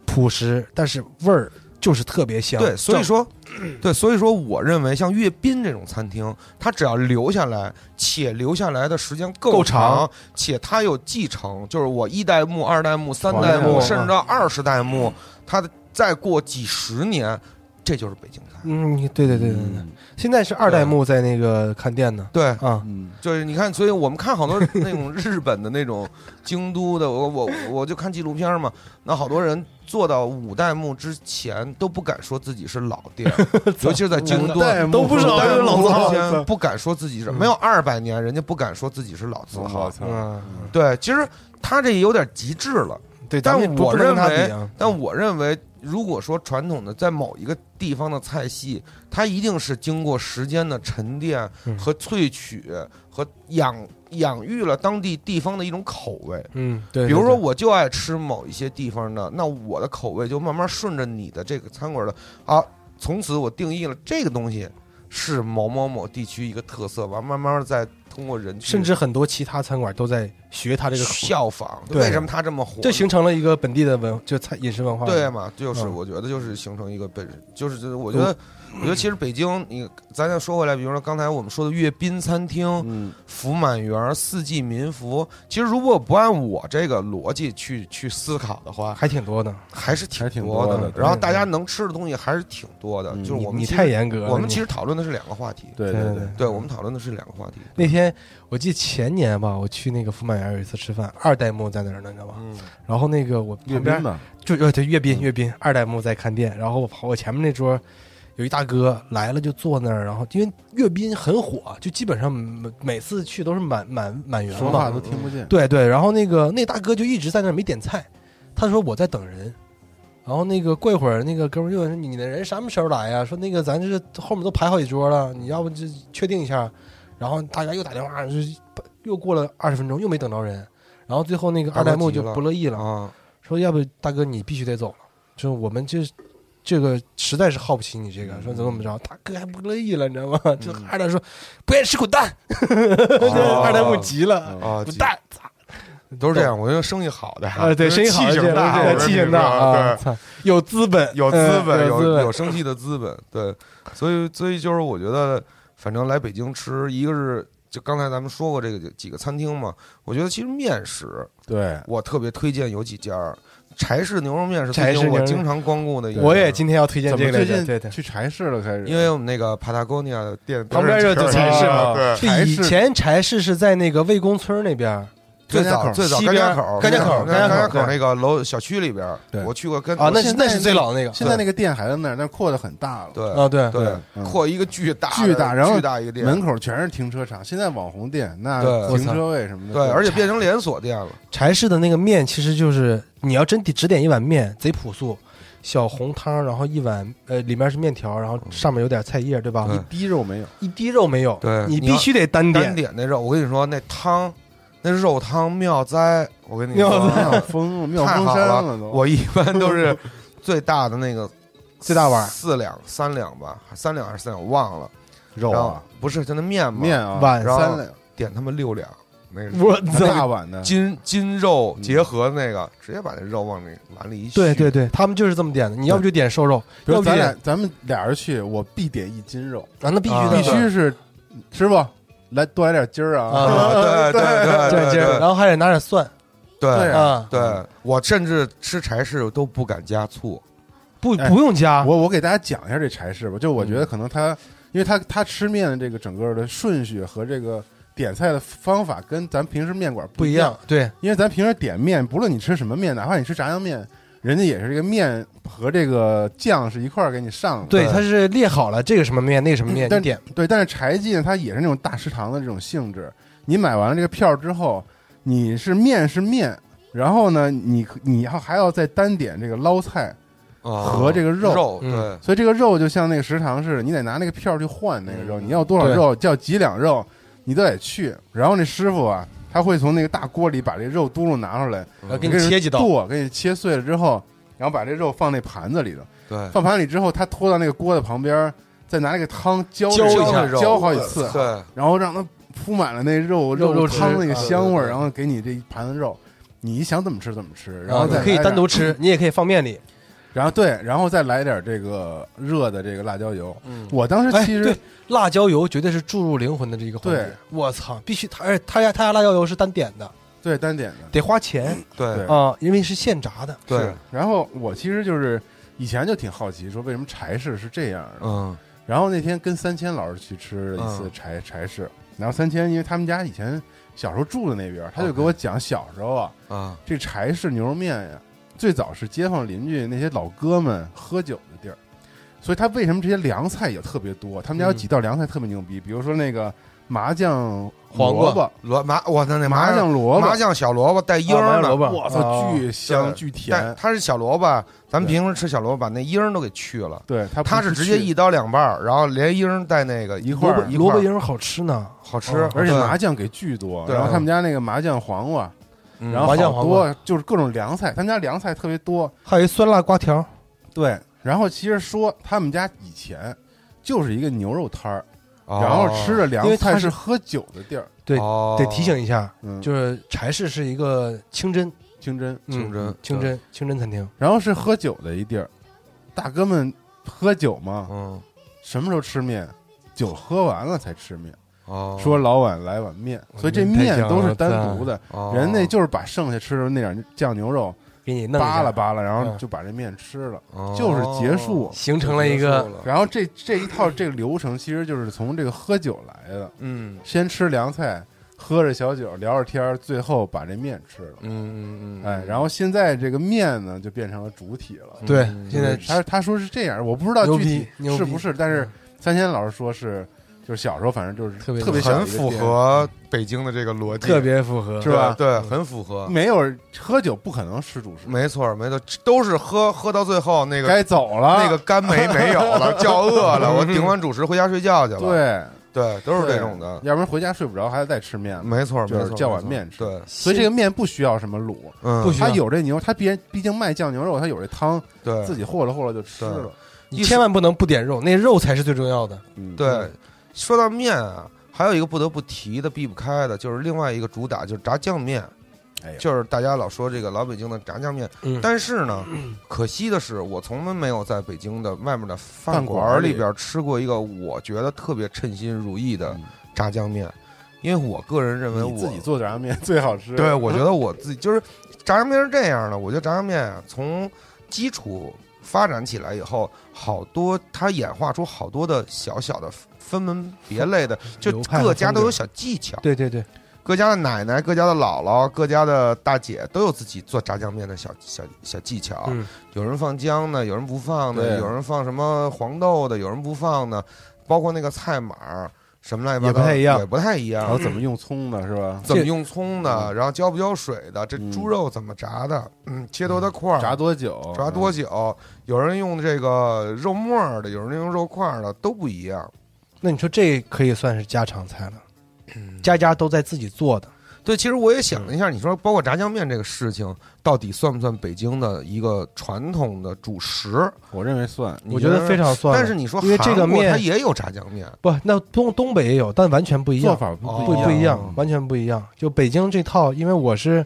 [SPEAKER 8] 朴实，但是味儿就是特别香。
[SPEAKER 9] 对，所以
[SPEAKER 8] 正
[SPEAKER 9] 说，对，所以说，我认为像阅兵这种餐厅，它只要留下来，且留下来的时间够
[SPEAKER 8] 够长
[SPEAKER 9] 且它有继承，就是我一代目、二代目、三
[SPEAKER 7] 传
[SPEAKER 9] 代目，
[SPEAKER 7] 承
[SPEAKER 9] 甚至到二十代目，它的再过几十年，这就是北京菜。
[SPEAKER 8] 嗯，对对对对对，现在是二代目在那个看店呢
[SPEAKER 9] 对，
[SPEAKER 8] 啊，
[SPEAKER 7] 嗯，
[SPEAKER 9] 就是你看，所以我们看好多那种日本的那种京都的，我我我就看纪录片嘛，那好多人做到五代目之前都不敢说自己是老 店，尤其是在京都，
[SPEAKER 7] 都嗯不
[SPEAKER 9] 老
[SPEAKER 7] 这
[SPEAKER 9] 老
[SPEAKER 7] 字
[SPEAKER 9] 字
[SPEAKER 7] 号
[SPEAKER 9] 号，不敢说自己是
[SPEAKER 8] 嗯
[SPEAKER 9] 没有二百年，人家不敢说自己是老字
[SPEAKER 7] 我
[SPEAKER 9] 号。
[SPEAKER 7] 操！
[SPEAKER 8] 嗯，
[SPEAKER 9] 对，其实他这有点极致了，
[SPEAKER 8] 对，
[SPEAKER 9] 但
[SPEAKER 8] 咱们不
[SPEAKER 9] 我
[SPEAKER 8] 不能
[SPEAKER 9] 认
[SPEAKER 8] 跟他比
[SPEAKER 9] 为
[SPEAKER 8] 啊，，
[SPEAKER 9] 但我认为，如果说传统的在某一个地方的菜系，它一定是经过时间的沉淀
[SPEAKER 8] 嗯
[SPEAKER 9] 和萃取和养养育了当地地方的一种口味。
[SPEAKER 8] 嗯，对，
[SPEAKER 9] 比如
[SPEAKER 8] 对
[SPEAKER 9] 说，
[SPEAKER 8] 对
[SPEAKER 9] 我就爱吃某一些地方的，那我的口味就慢慢顺着你的这个餐馆的啊，从此我定义了这个东西是某某某地区一个特色吧，慢慢的再通过人去
[SPEAKER 8] 甚至很多其他餐馆都在学他这个口味，
[SPEAKER 9] 效仿，
[SPEAKER 8] 对
[SPEAKER 9] 为什么它这么火？
[SPEAKER 8] 这形成了一个本地的文，就菜饮食文化。
[SPEAKER 9] 对，嘛，就是
[SPEAKER 8] 嗯
[SPEAKER 9] 我觉得就是形成一个本，就是就是我觉得，我觉得其实北京，你咱再说回来，比如说刚才我们说的阅兵餐厅、
[SPEAKER 7] 嗯，
[SPEAKER 9] 福满园、四季民福，其实如果不按我这个逻辑去去思考的话，
[SPEAKER 8] 还挺多的。
[SPEAKER 9] 还是挺
[SPEAKER 7] 还挺
[SPEAKER 9] 多
[SPEAKER 7] 多的对
[SPEAKER 9] 然后大家能吃的东西还是挺多的，
[SPEAKER 7] 嗯
[SPEAKER 9] 就是我们
[SPEAKER 8] 你
[SPEAKER 9] 其实
[SPEAKER 8] 太严格了，
[SPEAKER 9] 我们
[SPEAKER 8] 你
[SPEAKER 9] 其实讨论的是两个话题，
[SPEAKER 7] 对
[SPEAKER 8] 对
[SPEAKER 7] 对，
[SPEAKER 9] 对，我们讨论的是两个话题。
[SPEAKER 8] 那天我记得前年吧，我去那个福满园有一次吃饭，二代目在那儿呢，你知道吧？
[SPEAKER 9] 嗯，
[SPEAKER 8] 然后那个我
[SPEAKER 7] 阅
[SPEAKER 8] 旁边
[SPEAKER 7] 兵吧，
[SPEAKER 8] 就呃对阅兵阅兵二代目在看店，然后我跑我前面那桌有一大哥来了就坐那儿，然后因为阅兵很火，就基本上每每次去都是满满满员
[SPEAKER 7] 说话
[SPEAKER 8] 嘛，
[SPEAKER 7] 都听不见。
[SPEAKER 8] 对对，然后那个那大哥就一直在那儿没点菜，他说我在等人。然后那个过一会儿，那个哥们儿就问说：“你的人什么时候来呀？”说那个咱这后面都排好几桌了，你要不就确定一下。然后大家又打电话，就是又过了二十分钟，又没等着人。然后最后那个
[SPEAKER 9] 大
[SPEAKER 8] 二
[SPEAKER 9] 哥
[SPEAKER 8] 代目
[SPEAKER 9] 急
[SPEAKER 8] 就
[SPEAKER 9] 了
[SPEAKER 8] 不乐意了，
[SPEAKER 9] 啊，
[SPEAKER 8] 说要不大哥你必须得走了，就是我们这这个实在是耗不起你这个，说怎么怎么着，大哥还不乐意了，你知道吗？就二代说不愿意吃滚蛋，
[SPEAKER 9] 哦
[SPEAKER 8] 二代目急了，
[SPEAKER 9] 啊，
[SPEAKER 8] 滚蛋，
[SPEAKER 9] 都是这样。我觉得生意好的
[SPEAKER 8] 啊，对，生意好
[SPEAKER 9] 气
[SPEAKER 8] 就
[SPEAKER 9] 性
[SPEAKER 8] 是
[SPEAKER 9] 大，
[SPEAKER 8] 对
[SPEAKER 9] 我
[SPEAKER 8] 气
[SPEAKER 9] 跟
[SPEAKER 8] 性
[SPEAKER 9] 你
[SPEAKER 8] 大
[SPEAKER 9] 说
[SPEAKER 8] 啊，
[SPEAKER 9] 对
[SPEAKER 8] 操有资本，
[SPEAKER 9] 有资
[SPEAKER 8] 嗯
[SPEAKER 9] 本，
[SPEAKER 8] 有资
[SPEAKER 9] 有
[SPEAKER 8] 本
[SPEAKER 9] 有生气的资本，对，所以所以就是我觉得，反正来北京吃，一个是就刚才咱们说过这个几个餐厅嘛，我觉得其实面食
[SPEAKER 7] 对，
[SPEAKER 9] 我特别推荐有几家儿，柴氏牛肉面是
[SPEAKER 8] 柴
[SPEAKER 9] 最
[SPEAKER 8] 氏
[SPEAKER 9] 近我
[SPEAKER 8] 牛肉
[SPEAKER 9] 经常光顾的一个，
[SPEAKER 8] 我也今天要推荐
[SPEAKER 7] 怎
[SPEAKER 8] 这
[SPEAKER 7] 么
[SPEAKER 8] 个来
[SPEAKER 7] 最
[SPEAKER 8] 着，对
[SPEAKER 7] 近
[SPEAKER 8] 对。
[SPEAKER 7] 去柴市了？开始，
[SPEAKER 9] 因为我们那个 Patagonia 的店
[SPEAKER 8] 旁边就
[SPEAKER 9] 都
[SPEAKER 8] 就
[SPEAKER 9] 柴
[SPEAKER 8] 柴
[SPEAKER 9] 氏
[SPEAKER 8] 氏
[SPEAKER 9] 嘛，
[SPEAKER 8] 嘛
[SPEAKER 9] 对，
[SPEAKER 8] 就以前柴氏是在那个魏公村那边啊，
[SPEAKER 9] 最
[SPEAKER 7] 甘家
[SPEAKER 9] 早
[SPEAKER 7] 口
[SPEAKER 9] 最早
[SPEAKER 8] 西
[SPEAKER 9] 甘家
[SPEAKER 8] 边
[SPEAKER 9] 口，
[SPEAKER 8] 甘家口
[SPEAKER 9] 甘
[SPEAKER 8] 甘家
[SPEAKER 9] 家
[SPEAKER 8] 口
[SPEAKER 9] 口
[SPEAKER 8] 对啊
[SPEAKER 9] 那个楼小区里边儿
[SPEAKER 7] 对，
[SPEAKER 9] 我去过跟
[SPEAKER 8] 那是
[SPEAKER 7] 现在
[SPEAKER 8] 那是最老的那个，
[SPEAKER 7] 现在那个店还在那儿，但是扩的很大了。
[SPEAKER 9] 对
[SPEAKER 8] 啊对，
[SPEAKER 9] 对
[SPEAKER 7] 嗯
[SPEAKER 9] 扩一个巨大的
[SPEAKER 7] 巨大然后
[SPEAKER 9] 巨大一个店
[SPEAKER 7] 门口全是停车场，现在网红店那
[SPEAKER 9] 对
[SPEAKER 7] 停车位什么的，
[SPEAKER 9] 对，而且变成连锁店了。
[SPEAKER 8] 柴氏的那个面其实就是你要真点只点一碗面，贼朴素，小红汤，然后一碗呃里面是面条，然后上面有点菜叶，对吧？
[SPEAKER 9] 对
[SPEAKER 7] 一滴肉没有。
[SPEAKER 9] 嗯
[SPEAKER 8] 一一滴肉没有，
[SPEAKER 9] 对
[SPEAKER 8] 你
[SPEAKER 9] 你要
[SPEAKER 8] 必须得单
[SPEAKER 9] 单
[SPEAKER 8] 点。
[SPEAKER 9] 点那肉，我跟你说，那汤，那肉汤妙哉！我跟你说，
[SPEAKER 7] 妙峰妙
[SPEAKER 9] 太
[SPEAKER 7] 峰
[SPEAKER 9] 好
[SPEAKER 7] 山
[SPEAKER 9] 了
[SPEAKER 7] 都。
[SPEAKER 9] 我一般都是最大的那个
[SPEAKER 8] 最大碗
[SPEAKER 9] 四两、三两吧，三两还是三两，忘了。
[SPEAKER 7] 肉
[SPEAKER 9] 然后
[SPEAKER 7] 啊，
[SPEAKER 9] 不是就那面嘛，
[SPEAKER 7] 面啊，
[SPEAKER 8] 碗
[SPEAKER 9] 然后
[SPEAKER 7] 三两
[SPEAKER 9] 点他妈六两，那个
[SPEAKER 8] 我
[SPEAKER 7] 大碗的，
[SPEAKER 9] 筋筋肉结合的那个，直接把那肉往那碗里一
[SPEAKER 8] 对
[SPEAKER 9] 续
[SPEAKER 8] 对对，他们就是这么点的。你要不就点瘦肉，
[SPEAKER 7] 比
[SPEAKER 8] 要
[SPEAKER 7] 如
[SPEAKER 8] 不就
[SPEAKER 7] 咱俩
[SPEAKER 8] 点
[SPEAKER 7] 咱们俩人去，我必点一斤肉，
[SPEAKER 8] 啊，那必须
[SPEAKER 9] 啊
[SPEAKER 8] 的，
[SPEAKER 7] 必须是师傅来多来点筋儿
[SPEAKER 8] 啊
[SPEAKER 7] 啊，
[SPEAKER 9] 啊对对对
[SPEAKER 8] 这样接着，
[SPEAKER 9] 对
[SPEAKER 8] 然后还得拿点蒜
[SPEAKER 9] 对
[SPEAKER 7] 对
[SPEAKER 8] 啊，
[SPEAKER 9] 对，我甚至吃柴氏都不敢加醋，
[SPEAKER 8] 不
[SPEAKER 7] 哎
[SPEAKER 8] 不用加，
[SPEAKER 7] 我我给大家讲一下
[SPEAKER 8] 嗯
[SPEAKER 7] 这柴氏吧，就我觉得可能他，因为他他吃面的这个整个的顺序和这个点菜的方法跟咱平时面馆
[SPEAKER 8] 不一
[SPEAKER 7] 一样，
[SPEAKER 8] 样。对，
[SPEAKER 7] 因为咱平时点面，不论你吃什么面，哪怕你吃炸酱面，人家也是这个面和这个酱是一块儿给你上的。
[SPEAKER 8] 对，它是列好了这个什么面，那个什么面，
[SPEAKER 7] 嗯但
[SPEAKER 8] 你点
[SPEAKER 7] 对，但是柴记呢，它也是那种大食堂的这种性质。你买完了这个票之后，你是面是面，然后呢，你你要还要再单点这个捞菜，和这个肉
[SPEAKER 9] 啊肉，
[SPEAKER 8] 嗯
[SPEAKER 9] 对，
[SPEAKER 7] 所以这个肉就像那个食堂似的，你得拿那个票去换那个肉，你要多少
[SPEAKER 8] 对
[SPEAKER 7] 肉，叫几两肉，你都得去。然后那师傅啊，他会从那个大锅里把这肉嘟噜拿出来，
[SPEAKER 8] 然呃后给
[SPEAKER 7] 给
[SPEAKER 8] 你切几刀，
[SPEAKER 7] 剁，给你切碎了之后，然后把这肉放那盘子里头，
[SPEAKER 9] 对，
[SPEAKER 7] 放盘里之后，他拖到那个锅的旁边，再拿那个汤浇
[SPEAKER 9] 浇
[SPEAKER 7] 这
[SPEAKER 9] 一下
[SPEAKER 7] 肉
[SPEAKER 9] 肉
[SPEAKER 7] 浇好几次，
[SPEAKER 9] 对，
[SPEAKER 7] 然后让它铺满了那肉
[SPEAKER 8] 肉
[SPEAKER 7] 肉
[SPEAKER 8] 呃肉
[SPEAKER 7] 汤
[SPEAKER 8] 汁
[SPEAKER 7] 那个
[SPEAKER 8] 啊
[SPEAKER 7] 香味
[SPEAKER 9] 对
[SPEAKER 7] 儿，
[SPEAKER 9] 对
[SPEAKER 7] 然后给你这一盘子肉，你想怎么吃怎么吃，然
[SPEAKER 8] 然后
[SPEAKER 7] 后
[SPEAKER 8] 你
[SPEAKER 7] 再
[SPEAKER 8] 啊可以
[SPEAKER 7] 来
[SPEAKER 8] 单
[SPEAKER 7] 点
[SPEAKER 8] 独吃，你也可以放面里。
[SPEAKER 7] 然后对，然后再来点这个热的这个辣椒油。
[SPEAKER 9] 嗯，
[SPEAKER 7] 我当时
[SPEAKER 8] 哎，
[SPEAKER 7] 其实、
[SPEAKER 8] 对，辣椒油绝对是注入灵魂的这一个环节
[SPEAKER 7] 对。
[SPEAKER 8] 我操，必须他，而且他家他家辣椒油是单点的，
[SPEAKER 7] 对单点的，
[SPEAKER 8] 得花钱
[SPEAKER 7] 对
[SPEAKER 9] 对
[SPEAKER 8] 啊，因为是现炸的。
[SPEAKER 9] 对
[SPEAKER 7] 是，。然后我其实就是以前就挺好奇，说为什么柴氏是这样的。
[SPEAKER 9] 嗯
[SPEAKER 7] 然后那天跟三千老师去吃了一次
[SPEAKER 9] 嗯
[SPEAKER 7] 柴、柴氏，然后三千因为他们家以前小时候住的那边儿，他就给我讲小时候啊，
[SPEAKER 9] 啊，
[SPEAKER 7] 这柴氏牛肉面呀，最早是街坊邻居那些老哥们喝酒的地儿，所以他为什么这些凉菜也特别多？他们家有几道凉菜特别牛逼，比如说那个麻酱
[SPEAKER 8] 黄瓜
[SPEAKER 7] 萝卜、
[SPEAKER 9] 萝麻，我操，那
[SPEAKER 7] 麻酱萝卜，
[SPEAKER 9] 麻酱小萝卜带缨
[SPEAKER 8] 啊麻酱
[SPEAKER 9] 儿的
[SPEAKER 8] 萝，卜
[SPEAKER 7] 我操，
[SPEAKER 8] 啊
[SPEAKER 7] 巨香
[SPEAKER 9] 对
[SPEAKER 7] 巨
[SPEAKER 9] 但
[SPEAKER 7] 甜。
[SPEAKER 9] 它是小萝卜，咱们
[SPEAKER 7] 对
[SPEAKER 9] 平时吃小萝卜把那缨儿都给去了，
[SPEAKER 7] 对，它
[SPEAKER 9] 它
[SPEAKER 7] 它
[SPEAKER 9] 是直接一刀两半儿，然后连缨儿带那个
[SPEAKER 7] 一块
[SPEAKER 8] 萝
[SPEAKER 7] 儿
[SPEAKER 8] 卜
[SPEAKER 9] 儿
[SPEAKER 8] 萝卜
[SPEAKER 9] 一块
[SPEAKER 8] 缨
[SPEAKER 9] 儿
[SPEAKER 8] 儿好吃呢，
[SPEAKER 9] 好吃
[SPEAKER 8] 哦，
[SPEAKER 7] 而且
[SPEAKER 9] 对
[SPEAKER 7] 麻酱给巨多。
[SPEAKER 9] 对
[SPEAKER 7] 然后他们家那个麻酱黄瓜，
[SPEAKER 9] 嗯
[SPEAKER 7] 然后
[SPEAKER 8] 麻酱
[SPEAKER 7] 好
[SPEAKER 8] 黄瓜
[SPEAKER 7] 多就是各种凉菜，他们家凉菜特别多。
[SPEAKER 8] 还有一酸辣瓜条。
[SPEAKER 7] 对，然后其实说他们家以前就是一个牛肉摊儿，
[SPEAKER 9] 哦
[SPEAKER 7] 然后吃的
[SPEAKER 8] 因
[SPEAKER 7] 凉
[SPEAKER 8] 为它
[SPEAKER 7] 菜
[SPEAKER 8] 是
[SPEAKER 7] 是喝酒的地儿。
[SPEAKER 8] 对
[SPEAKER 9] 哦
[SPEAKER 8] 得提醒一下，
[SPEAKER 7] 嗯，
[SPEAKER 8] 就是柴氏是一个清真，
[SPEAKER 7] 清真。
[SPEAKER 8] 嗯
[SPEAKER 9] 清真
[SPEAKER 8] 清真清真餐厅。
[SPEAKER 7] 然后是喝酒的一地儿，大哥们喝酒嘛，
[SPEAKER 9] 嗯
[SPEAKER 7] 什么时候吃面？酒喝完了才吃面，
[SPEAKER 9] 哦，
[SPEAKER 7] 说老碗来碗面，
[SPEAKER 8] 哦
[SPEAKER 7] 所以这面都是单独的。
[SPEAKER 9] 哦
[SPEAKER 7] 人那就是把剩下吃的那点酱牛肉
[SPEAKER 8] 给你弄一
[SPEAKER 7] 扒
[SPEAKER 8] 下
[SPEAKER 7] 拉扒拉，然后
[SPEAKER 8] 嗯
[SPEAKER 7] 就把这面吃了，
[SPEAKER 9] 哦
[SPEAKER 7] 就是结束。
[SPEAKER 8] 形成了一个，
[SPEAKER 7] 然后这这一套这个流程其实就是从这个喝酒来的，
[SPEAKER 9] 嗯
[SPEAKER 7] 先吃凉菜，喝着小酒，聊着天儿，最后把这面吃了。
[SPEAKER 9] 嗯嗯嗯，
[SPEAKER 7] 哎，然后现在这个面呢就变成了主体了。
[SPEAKER 8] 对，
[SPEAKER 9] 嗯
[SPEAKER 8] 现在
[SPEAKER 7] 他他说是这样，我不知道
[SPEAKER 8] 牛
[SPEAKER 7] 具体
[SPEAKER 8] 逼牛逼嗯
[SPEAKER 7] 是不是，但是三千老师说是，就是小时候反正就是
[SPEAKER 8] 特别
[SPEAKER 7] 特别小
[SPEAKER 9] 很
[SPEAKER 7] 一个
[SPEAKER 9] 符
[SPEAKER 7] 店，
[SPEAKER 9] 合北京的这个逻辑，
[SPEAKER 8] 特别符合
[SPEAKER 7] 是吧
[SPEAKER 9] 对，对很符合，
[SPEAKER 7] 没有喝酒不可能吃主食，
[SPEAKER 9] 没错没错，都是喝喝到最后那个
[SPEAKER 7] 该啊走了
[SPEAKER 9] 那个甘梅没有 了，叫饿了，我顶完主食回家睡觉去了，
[SPEAKER 7] 对，
[SPEAKER 9] 对，都是
[SPEAKER 7] 对
[SPEAKER 9] 这种的，
[SPEAKER 7] 要不然回家睡不着，还得再吃面呢。
[SPEAKER 9] 没错
[SPEAKER 7] 就是
[SPEAKER 9] 没错，
[SPEAKER 7] 叫碗
[SPEAKER 9] 没错
[SPEAKER 7] 面吃
[SPEAKER 9] 对，
[SPEAKER 7] 所以这个面不需要什么卤，
[SPEAKER 9] 嗯，
[SPEAKER 8] 不需
[SPEAKER 7] 他
[SPEAKER 8] 要
[SPEAKER 7] 有这牛，他别毕竟卖酱牛肉，他有这汤，
[SPEAKER 9] 对
[SPEAKER 7] 自己和了和了就吃了。
[SPEAKER 8] 你千万不能不点肉，那肉才是最重要的。
[SPEAKER 7] 嗯，
[SPEAKER 9] 对，说到面啊，还有一个不得不提的、避不开的，就是另外一个主打就是炸酱面
[SPEAKER 7] 哎呀。
[SPEAKER 9] 就是大家老说这个老北京的炸酱面，
[SPEAKER 8] 嗯
[SPEAKER 9] 但是呢，可惜的是，我从来没有在北京的外面的
[SPEAKER 7] 饭
[SPEAKER 9] 饭
[SPEAKER 7] 馆
[SPEAKER 9] 馆
[SPEAKER 7] 里
[SPEAKER 9] 里边吃过一个我觉得特别称心如意的
[SPEAKER 7] 嗯
[SPEAKER 9] 炸酱面，因为我个人认为我
[SPEAKER 7] 你自己做炸酱面最好吃。
[SPEAKER 9] 对，我觉得我自己就是炸酱面是这样的，我觉得炸酱面啊，从基础发展起来以后，好多它演化出好多的小小的分门别类的，就
[SPEAKER 8] 流派和
[SPEAKER 9] 各家
[SPEAKER 8] 风
[SPEAKER 9] 都
[SPEAKER 8] 格
[SPEAKER 9] 有小技巧，
[SPEAKER 8] 对对对，
[SPEAKER 9] 各家的奶奶、各家的姥姥、各家的大姐都有自己做炸酱面的小小小技巧。
[SPEAKER 8] 嗯
[SPEAKER 9] 有人放姜的，有人不放的，
[SPEAKER 7] 对
[SPEAKER 9] 有人放什么黄豆的，有人不放的，包括那个菜码儿什么乱七八
[SPEAKER 8] 也不
[SPEAKER 9] 糟，
[SPEAKER 8] 太一样
[SPEAKER 9] 也不太一样。
[SPEAKER 7] 然后怎么用葱的是吧？
[SPEAKER 9] 怎么用葱的，
[SPEAKER 7] 嗯
[SPEAKER 9] 然后浇不浇水的，这
[SPEAKER 7] 嗯
[SPEAKER 9] 猪肉怎么炸的，嗯，切多大嗯块儿，
[SPEAKER 7] 炸多久？
[SPEAKER 9] 炸多久，有人用这个肉末儿的，有人用肉块儿的，都不一样。
[SPEAKER 7] 嗯
[SPEAKER 8] 那你说这可以算是家常菜了，家家都在自己做的。
[SPEAKER 9] 对，其实我也想了一下，你说包括炸酱面这个事情，到底算不算北京的一个传统的主食？
[SPEAKER 7] 我认为算。
[SPEAKER 9] 你
[SPEAKER 8] 我觉得非常算了
[SPEAKER 9] 但是你说
[SPEAKER 8] 因为这个
[SPEAKER 9] 韩国
[SPEAKER 8] 面
[SPEAKER 9] 它也有炸酱面，
[SPEAKER 8] 不，那东东北也有，但完全不一
[SPEAKER 7] 做
[SPEAKER 8] 样，
[SPEAKER 7] 法不
[SPEAKER 9] 哦
[SPEAKER 8] 不不一
[SPEAKER 7] 嗯
[SPEAKER 8] 样，完全不一样。就北京这套，因为我是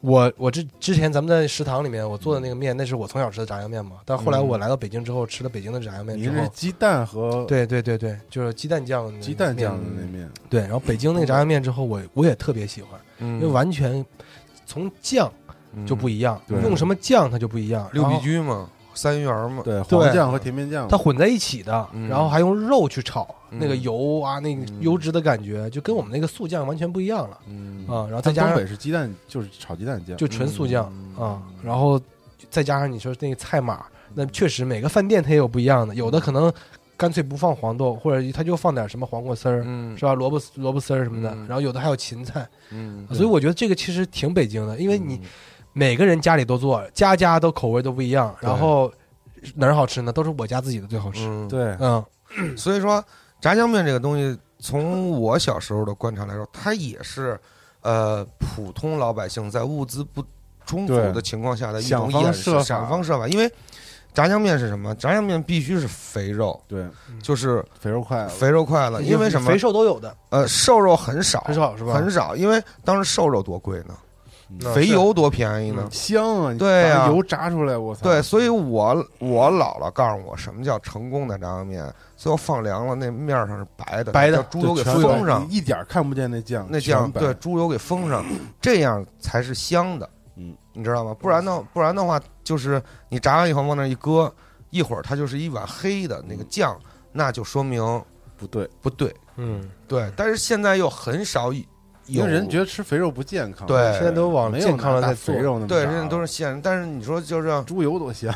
[SPEAKER 8] 我我之之前咱们在食堂里面我做的那个面，那是我从小吃的炸酱面嘛。但后来我来到北京之后，吃了北京的炸酱面
[SPEAKER 7] 你
[SPEAKER 8] 之
[SPEAKER 7] 是
[SPEAKER 8] 后，
[SPEAKER 7] 鸡蛋和
[SPEAKER 8] 对对对对，就是鸡蛋酱的那个
[SPEAKER 7] 鸡蛋酱的
[SPEAKER 8] 面
[SPEAKER 7] 那面，
[SPEAKER 8] 对，然后北京那个炸酱面之后，我我也特别喜欢，因为
[SPEAKER 9] 嗯，
[SPEAKER 8] 完全从酱就不一样，
[SPEAKER 7] 对
[SPEAKER 8] 用什么酱它就不一样。
[SPEAKER 9] 六
[SPEAKER 8] 然
[SPEAKER 9] 必
[SPEAKER 8] 后
[SPEAKER 9] 居嘛，三元嘛，
[SPEAKER 7] 对
[SPEAKER 8] 对
[SPEAKER 7] 黄酱和甜面酱，
[SPEAKER 8] 它混在一起的，
[SPEAKER 9] 嗯
[SPEAKER 8] 然后还用肉去炒，
[SPEAKER 9] 嗯
[SPEAKER 8] 那个油啊，那个
[SPEAKER 9] 嗯
[SPEAKER 8] 油脂的感觉，就跟我们那个素酱完全不一样了
[SPEAKER 9] 嗯
[SPEAKER 8] 啊。然后再
[SPEAKER 7] 但
[SPEAKER 8] 加
[SPEAKER 7] 东
[SPEAKER 8] 上
[SPEAKER 7] 北是鸡蛋就是炒鸡蛋酱，
[SPEAKER 8] 就纯素酱
[SPEAKER 9] 嗯
[SPEAKER 8] 啊，然后再加上你说那个菜码，那确实每个饭店它也有不一样的，有的可能干脆不放黄豆，或者它就放点什么黄瓜丝儿。
[SPEAKER 9] 嗯
[SPEAKER 8] 是吧？萝卜萝卜丝儿什么的，
[SPEAKER 9] 嗯
[SPEAKER 8] 然后有的还有芹菜，啊
[SPEAKER 9] 嗯，
[SPEAKER 8] 所以我觉得这个其实挺北京的，因为你
[SPEAKER 9] 嗯
[SPEAKER 8] 每个人家里都做，家家都口味都不一样，然后哪儿好吃呢？都是我家自己的最好吃。
[SPEAKER 9] 嗯，
[SPEAKER 7] 对，
[SPEAKER 8] 嗯，
[SPEAKER 9] 所以说炸酱面这个东西，从我小时候的观察来说，它也是呃普通老百姓在物资不充足
[SPEAKER 7] 对
[SPEAKER 9] 的情况下的一
[SPEAKER 7] 想
[SPEAKER 9] 种
[SPEAKER 7] 方
[SPEAKER 9] 掩
[SPEAKER 7] 设
[SPEAKER 9] 饰，
[SPEAKER 7] 法
[SPEAKER 9] 想方设法。因为炸酱面是什么？炸酱面必须是肥肉，
[SPEAKER 7] 对，
[SPEAKER 9] 就是
[SPEAKER 7] 肥肉 快了，
[SPEAKER 9] 肥肉块了。因为什么
[SPEAKER 8] 肥？瘦都有的，
[SPEAKER 9] 呃，瘦肉很少，
[SPEAKER 8] 很少是吧？
[SPEAKER 9] 很少，因为当时瘦肉多贵呢，
[SPEAKER 8] 嗯
[SPEAKER 9] 肥
[SPEAKER 8] 是
[SPEAKER 9] 油多便宜呢
[SPEAKER 8] 嗯。
[SPEAKER 7] 香啊！你
[SPEAKER 9] 对
[SPEAKER 7] 把
[SPEAKER 9] 啊
[SPEAKER 7] 油炸出来，我操！
[SPEAKER 9] 对，所以我我姥姥告诉我什么叫成功的炸酱面，最后放凉了，那面儿上是白的，
[SPEAKER 8] 白的
[SPEAKER 9] 叫猪油给
[SPEAKER 7] 全白
[SPEAKER 9] 封上，
[SPEAKER 7] 一点儿看不见那酱，
[SPEAKER 9] 那酱
[SPEAKER 7] 全白
[SPEAKER 9] 对猪油给封上，这样才是香的。
[SPEAKER 7] 嗯，
[SPEAKER 9] 你知道吗？不然的不然的话，就是你炸完以后往那儿一搁，一会儿它就是一碗黑的
[SPEAKER 7] 嗯
[SPEAKER 9] 那个酱，那就说明
[SPEAKER 7] 不对，
[SPEAKER 9] 不对。
[SPEAKER 8] 嗯，
[SPEAKER 9] 对，但是现在又很少有
[SPEAKER 7] 因为人觉得吃肥肉不健康，
[SPEAKER 9] 对
[SPEAKER 8] 现在都往
[SPEAKER 7] 没有
[SPEAKER 8] 健康了
[SPEAKER 7] 拿
[SPEAKER 8] 在
[SPEAKER 7] 大
[SPEAKER 8] 做
[SPEAKER 7] 肥。肉那么
[SPEAKER 9] 对，
[SPEAKER 7] 炸
[SPEAKER 9] 现在都是现，但是你说就让
[SPEAKER 7] 猪油多 香，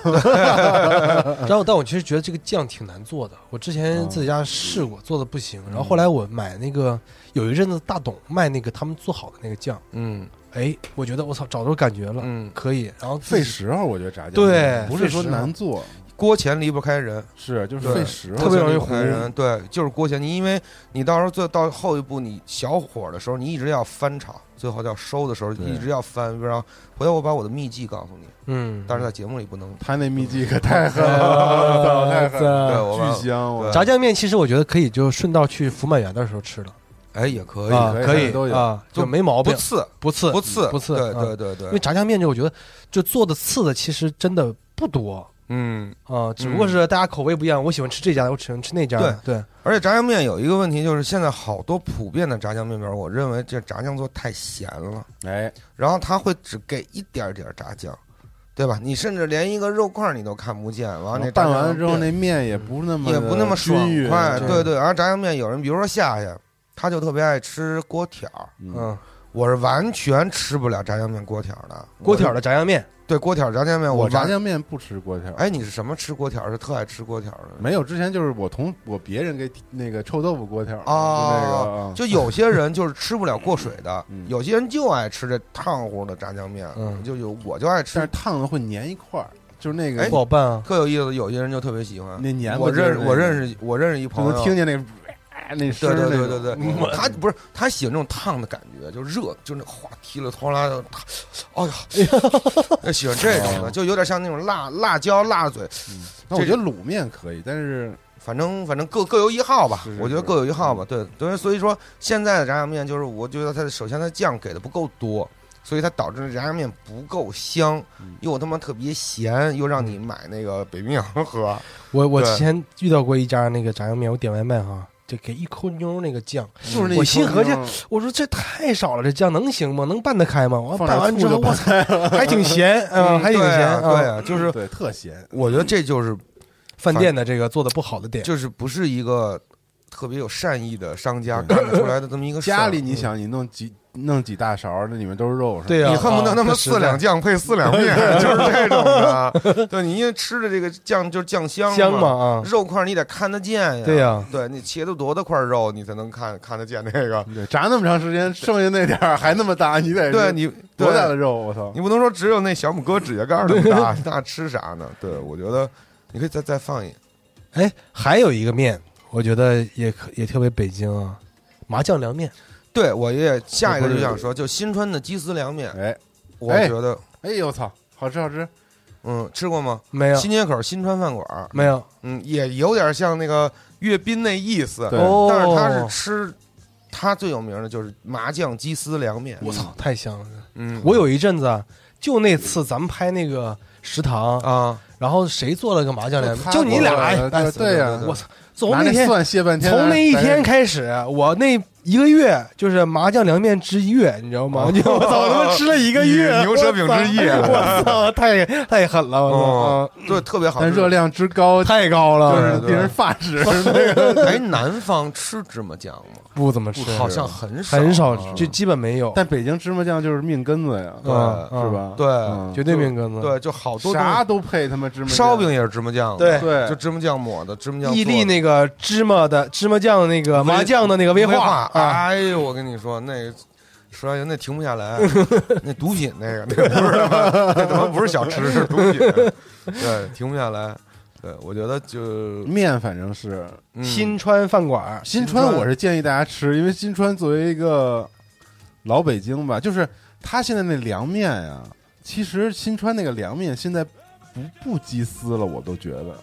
[SPEAKER 8] 然后，但我其实觉得这个酱挺难做的。我之前自己家试过，做的不行。然后后来我买那个，有一阵子大董卖那个他们做好的那个酱，
[SPEAKER 9] 嗯
[SPEAKER 8] 哎，我觉得我操，找到感觉了，
[SPEAKER 9] 嗯，
[SPEAKER 8] 可以。然后自
[SPEAKER 7] 费
[SPEAKER 8] 己
[SPEAKER 7] 时候，我觉得炸酱
[SPEAKER 8] 对
[SPEAKER 7] 面不是说
[SPEAKER 8] 费时候
[SPEAKER 7] 难做，
[SPEAKER 9] 锅钱离不开人，
[SPEAKER 7] 是就是
[SPEAKER 9] 对
[SPEAKER 7] 费时
[SPEAKER 8] 特
[SPEAKER 7] 候
[SPEAKER 8] 别，容易
[SPEAKER 9] 糊人。对，就是锅钱，你因为你到时候最到后一步，你小火的时候，你一直要翻炒，最后要收的时候
[SPEAKER 7] 对
[SPEAKER 9] 一直要翻，不然回头我把我的秘籍告诉你，
[SPEAKER 8] 嗯，哎
[SPEAKER 9] 但是在节目里不能。
[SPEAKER 7] 他那秘籍可太狠了，操太狠了，
[SPEAKER 9] 对，
[SPEAKER 8] 在
[SPEAKER 9] 哎我把
[SPEAKER 7] 巨香，我
[SPEAKER 9] 对
[SPEAKER 8] 呃炸酱面其实我觉得可以，就顺道去福满园的时候吃了
[SPEAKER 9] 哎也可以，
[SPEAKER 8] 啊，
[SPEAKER 7] 可以
[SPEAKER 8] 以
[SPEAKER 7] 都有
[SPEAKER 8] 啊，
[SPEAKER 9] 就
[SPEAKER 8] 就没毛
[SPEAKER 9] 不
[SPEAKER 8] 病，
[SPEAKER 9] 刺
[SPEAKER 8] 不刺
[SPEAKER 9] 不刺
[SPEAKER 8] 不刺
[SPEAKER 9] 对
[SPEAKER 8] 啊
[SPEAKER 9] 对对对，
[SPEAKER 8] 因为炸酱面这我觉得就做的次的其实真的不多
[SPEAKER 9] 嗯，
[SPEAKER 8] 啊，只不过是大家口味不一样，我喜欢吃这家的，我喜欢吃那家的，对，
[SPEAKER 9] 而且炸酱面有一个问题就是现在好多普遍的炸酱面里边，我认为这炸酱做太咸了。
[SPEAKER 7] 哎，
[SPEAKER 9] 然后他会只给一点儿点儿炸酱，对吧？你甚至连一个肉块儿你都看不见，完了那炸
[SPEAKER 7] 拌
[SPEAKER 9] 酱
[SPEAKER 7] 完了之后
[SPEAKER 9] 面
[SPEAKER 7] 那面也不那么
[SPEAKER 9] 也不那么爽
[SPEAKER 7] 均匀
[SPEAKER 9] 快，
[SPEAKER 8] 对
[SPEAKER 9] 对对。然后炸酱面有人，比如说夏夏，他就特别爱吃锅条儿，
[SPEAKER 7] 嗯，
[SPEAKER 9] 我是完全吃不了炸酱面锅条儿的。
[SPEAKER 8] 锅条的炸酱面，
[SPEAKER 9] 对锅条儿炸酱面，
[SPEAKER 7] 我炸
[SPEAKER 9] 完，
[SPEAKER 7] 酱面不吃锅条，
[SPEAKER 9] 哎，你是什么吃锅条儿？是特爱吃锅条儿的。
[SPEAKER 7] 没有，之前就是我同我别人给那个臭豆腐锅条
[SPEAKER 9] 哦
[SPEAKER 7] 就
[SPEAKER 9] 就有些人就是吃不了过水的，
[SPEAKER 7] 嗯
[SPEAKER 9] 有些人就爱吃这烫乎的炸酱面，
[SPEAKER 8] 嗯
[SPEAKER 9] 就有我就爱
[SPEAKER 7] 那个，但是
[SPEAKER 9] 吃，
[SPEAKER 7] 烫的会粘一块儿，就是那个
[SPEAKER 9] 哎
[SPEAKER 8] 不好办啊，
[SPEAKER 9] 特有意思。有些人就特别喜欢，
[SPEAKER 7] 那粘
[SPEAKER 9] 我认我
[SPEAKER 7] 识
[SPEAKER 9] 认识我认识一
[SPEAKER 7] 就
[SPEAKER 9] 朋
[SPEAKER 7] 能
[SPEAKER 9] 友，
[SPEAKER 7] 听见那呃 那声
[SPEAKER 9] 对
[SPEAKER 7] 儿那
[SPEAKER 9] 对对
[SPEAKER 7] 种，
[SPEAKER 9] 对对，
[SPEAKER 8] 嗯
[SPEAKER 9] 对他不是他喜欢那种烫的感觉，就热，就那哗踢了哗啦的，哎 呀，他喜欢这种的，
[SPEAKER 8] 哦
[SPEAKER 9] 就有点像那种辣辣椒辣嘴，
[SPEAKER 7] 那我觉得卤面可以，但是
[SPEAKER 9] 反正反正各各有一号吧
[SPEAKER 7] 是，是
[SPEAKER 9] 我觉得
[SPEAKER 7] 是
[SPEAKER 9] 各有一号吧。
[SPEAKER 8] 嗯
[SPEAKER 9] 对，对，所以说现在的炸酱面就是，我觉得它的首先它酱给的不够多。所以它导致炸酱面不够香
[SPEAKER 7] 嗯，
[SPEAKER 9] 又他妈特别咸，又让你买那个北冰洋喝。
[SPEAKER 8] 嗯我我
[SPEAKER 9] 对
[SPEAKER 8] 之前遇到过一家那个炸酱面，我点外卖哈，就给一抠妞那个酱，
[SPEAKER 7] 就是那
[SPEAKER 8] 我
[SPEAKER 7] 一
[SPEAKER 8] 心
[SPEAKER 7] 口
[SPEAKER 8] 合计
[SPEAKER 7] 汤
[SPEAKER 8] 我说这太少了，这酱能行吗？能拌得开吗？我
[SPEAKER 7] 放
[SPEAKER 8] 拌
[SPEAKER 7] 点
[SPEAKER 8] 完之
[SPEAKER 7] 醋
[SPEAKER 8] 后，
[SPEAKER 7] 就
[SPEAKER 8] 我
[SPEAKER 7] 拌
[SPEAKER 8] 操，还挺咸，嗯，还挺
[SPEAKER 9] 对啊
[SPEAKER 8] 咸，
[SPEAKER 9] 对
[SPEAKER 8] 嗯，
[SPEAKER 9] 啊，就是
[SPEAKER 7] 对特咸，
[SPEAKER 9] 我觉得这就是
[SPEAKER 8] 饭店的这个做的不好的店，
[SPEAKER 9] 就是不是一个特别有善意的商家
[SPEAKER 7] 对
[SPEAKER 9] 干得出来的这么一个事儿
[SPEAKER 7] 家里你，想你弄几弄几大勺，那里面都是肉，是吧
[SPEAKER 8] 对呀，
[SPEAKER 9] 你恨不得
[SPEAKER 8] 啊
[SPEAKER 9] 他妈
[SPEAKER 8] 这实在
[SPEAKER 9] 四两酱配四两 面，就是这种的。对，你因为吃的这个酱就是酱香
[SPEAKER 8] 香嘛啊，
[SPEAKER 9] 肉块你得看得见呀。
[SPEAKER 8] 对呀
[SPEAKER 9] 对啊你切的多大块肉，你才能看看得见那 个。
[SPEAKER 7] 对，炸那么长时间，剩下那点儿还那么大，你得
[SPEAKER 9] 对你
[SPEAKER 7] 多大的
[SPEAKER 9] 对
[SPEAKER 7] 肉？我操！
[SPEAKER 9] 你不能说只有那小拇哥指甲盖儿那么大，那吃啥呢？对，我觉得你可以再再放一。
[SPEAKER 8] 哎，还有一个面，我觉得也可也特别北京啊，麻酱凉面，
[SPEAKER 9] 对，我也下一个就想说，就新川的鸡丝凉面，
[SPEAKER 7] 哎
[SPEAKER 9] 我
[SPEAKER 7] 哎
[SPEAKER 9] 觉得，
[SPEAKER 7] 哎呦我操，好吃好吃！
[SPEAKER 9] 嗯，吃过吗？
[SPEAKER 8] 没有
[SPEAKER 9] 新街口新川饭馆儿，
[SPEAKER 8] 没有，
[SPEAKER 9] 嗯，也有点像那个阅兵那意思，
[SPEAKER 7] 对
[SPEAKER 8] 哦，
[SPEAKER 9] 但是他是吃，他最有名的就是麻酱鸡丝凉面。
[SPEAKER 8] 我操，太香了！
[SPEAKER 9] 嗯，
[SPEAKER 8] 我有一阵子啊，就那次咱们拍那个食堂，
[SPEAKER 9] 啊，
[SPEAKER 8] 然后谁做了个麻酱凉面？
[SPEAKER 7] 他
[SPEAKER 8] 就你俩，哎，
[SPEAKER 7] 对对呀，
[SPEAKER 8] 我操！从
[SPEAKER 7] 拿
[SPEAKER 8] 那
[SPEAKER 7] 那
[SPEAKER 8] 天
[SPEAKER 7] 蒜卸半天，
[SPEAKER 8] 从那一天
[SPEAKER 7] 哎
[SPEAKER 8] 开始，我那一个月就是麻酱凉面之一月，你知道吗？我就我操，我他妈吃了一个 月
[SPEAKER 9] 牛舌饼之夜
[SPEAKER 8] 我操，太太狠了，我操
[SPEAKER 9] 哦，对，特别好吃。
[SPEAKER 7] 啊但热量之高，
[SPEAKER 8] 嗯，太高
[SPEAKER 7] 就
[SPEAKER 8] 了，
[SPEAKER 7] 是令人发指。 那个，
[SPEAKER 9] 哎，南方吃芝麻酱吗？
[SPEAKER 8] 不怎么吃，
[SPEAKER 9] 好像很少，
[SPEAKER 8] 很少
[SPEAKER 9] 啊，
[SPEAKER 8] 就基本没有，
[SPEAKER 7] 但北京芝麻酱就是命根子呀，
[SPEAKER 9] 对
[SPEAKER 8] 嗯
[SPEAKER 7] 是？吧？
[SPEAKER 9] 对
[SPEAKER 7] 嗯
[SPEAKER 8] 绝对命根子，
[SPEAKER 9] 对，就好多东西
[SPEAKER 7] 啥都配他妈芝麻酱
[SPEAKER 9] 烧饼，也是芝麻酱的，
[SPEAKER 8] 对
[SPEAKER 7] 对
[SPEAKER 9] 就芝麻酱抹的，芝麻酱
[SPEAKER 8] 伊利
[SPEAKER 9] 做的
[SPEAKER 8] 那个芝麻的芝麻酱那个麻酱的那个
[SPEAKER 9] 威
[SPEAKER 8] 化啊，
[SPEAKER 9] 哎呦，我跟你说那。吃完油那停不 下来，那毒品那个那个不是他妈那他妈不是小吃，是毒品，对，停不下来。对，我觉得就、
[SPEAKER 7] 面反正是
[SPEAKER 9] 嗯
[SPEAKER 8] 新川饭馆，
[SPEAKER 7] 新
[SPEAKER 9] 川
[SPEAKER 7] 川，我是建议大家吃，因为新川作为一个老北京吧，就是他现在那凉面呀、其实新川那个凉面现在不不鸡丝了，我都觉得，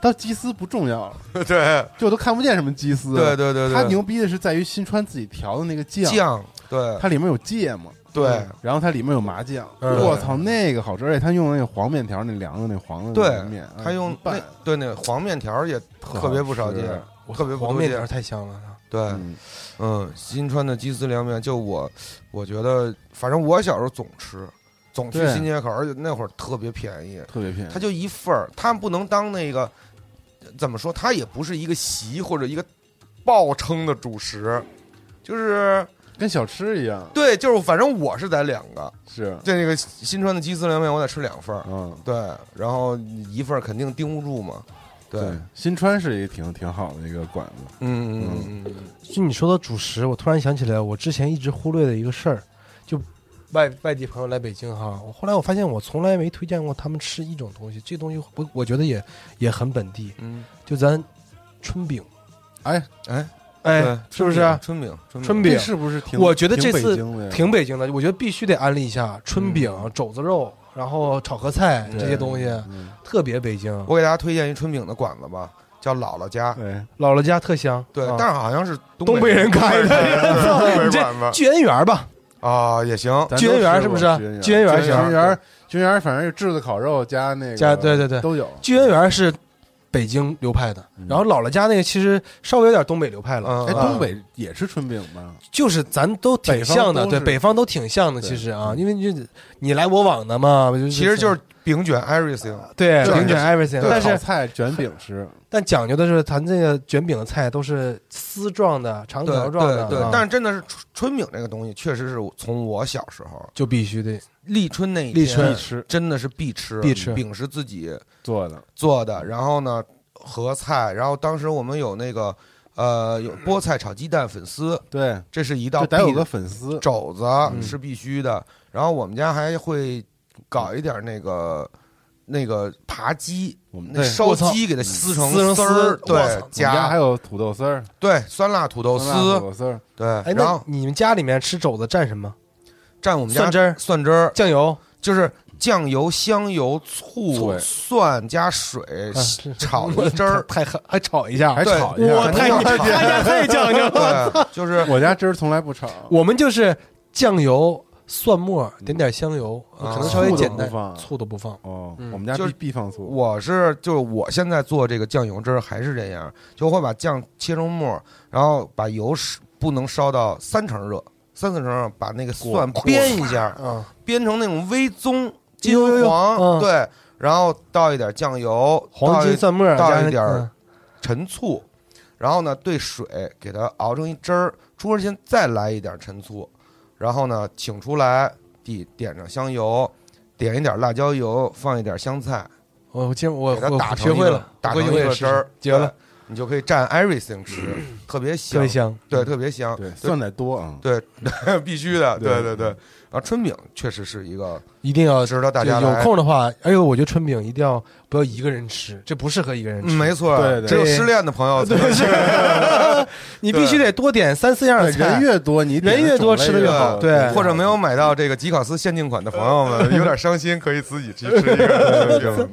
[SPEAKER 7] 到鸡丝不重要了，
[SPEAKER 9] 对对
[SPEAKER 7] 就我都看不见什么鸡丝。
[SPEAKER 9] 对对对，
[SPEAKER 7] 他牛逼的是在于新川自己调的那个
[SPEAKER 8] 啊
[SPEAKER 7] 酱，
[SPEAKER 9] 酱，对
[SPEAKER 7] 它里面有芥末，
[SPEAKER 9] 对
[SPEAKER 7] 然后它里面有麻酱，
[SPEAKER 9] 嗯
[SPEAKER 7] 我操，那个好吃，而且他用那个黄面条，那凉的那黄的那
[SPEAKER 9] 对
[SPEAKER 8] 嗯
[SPEAKER 7] 个面，，嗯
[SPEAKER 9] 他
[SPEAKER 8] 哎
[SPEAKER 9] 用那
[SPEAKER 7] 拌，
[SPEAKER 9] 对那黄面条也特别不少见，
[SPEAKER 8] 我
[SPEAKER 9] 特别不
[SPEAKER 8] 黄
[SPEAKER 9] 多
[SPEAKER 8] 面
[SPEAKER 9] 见
[SPEAKER 8] 条太香了，啊
[SPEAKER 9] 对。
[SPEAKER 7] 嗯
[SPEAKER 9] 嗯，新川的鸡丝凉面，就我，我觉得，反正我小时候总吃，总去
[SPEAKER 7] 对
[SPEAKER 9] 新街口，而且那会儿特别便宜，
[SPEAKER 7] 特别便宜
[SPEAKER 9] 它。就一份儿，它不能当那个怎么说，它也不是一个席或者一个爆撑的主食，就是
[SPEAKER 7] 跟小吃一样，
[SPEAKER 9] 对，就是反正我是在两个，
[SPEAKER 7] 是，
[SPEAKER 9] 这那个新川的鸡丝凉面，我得吃两份儿，
[SPEAKER 7] 嗯，
[SPEAKER 9] 对，然后一份儿肯定盯不住嘛，对，
[SPEAKER 7] 对，新川是一个挺挺好的一个馆子，
[SPEAKER 9] 嗯嗯嗯嗯，
[SPEAKER 8] 就你说到主食，我突然想起来，我之前一直忽略的一个事儿，就外外地朋友来北京哈，我后来我发现我从来没推荐过他们吃一种东西，这东西我我觉得也也很本地，
[SPEAKER 9] 嗯，
[SPEAKER 8] 就咱春饼，
[SPEAKER 7] 哎
[SPEAKER 9] 哎，
[SPEAKER 8] 哎
[SPEAKER 9] 对，
[SPEAKER 8] 是不是？
[SPEAKER 9] 春饼？春饼，
[SPEAKER 8] 春饼
[SPEAKER 7] 这是不是挺？
[SPEAKER 8] 哎我觉得
[SPEAKER 7] 挺
[SPEAKER 8] 这次
[SPEAKER 7] 北京的呀
[SPEAKER 8] 挺北京的，我觉得必须得安利一下春饼、肘子肉，然后炒合菜
[SPEAKER 9] 嗯
[SPEAKER 8] 这些东西，
[SPEAKER 7] 嗯
[SPEAKER 8] 特别北京，
[SPEAKER 9] 我给大家推荐一春饼的馆子吧，叫姥姥家。
[SPEAKER 7] 对，
[SPEAKER 8] 姥姥家特香。
[SPEAKER 9] 对，
[SPEAKER 8] 嗯啊
[SPEAKER 9] 但是好像是东
[SPEAKER 8] 东北人开的
[SPEAKER 9] 东
[SPEAKER 8] 你
[SPEAKER 9] 北
[SPEAKER 8] 这
[SPEAKER 9] 馆子
[SPEAKER 8] 聚恩园吧，
[SPEAKER 9] 啊，也行。
[SPEAKER 7] 咱都
[SPEAKER 8] 聚恩园是不是啊
[SPEAKER 7] 吃过？
[SPEAKER 8] 聚
[SPEAKER 7] 聚
[SPEAKER 8] 恩
[SPEAKER 7] 恩
[SPEAKER 8] 园
[SPEAKER 7] 聚
[SPEAKER 9] 行
[SPEAKER 7] 恩园，聚恩园，反正有炙子烤肉加那个
[SPEAKER 8] 加对对对
[SPEAKER 7] 都有，
[SPEAKER 8] 聚恩园是北京流派的，
[SPEAKER 7] 嗯
[SPEAKER 8] 然后姥姥家那个其实稍微有点东北流派了。
[SPEAKER 9] 嗯
[SPEAKER 7] 哎，
[SPEAKER 9] 嗯
[SPEAKER 7] 东北也吃春饼吗？
[SPEAKER 8] 就是咱都挺像的，
[SPEAKER 7] 北方都
[SPEAKER 8] 对，
[SPEAKER 7] 是
[SPEAKER 8] 北方都挺像的，
[SPEAKER 7] 对
[SPEAKER 8] 其实啊，因为就你来我往的嘛，
[SPEAKER 9] 嗯其实就是饼卷 everything。
[SPEAKER 8] 对
[SPEAKER 9] 对
[SPEAKER 8] 饼卷 everything，
[SPEAKER 9] 对
[SPEAKER 8] 但
[SPEAKER 7] 炒
[SPEAKER 8] 是
[SPEAKER 7] 菜卷饼吃，
[SPEAKER 8] 但讲究的是咱这个卷饼的菜都是丝状的、长
[SPEAKER 9] 对
[SPEAKER 8] 条
[SPEAKER 9] 对
[SPEAKER 8] 状的
[SPEAKER 9] 对
[SPEAKER 8] 啊，
[SPEAKER 9] 但是真的是春春饼这个东西，确实是从我小时候
[SPEAKER 8] 就必须得
[SPEAKER 9] 立春那一
[SPEAKER 8] 立春
[SPEAKER 9] 天
[SPEAKER 7] 必，吃
[SPEAKER 9] 真的是必吃
[SPEAKER 8] 必吃
[SPEAKER 9] 饼是自己
[SPEAKER 7] 做的，
[SPEAKER 9] 做的，然后呢和菜，然后当时我们有那个呃有菠菜炒鸡蛋粉丝，
[SPEAKER 7] 对，
[SPEAKER 9] 这是一道
[SPEAKER 7] 就得有
[SPEAKER 9] 必
[SPEAKER 7] 个粉丝，
[SPEAKER 9] 肘
[SPEAKER 7] 嗯
[SPEAKER 9] 子是必须的，然后我们家还会搞一点那个那个扒鸡，
[SPEAKER 7] 我们
[SPEAKER 9] 那
[SPEAKER 7] 对
[SPEAKER 9] 烧
[SPEAKER 8] 我操
[SPEAKER 9] 鸡给它撕成
[SPEAKER 8] 撕成丝
[SPEAKER 9] 儿，
[SPEAKER 8] 我操
[SPEAKER 9] 对，
[SPEAKER 7] 我们家还
[SPEAKER 9] 加
[SPEAKER 7] 有土豆丝儿、
[SPEAKER 9] 对酸辣土豆
[SPEAKER 7] 酸辣土
[SPEAKER 9] 丝，
[SPEAKER 7] 豆丝儿，
[SPEAKER 9] 对
[SPEAKER 8] 哎，，
[SPEAKER 9] 然
[SPEAKER 8] 那
[SPEAKER 9] 后
[SPEAKER 8] 你们家里面吃肘子蘸什么？
[SPEAKER 9] 蘸我们家
[SPEAKER 8] 蒜汁儿
[SPEAKER 9] 蒜汁儿
[SPEAKER 8] 酱油
[SPEAKER 9] 就是酱油、香油、醋、
[SPEAKER 7] 醋
[SPEAKER 9] 蒜加水
[SPEAKER 8] 啊是，
[SPEAKER 9] 炒一汁儿
[SPEAKER 8] 太狠，还炒一下
[SPEAKER 7] 还。
[SPEAKER 9] 对
[SPEAKER 7] 炒一下。
[SPEAKER 9] 肯定要炒
[SPEAKER 8] 他家太讲究了。
[SPEAKER 9] 对，就是
[SPEAKER 7] 我家汁儿从来不炒，
[SPEAKER 8] 我们就是酱油、蒜末，点点香油，
[SPEAKER 9] 啊
[SPEAKER 8] 可能稍微
[SPEAKER 7] 醋都
[SPEAKER 8] 简
[SPEAKER 7] 不
[SPEAKER 8] 单，
[SPEAKER 7] 放
[SPEAKER 8] 醋都不放。
[SPEAKER 7] 哦，
[SPEAKER 8] 嗯
[SPEAKER 7] 我们家
[SPEAKER 9] 就是
[SPEAKER 7] 必必放醋，
[SPEAKER 9] 我是就是我现在做这个酱油汁儿还是这样，就会把酱切成末儿，然后把油是不能烧到三成热，三四成热，把那个蒜煸一下，
[SPEAKER 8] 嗯，
[SPEAKER 9] 煸成那种微棕金
[SPEAKER 8] 呦呦呦
[SPEAKER 9] 黄，
[SPEAKER 8] 嗯
[SPEAKER 9] 对，然后倒一点酱油，
[SPEAKER 8] 黄
[SPEAKER 9] 倒
[SPEAKER 8] 金
[SPEAKER 9] 一
[SPEAKER 8] 蒜末
[SPEAKER 9] 倒一
[SPEAKER 8] 加上
[SPEAKER 9] 点儿
[SPEAKER 8] 嗯
[SPEAKER 9] 陈醋，然后呢兑水给它熬成一汁儿，出锅前再来一点陈醋，然后呢请出来，底点上香油，点一点辣椒油，放一点香菜。
[SPEAKER 8] 我我今我
[SPEAKER 9] 给它
[SPEAKER 8] 我
[SPEAKER 9] 打成
[SPEAKER 8] 学
[SPEAKER 9] 一
[SPEAKER 8] 呃会
[SPEAKER 9] 个
[SPEAKER 8] 了，
[SPEAKER 9] 打
[SPEAKER 8] 回
[SPEAKER 9] 成
[SPEAKER 8] 去
[SPEAKER 9] 一
[SPEAKER 8] 我也
[SPEAKER 9] 个
[SPEAKER 8] 试
[SPEAKER 9] 汁
[SPEAKER 8] 试
[SPEAKER 9] 儿，
[SPEAKER 8] 绝了嗯
[SPEAKER 9] 对，你就可以蘸 everything 吃，特别
[SPEAKER 8] 特
[SPEAKER 9] 香
[SPEAKER 8] 别，香。
[SPEAKER 9] 对，特别香，
[SPEAKER 7] 对蒜得多啊，
[SPEAKER 9] 对， 必须的，对
[SPEAKER 7] 对
[SPEAKER 9] 对对。然后春饼确实是一个
[SPEAKER 8] 一定要
[SPEAKER 9] 值得
[SPEAKER 8] 嗯
[SPEAKER 9] 大
[SPEAKER 8] 就
[SPEAKER 9] 家
[SPEAKER 8] 有
[SPEAKER 9] 来，
[SPEAKER 8] 空的话，而且我觉得春饼一定要不要一个人吃，这不适合一个人吃。
[SPEAKER 9] 嗯没错，
[SPEAKER 7] 对对
[SPEAKER 9] 只有
[SPEAKER 8] 对
[SPEAKER 9] 失恋的朋友才能吃，
[SPEAKER 8] 你必须得多点三四样
[SPEAKER 7] 对
[SPEAKER 8] 菜，
[SPEAKER 7] 呃人越多，你点
[SPEAKER 8] 人越多吃得
[SPEAKER 7] 种
[SPEAKER 8] 越
[SPEAKER 7] 类
[SPEAKER 8] 好
[SPEAKER 7] 多
[SPEAKER 8] 对
[SPEAKER 9] 或者没有买到这个吉考斯限定款的朋友们，有点伤心，可以自己去吃一个 春饼。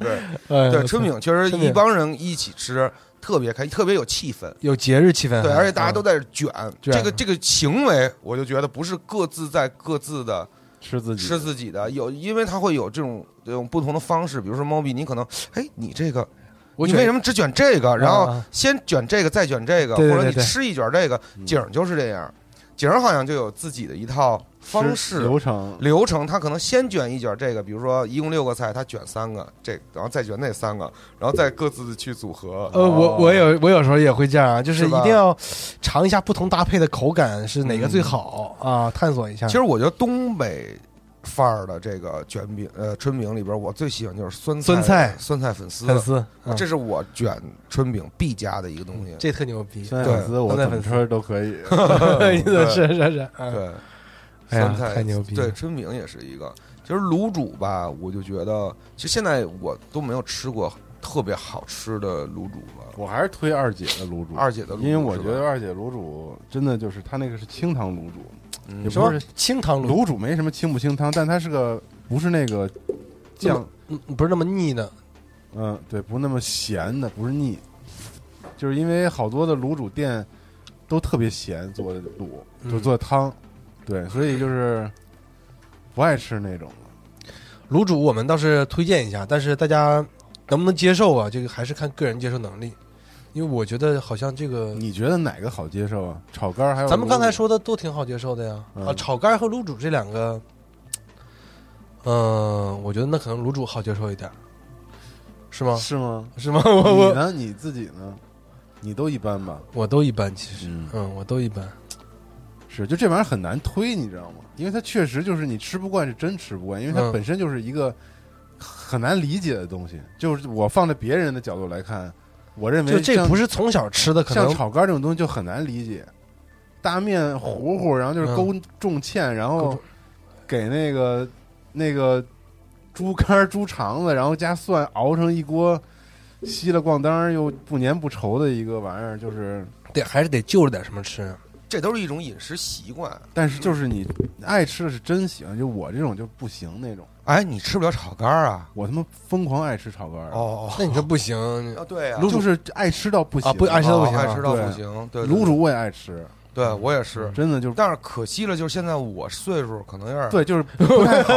[SPEAKER 9] 对
[SPEAKER 8] 哎
[SPEAKER 9] 对，春饼确实
[SPEAKER 8] 春饼
[SPEAKER 9] 一帮人一起吃，特别开心，特别有气氛。
[SPEAKER 8] 有节日气氛，
[SPEAKER 9] 对，而且大家都
[SPEAKER 8] 嗯
[SPEAKER 9] 在这卷，
[SPEAKER 8] 卷
[SPEAKER 9] 这个这个行为，我就觉得不是各自在各自的
[SPEAKER 7] 吃自己
[SPEAKER 9] 吃自己的，有因为它会有这种这种不同的方式，比如说猫币，你可能哎，你这个
[SPEAKER 8] 我
[SPEAKER 9] 你
[SPEAKER 8] 觉得
[SPEAKER 9] 为什么只卷这个，然后
[SPEAKER 8] 啊
[SPEAKER 9] 先卷这个，再卷这个，
[SPEAKER 8] 对对
[SPEAKER 9] 或者
[SPEAKER 8] 对
[SPEAKER 9] 你
[SPEAKER 8] 对嗯
[SPEAKER 9] 吃一卷这个，景儿就是这样，景儿好像就有自己的一套方
[SPEAKER 7] 吃
[SPEAKER 9] 式。
[SPEAKER 7] 流程，
[SPEAKER 9] 流程，他可能先卷一卷这个，比如说一共六个菜，他卷三个，这然后再卷那三个，然后再各自去组合。
[SPEAKER 8] 呃，我我有我有时候也会这样啊，就是
[SPEAKER 9] 哦是
[SPEAKER 8] 一
[SPEAKER 9] 吧
[SPEAKER 8] 定要尝一下不同搭配的口感是哪个最好啊，探索一下。
[SPEAKER 9] 嗯其实我觉得东北范儿的这个卷饼，呃，春饼里边，我最喜欢就是酸菜
[SPEAKER 8] 酸菜
[SPEAKER 9] 酸菜粉丝，啊
[SPEAKER 8] 粉丝，嗯
[SPEAKER 9] 这是我卷春饼必加的一个东西。
[SPEAKER 8] 这特牛逼，
[SPEAKER 7] 酸菜粉丝我
[SPEAKER 8] 酸菜
[SPEAKER 7] 怎么
[SPEAKER 8] 粉丝
[SPEAKER 7] 吃都可以，
[SPEAKER 8] 是是是，嗯
[SPEAKER 9] 对，
[SPEAKER 8] 哎呀
[SPEAKER 9] 酸菜
[SPEAKER 8] 太牛逼了
[SPEAKER 9] 对，春饼也是一个。其实卤煮吧，我就觉得，其实现在我都没有吃过特别好吃的卤煮了。
[SPEAKER 7] 我还是推二姐的卤煮，
[SPEAKER 9] 二姐的卤煮是吧，
[SPEAKER 7] 因为我觉得二姐卤煮真的就是她那个是清汤卤煮，
[SPEAKER 9] 嗯
[SPEAKER 7] 也
[SPEAKER 8] 什
[SPEAKER 7] 不
[SPEAKER 8] 么
[SPEAKER 7] 是
[SPEAKER 8] 清汤卤，
[SPEAKER 7] 卤煮没什么清不清汤，但它是个不是那个酱，
[SPEAKER 8] 嗯不是那么腻的，
[SPEAKER 7] 嗯、对，不那么咸的，不是腻，就是因为好多的卤煮店都特别咸做的卤，就
[SPEAKER 8] 嗯
[SPEAKER 7] 做汤，对，所以就是不爱吃那种了。
[SPEAKER 8] 卤煮我们倒是推荐一下，但是大家能不能接受啊？这个还是看个人接受能力，因为我觉得好像这个
[SPEAKER 7] 你觉得哪个好接受啊？炒肝儿还有
[SPEAKER 8] 咱们刚才
[SPEAKER 7] 卤煮
[SPEAKER 8] 说的都挺好接受的呀。
[SPEAKER 7] 嗯
[SPEAKER 8] 啊，炒肝和卤煮这两个，嗯、我觉得那可能卤煮好接受一点，是吗？
[SPEAKER 7] 是 吗？
[SPEAKER 8] 是吗？我
[SPEAKER 7] 你
[SPEAKER 8] 我
[SPEAKER 7] 呢？你自己呢？你都一般吧？
[SPEAKER 8] 我都一般，其实，
[SPEAKER 7] 嗯
[SPEAKER 8] 嗯，我都一般。
[SPEAKER 7] 是，就这玩意儿很难推，你知道吗？因为它确实就是你吃不惯，是真吃不惯，因为它
[SPEAKER 8] 嗯
[SPEAKER 7] 本身就是一个很难理解的东西。就是我放在别人的角度来看，我认为
[SPEAKER 8] 就这
[SPEAKER 7] 像
[SPEAKER 8] 不是从小吃的，可
[SPEAKER 7] 像
[SPEAKER 8] 能
[SPEAKER 7] 炒肝这种东西就很难理解。大面糊糊，然后就是
[SPEAKER 8] 嗯
[SPEAKER 7] 勾重芡，然
[SPEAKER 8] 勾
[SPEAKER 7] 后
[SPEAKER 8] 重
[SPEAKER 7] 给那个那个猪肝儿、猪肠子，然后加蒜熬成一锅稀了咣当儿又不粘不稠的一个玩意儿，就是
[SPEAKER 8] 得还是得就着点什么吃。
[SPEAKER 9] 这都是一种饮食习惯。
[SPEAKER 7] 但是就是你爱吃的是真喜欢，就我这种就不行那种。
[SPEAKER 9] 哎，你吃不了炒肝儿啊？
[SPEAKER 7] 我他妈疯狂爱吃炒肝儿，
[SPEAKER 9] 哦
[SPEAKER 8] 那你说不行
[SPEAKER 9] 啊，对啊，
[SPEAKER 7] 就是爱吃到不行
[SPEAKER 8] 啊不爱吃到不行啊
[SPEAKER 9] 爱吃到
[SPEAKER 7] 对
[SPEAKER 9] 不行。对，对
[SPEAKER 7] 卤，煮我也嗯爱吃，
[SPEAKER 9] 对对我也是。
[SPEAKER 7] 真的就是
[SPEAKER 9] 但是可惜了，就是现在我岁数可能有点
[SPEAKER 7] 对，就是不太 好。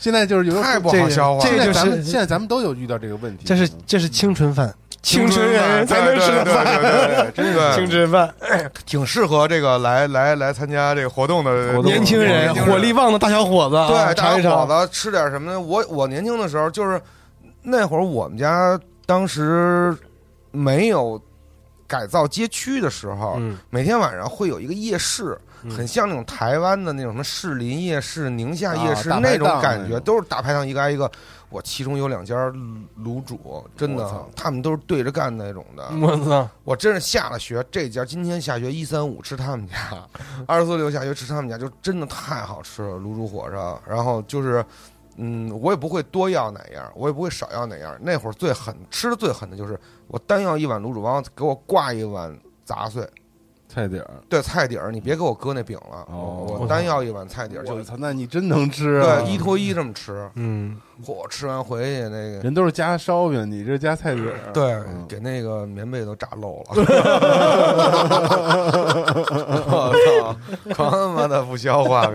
[SPEAKER 7] 现在就是有
[SPEAKER 9] 太不好消化了
[SPEAKER 7] 现
[SPEAKER 8] 这
[SPEAKER 7] 在
[SPEAKER 8] 就
[SPEAKER 7] 咱们
[SPEAKER 8] 是
[SPEAKER 7] 现在咱们都有遇到这个问题，嗯
[SPEAKER 8] 这是这是青春饭，
[SPEAKER 9] 的饭，对对对对真 是
[SPEAKER 8] 青春饭，
[SPEAKER 9] 挺适合这个来来来参加这个活动的
[SPEAKER 8] 年轻人火力。旺的大小伙子啊，
[SPEAKER 9] 对，
[SPEAKER 8] 尝
[SPEAKER 9] 大
[SPEAKER 8] 一
[SPEAKER 9] 小
[SPEAKER 8] 尝。
[SPEAKER 9] 伙子吃点什么呢？我我年轻的时候就是那会儿，我们家当时没有改造街区的时候，
[SPEAKER 8] 嗯，
[SPEAKER 9] 每天晚上会有一个夜市，
[SPEAKER 8] 嗯
[SPEAKER 9] 很像那种台湾的那种什么士林夜市、宁夏夜市、
[SPEAKER 7] 啊大排档
[SPEAKER 9] 那种感
[SPEAKER 7] 那
[SPEAKER 9] 觉，
[SPEAKER 7] 种
[SPEAKER 9] 都是大排档一个挨一个。我其中有两家卤煮，真
[SPEAKER 7] 我
[SPEAKER 9] 的
[SPEAKER 7] 操，
[SPEAKER 9] 他们都是对着干那种的。
[SPEAKER 8] 我操，
[SPEAKER 9] 我真是下了学，这家今天下学一三五吃 他们家，二四六下学吃他们家，就真的太好吃了，卤煮火烧。然后就是，嗯，我也不会多要哪样，我也不会少要哪样。那会儿最狠吃的最狠的就是我单要一碗卤煮，完了给我挂一碗杂碎，
[SPEAKER 7] 菜点儿。
[SPEAKER 9] 对菜底儿，你别给我搁那饼了，
[SPEAKER 7] 哦
[SPEAKER 9] 我我单要一碗菜底儿，就
[SPEAKER 7] 我操，那你真能吃啊！
[SPEAKER 9] 对一拖一这么吃。
[SPEAKER 8] 嗯，
[SPEAKER 9] 嚯，吃完回去那个。
[SPEAKER 7] 人都是加烧饼，你这加菜底儿，
[SPEAKER 9] 对，
[SPEAKER 7] 嗯
[SPEAKER 9] 给那个棉被都炸漏了，我操，狂他妈的不消化。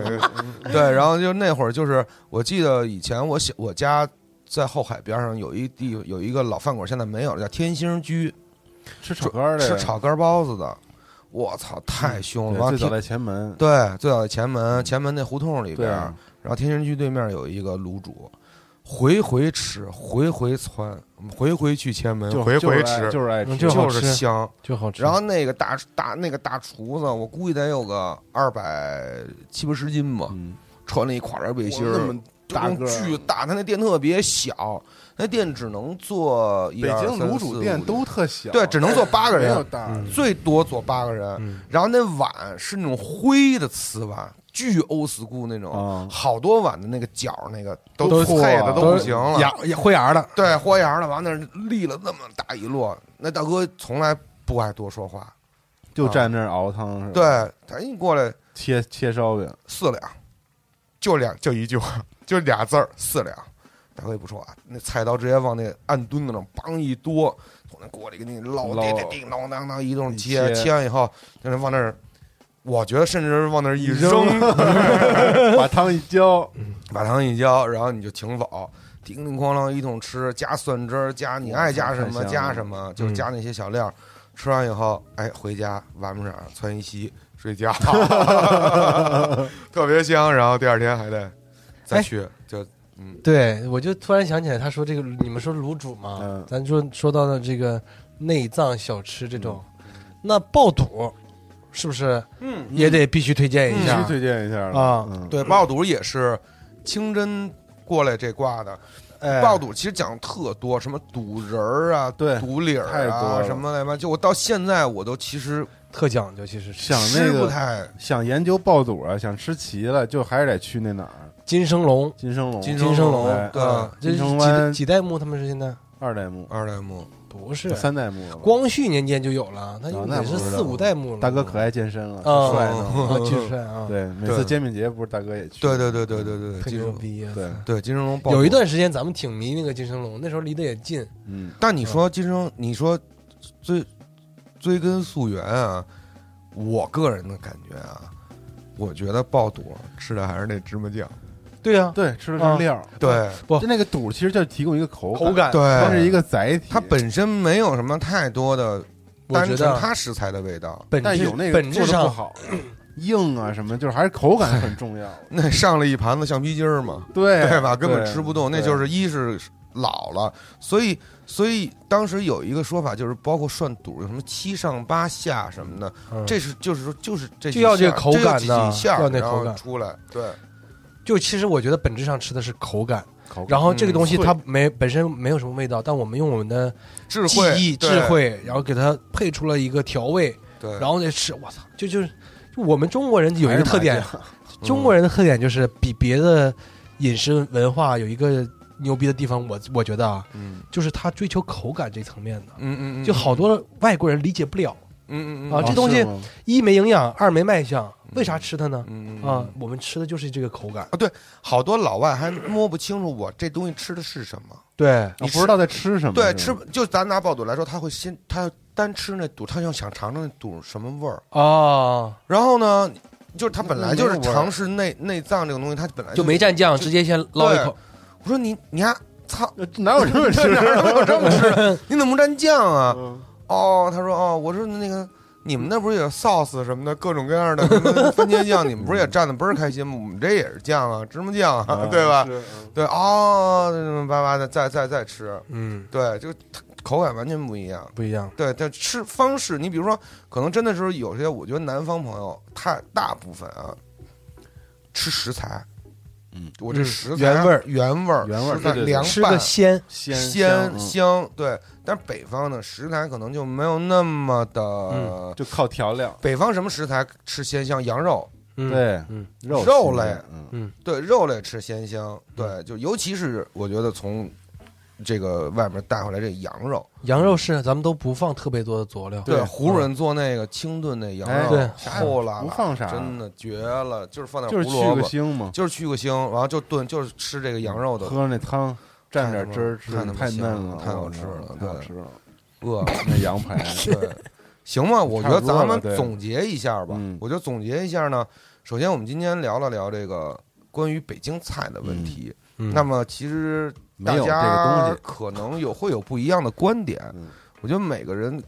[SPEAKER 9] 对，然后就那会儿，就是我记得以前我小我家在后海边上有一地有一个老饭馆，现在没有了，叫天星居，
[SPEAKER 7] 吃炒肝儿的嗯
[SPEAKER 9] 吃炒肝包子的。我操，太凶
[SPEAKER 7] 对
[SPEAKER 9] 了！
[SPEAKER 7] 最早
[SPEAKER 9] 完了天
[SPEAKER 7] 在前门，
[SPEAKER 9] 对，最早在前门，前门那胡同里
[SPEAKER 7] 对
[SPEAKER 9] 边，
[SPEAKER 7] 啊，
[SPEAKER 9] 然后天星居对面有一个卤煮，回回吃，回回窜，回回去前门，
[SPEAKER 7] 就
[SPEAKER 9] 回
[SPEAKER 7] 就是
[SPEAKER 9] 回
[SPEAKER 7] 爱
[SPEAKER 9] 吃，嗯
[SPEAKER 7] 就是爱吃，
[SPEAKER 8] 嗯就好
[SPEAKER 9] 就
[SPEAKER 8] 吃
[SPEAKER 9] 是香。
[SPEAKER 8] 就好吃。
[SPEAKER 9] 然后那个大大那个大厨子，我估计得有个二百七八十斤吧，
[SPEAKER 7] 嗯，
[SPEAKER 9] 穿了一垮边背心
[SPEAKER 7] 哇那
[SPEAKER 9] 儿
[SPEAKER 7] 么，大个儿
[SPEAKER 9] 就那种巨大。他那店特别小，那店只能坐一
[SPEAKER 7] 北
[SPEAKER 9] 二
[SPEAKER 7] 京
[SPEAKER 9] 三
[SPEAKER 7] 卤
[SPEAKER 9] 四
[SPEAKER 7] 煮
[SPEAKER 9] 五
[SPEAKER 7] 店
[SPEAKER 9] 六
[SPEAKER 7] 都特小，
[SPEAKER 9] 对只能坐八个人
[SPEAKER 7] 没有大的，
[SPEAKER 9] 最多坐八个人。
[SPEAKER 8] 嗯
[SPEAKER 9] 然后那碗是那种灰的瓷碗，巨 old school 那
[SPEAKER 8] 哦
[SPEAKER 9] 种，
[SPEAKER 7] 啊
[SPEAKER 9] 好多碗的那个角儿那个
[SPEAKER 7] 都破
[SPEAKER 9] 脆的
[SPEAKER 7] 了
[SPEAKER 9] 都不行了，
[SPEAKER 8] 牙也灰牙的，
[SPEAKER 9] 对，豁牙的往那儿立了那么大一摞。那大哥从来不爱多说话，
[SPEAKER 7] 就站那儿熬汤是吧？，
[SPEAKER 9] 对，他一过来
[SPEAKER 7] 切切烧 饼，
[SPEAKER 9] 四两，就两就一句话，就俩字儿四两。大哥也不说话，那菜刀直接往那暗墩子上梆一剁，从那锅里给你捞，
[SPEAKER 7] 捞
[SPEAKER 9] 叮叮叮当当当一顿
[SPEAKER 7] 一
[SPEAKER 9] 切，
[SPEAKER 7] 切
[SPEAKER 9] 切完以后，就是往那儿，我觉得甚至往那儿一扔，
[SPEAKER 7] 把汤一浇，
[SPEAKER 9] 把糖一浇，然后你就请走，叮叮哐啷一通吃，加蒜汁儿，加你爱加什么
[SPEAKER 7] 太香了嗯
[SPEAKER 9] 加什么，就是加那些小料儿。吃完以后，哎，回家晚上窜一吸 睡觉，特别香。然后第二天还得
[SPEAKER 7] 哎
[SPEAKER 9] 再去，就嗯，
[SPEAKER 8] 对，我就突然想起来，他说这个你们说卤煮嘛，
[SPEAKER 7] 嗯
[SPEAKER 8] 咱说说到的这个内脏小吃这种，那爆肚是不是？嗯，也得必须推荐
[SPEAKER 7] 必
[SPEAKER 8] 一
[SPEAKER 7] 须
[SPEAKER 9] 嗯
[SPEAKER 8] 下。
[SPEAKER 7] 推荐一下了
[SPEAKER 8] 啊
[SPEAKER 7] 嗯
[SPEAKER 9] 对，爆肚也是清真过来这挂的。
[SPEAKER 8] 哎
[SPEAKER 9] 爆肚其实讲的特多，什么肚仁儿啊，
[SPEAKER 7] 对
[SPEAKER 9] 肚里儿
[SPEAKER 7] 太多
[SPEAKER 9] 啊，
[SPEAKER 7] 了
[SPEAKER 9] 什么来吧，就我到现在我都其实
[SPEAKER 8] 特讲究，其实是
[SPEAKER 7] 想那
[SPEAKER 9] 吃不
[SPEAKER 7] 个
[SPEAKER 9] 太
[SPEAKER 7] 想研究爆肚啊，想吃齐了，就还是得去那哪儿
[SPEAKER 8] 金生龙，
[SPEAKER 7] 金生龙
[SPEAKER 9] 金
[SPEAKER 8] 金生龙
[SPEAKER 7] 哎，
[SPEAKER 8] 啊，这是
[SPEAKER 7] 金城
[SPEAKER 8] 几
[SPEAKER 7] 湾
[SPEAKER 8] 代几代目？他们是现在
[SPEAKER 7] 二代目、
[SPEAKER 9] 二代目，
[SPEAKER 8] 不是
[SPEAKER 7] 三代目了吧，
[SPEAKER 8] 光绪年间就有了，那
[SPEAKER 7] 啊
[SPEAKER 8] 就也
[SPEAKER 7] 那不
[SPEAKER 8] 是
[SPEAKER 7] 知道
[SPEAKER 8] 四五代目了。
[SPEAKER 7] 大哥可爱健身了，
[SPEAKER 8] 啊
[SPEAKER 7] 帅
[SPEAKER 9] 嗯
[SPEAKER 7] 呢。
[SPEAKER 8] 啊，巨帅 啊，
[SPEAKER 7] 对，每
[SPEAKER 9] 对
[SPEAKER 7] 次煎饼节不是大哥也去？
[SPEAKER 9] 对对对对对对，
[SPEAKER 8] 特
[SPEAKER 9] 金
[SPEAKER 8] 牛
[SPEAKER 9] 生龙
[SPEAKER 8] 逼啊！
[SPEAKER 7] 对，
[SPEAKER 9] 对金生龙爆
[SPEAKER 8] 有一
[SPEAKER 9] 肚
[SPEAKER 8] 段时间咱们挺迷那个金生龙，那时候离得也近，
[SPEAKER 7] 嗯，
[SPEAKER 9] 但你说今生，你说追追根溯源啊，我个人的感觉啊，我觉得爆肚吃的还是那芝麻酱，
[SPEAKER 8] 对啊，
[SPEAKER 7] 对，吃了是料儿，
[SPEAKER 9] 嗯对
[SPEAKER 7] 就那个肚儿其实就是提供一个口
[SPEAKER 8] 口感，
[SPEAKER 9] 对，
[SPEAKER 7] 它是一个载体，
[SPEAKER 9] 它本身没有什么太多的
[SPEAKER 8] 我
[SPEAKER 9] 单
[SPEAKER 8] 觉
[SPEAKER 9] 纯
[SPEAKER 8] 得
[SPEAKER 9] 它食材的味道，
[SPEAKER 8] 本
[SPEAKER 7] 但
[SPEAKER 8] 质
[SPEAKER 7] 有那个
[SPEAKER 8] 本
[SPEAKER 7] 做
[SPEAKER 8] 质
[SPEAKER 7] 的不
[SPEAKER 8] 上
[SPEAKER 7] 好，硬啊什么，就是还是口感很重要。
[SPEAKER 9] 那上了一盘子橡皮筋儿嘛，
[SPEAKER 7] 对
[SPEAKER 8] 哎
[SPEAKER 9] 对吧？根本
[SPEAKER 7] 对
[SPEAKER 9] 吃不动，那
[SPEAKER 7] 对
[SPEAKER 9] 就是一是老了，所以所以当时有一个说法，就是包括涮肚有什么七上八下什么的，
[SPEAKER 8] 嗯
[SPEAKER 9] 这是就是说就是这
[SPEAKER 8] 就要
[SPEAKER 9] 几下
[SPEAKER 8] 这个口感
[SPEAKER 9] 这
[SPEAKER 8] 呐
[SPEAKER 9] 要几下
[SPEAKER 8] 要那
[SPEAKER 9] 然
[SPEAKER 8] 口
[SPEAKER 9] 后
[SPEAKER 8] 感
[SPEAKER 9] 出来，对
[SPEAKER 8] 就其实我觉得本质上吃的是口感，
[SPEAKER 7] 口感
[SPEAKER 8] 然后这个
[SPEAKER 9] 嗯
[SPEAKER 8] 东西
[SPEAKER 7] 脆
[SPEAKER 8] 它没本身没有什么味道，但我们用我们的
[SPEAKER 9] 智
[SPEAKER 8] 技
[SPEAKER 9] 慧
[SPEAKER 8] 艺
[SPEAKER 9] 对
[SPEAKER 8] 智慧，然后给它配出了一个调味，
[SPEAKER 9] 对，
[SPEAKER 8] 然后再吃，我操，就就是就我们中国人有一个特点
[SPEAKER 7] 还，是麻酱
[SPEAKER 8] 中国人的特点就是比别的饮食文化有一个牛逼的地方，我我觉得啊，
[SPEAKER 9] 嗯
[SPEAKER 8] 就是他追求口感这层面的，
[SPEAKER 9] 嗯嗯嗯，
[SPEAKER 8] 就好多外国人理解不了，
[SPEAKER 9] 嗯嗯嗯
[SPEAKER 8] 啊
[SPEAKER 7] 哦
[SPEAKER 8] 这东西
[SPEAKER 7] 是吗
[SPEAKER 8] 一没营养，二没卖相，为啥吃它呢？
[SPEAKER 9] 嗯嗯嗯
[SPEAKER 8] 啊，我们吃的就是这个口感，
[SPEAKER 9] 好多老外还摸不清楚我这东西吃的是什么，
[SPEAKER 8] 对，
[SPEAKER 7] 你不知道在吃什么？
[SPEAKER 9] 对，
[SPEAKER 7] 是
[SPEAKER 9] 吃
[SPEAKER 7] 吗
[SPEAKER 9] 就咱拿爆肚来说，他会先他单吃那肚，他就想尝尝那肚什么味儿。
[SPEAKER 8] 哦，
[SPEAKER 9] 然后呢，就是他本来就
[SPEAKER 7] 没
[SPEAKER 9] 是
[SPEAKER 7] 有味儿
[SPEAKER 9] 尝试内内脏这种东西，他本来
[SPEAKER 8] 就没蘸酱，直接先捞一口，
[SPEAKER 9] 我说你你还操，
[SPEAKER 7] 哪有这么吃？
[SPEAKER 9] 哪有这么吃的？你怎么不蘸酱啊？
[SPEAKER 7] 嗯
[SPEAKER 9] 哦，他说哦，我说那个你们那不是有 sauce 什么的，各种各样的什么番茄酱，你们不是也蘸的倍儿开心吗？我们这也是酱啊，芝麻酱啊，对吧？
[SPEAKER 7] 嗯是
[SPEAKER 9] 对哦，叭叭的，再再再吃，
[SPEAKER 8] 嗯，
[SPEAKER 9] 对，就它口感完全不一样。
[SPEAKER 8] 不一样，
[SPEAKER 9] 对，但吃方式，你比如说，可能真的是有些，我觉得南方朋友太大部分啊，吃食材，
[SPEAKER 7] 嗯，
[SPEAKER 9] 我这
[SPEAKER 8] 嗯
[SPEAKER 9] 食材
[SPEAKER 8] 原味儿
[SPEAKER 9] 原味儿，
[SPEAKER 7] 原味儿
[SPEAKER 9] 食材
[SPEAKER 7] 对对对
[SPEAKER 9] 凉
[SPEAKER 8] 吃
[SPEAKER 9] 拌
[SPEAKER 8] 个鲜，
[SPEAKER 7] 鲜
[SPEAKER 9] 鲜
[SPEAKER 7] 香嗯
[SPEAKER 9] 香，对。但是北方呢，食材可能就没有那么的，
[SPEAKER 8] 嗯
[SPEAKER 7] 就靠调料，
[SPEAKER 9] 北方什么食材吃鲜香？羊肉，
[SPEAKER 8] 嗯，
[SPEAKER 7] 对
[SPEAKER 8] 嗯，
[SPEAKER 7] 肉
[SPEAKER 9] 肉
[SPEAKER 7] 吃的
[SPEAKER 9] 类，
[SPEAKER 7] 嗯，
[SPEAKER 9] 对，肉类吃鲜香，对，就尤其是我觉得从这个外面带回来这羊肉，
[SPEAKER 8] 羊肉是咱们都不放特别多的佐料，啊
[SPEAKER 7] 对嗯
[SPEAKER 9] 胡人做那个清炖那羊
[SPEAKER 7] 哎
[SPEAKER 9] 肉，
[SPEAKER 8] 对
[SPEAKER 9] 齁啦啦，
[SPEAKER 7] 不放啥
[SPEAKER 9] 真的绝了，就是放
[SPEAKER 7] 就
[SPEAKER 9] 点
[SPEAKER 7] 是
[SPEAKER 9] 胡
[SPEAKER 7] 去
[SPEAKER 9] 萝
[SPEAKER 7] 个
[SPEAKER 9] 卜，
[SPEAKER 7] 腥嘛，
[SPEAKER 9] 就是去个腥，然后就炖，就是吃这个羊肉的，
[SPEAKER 7] 喝上那汤，蘸点汁儿
[SPEAKER 9] 太
[SPEAKER 7] 吃，
[SPEAKER 9] 他妈
[SPEAKER 7] 太
[SPEAKER 9] 香
[SPEAKER 7] 嫩
[SPEAKER 9] 了太好
[SPEAKER 7] 我
[SPEAKER 9] 吃
[SPEAKER 7] 操
[SPEAKER 9] 了
[SPEAKER 7] 太好
[SPEAKER 9] 对
[SPEAKER 7] 吃了，
[SPEAKER 9] 饿，
[SPEAKER 7] 那羊排
[SPEAKER 9] 对，行吧，我觉得咱
[SPEAKER 7] 差
[SPEAKER 9] 们
[SPEAKER 7] 不多了对
[SPEAKER 9] 总结一下吧
[SPEAKER 7] 嗯，
[SPEAKER 9] 我觉得总结一下呢，首先我们今天聊了聊这个关于北京菜的问题，
[SPEAKER 8] 嗯，
[SPEAKER 9] 那么其实
[SPEAKER 7] 没
[SPEAKER 9] 大
[SPEAKER 7] 有这个
[SPEAKER 9] 家
[SPEAKER 7] 东西，
[SPEAKER 9] 可能有会有不一样的观点
[SPEAKER 7] 嗯。
[SPEAKER 9] 我觉得每个人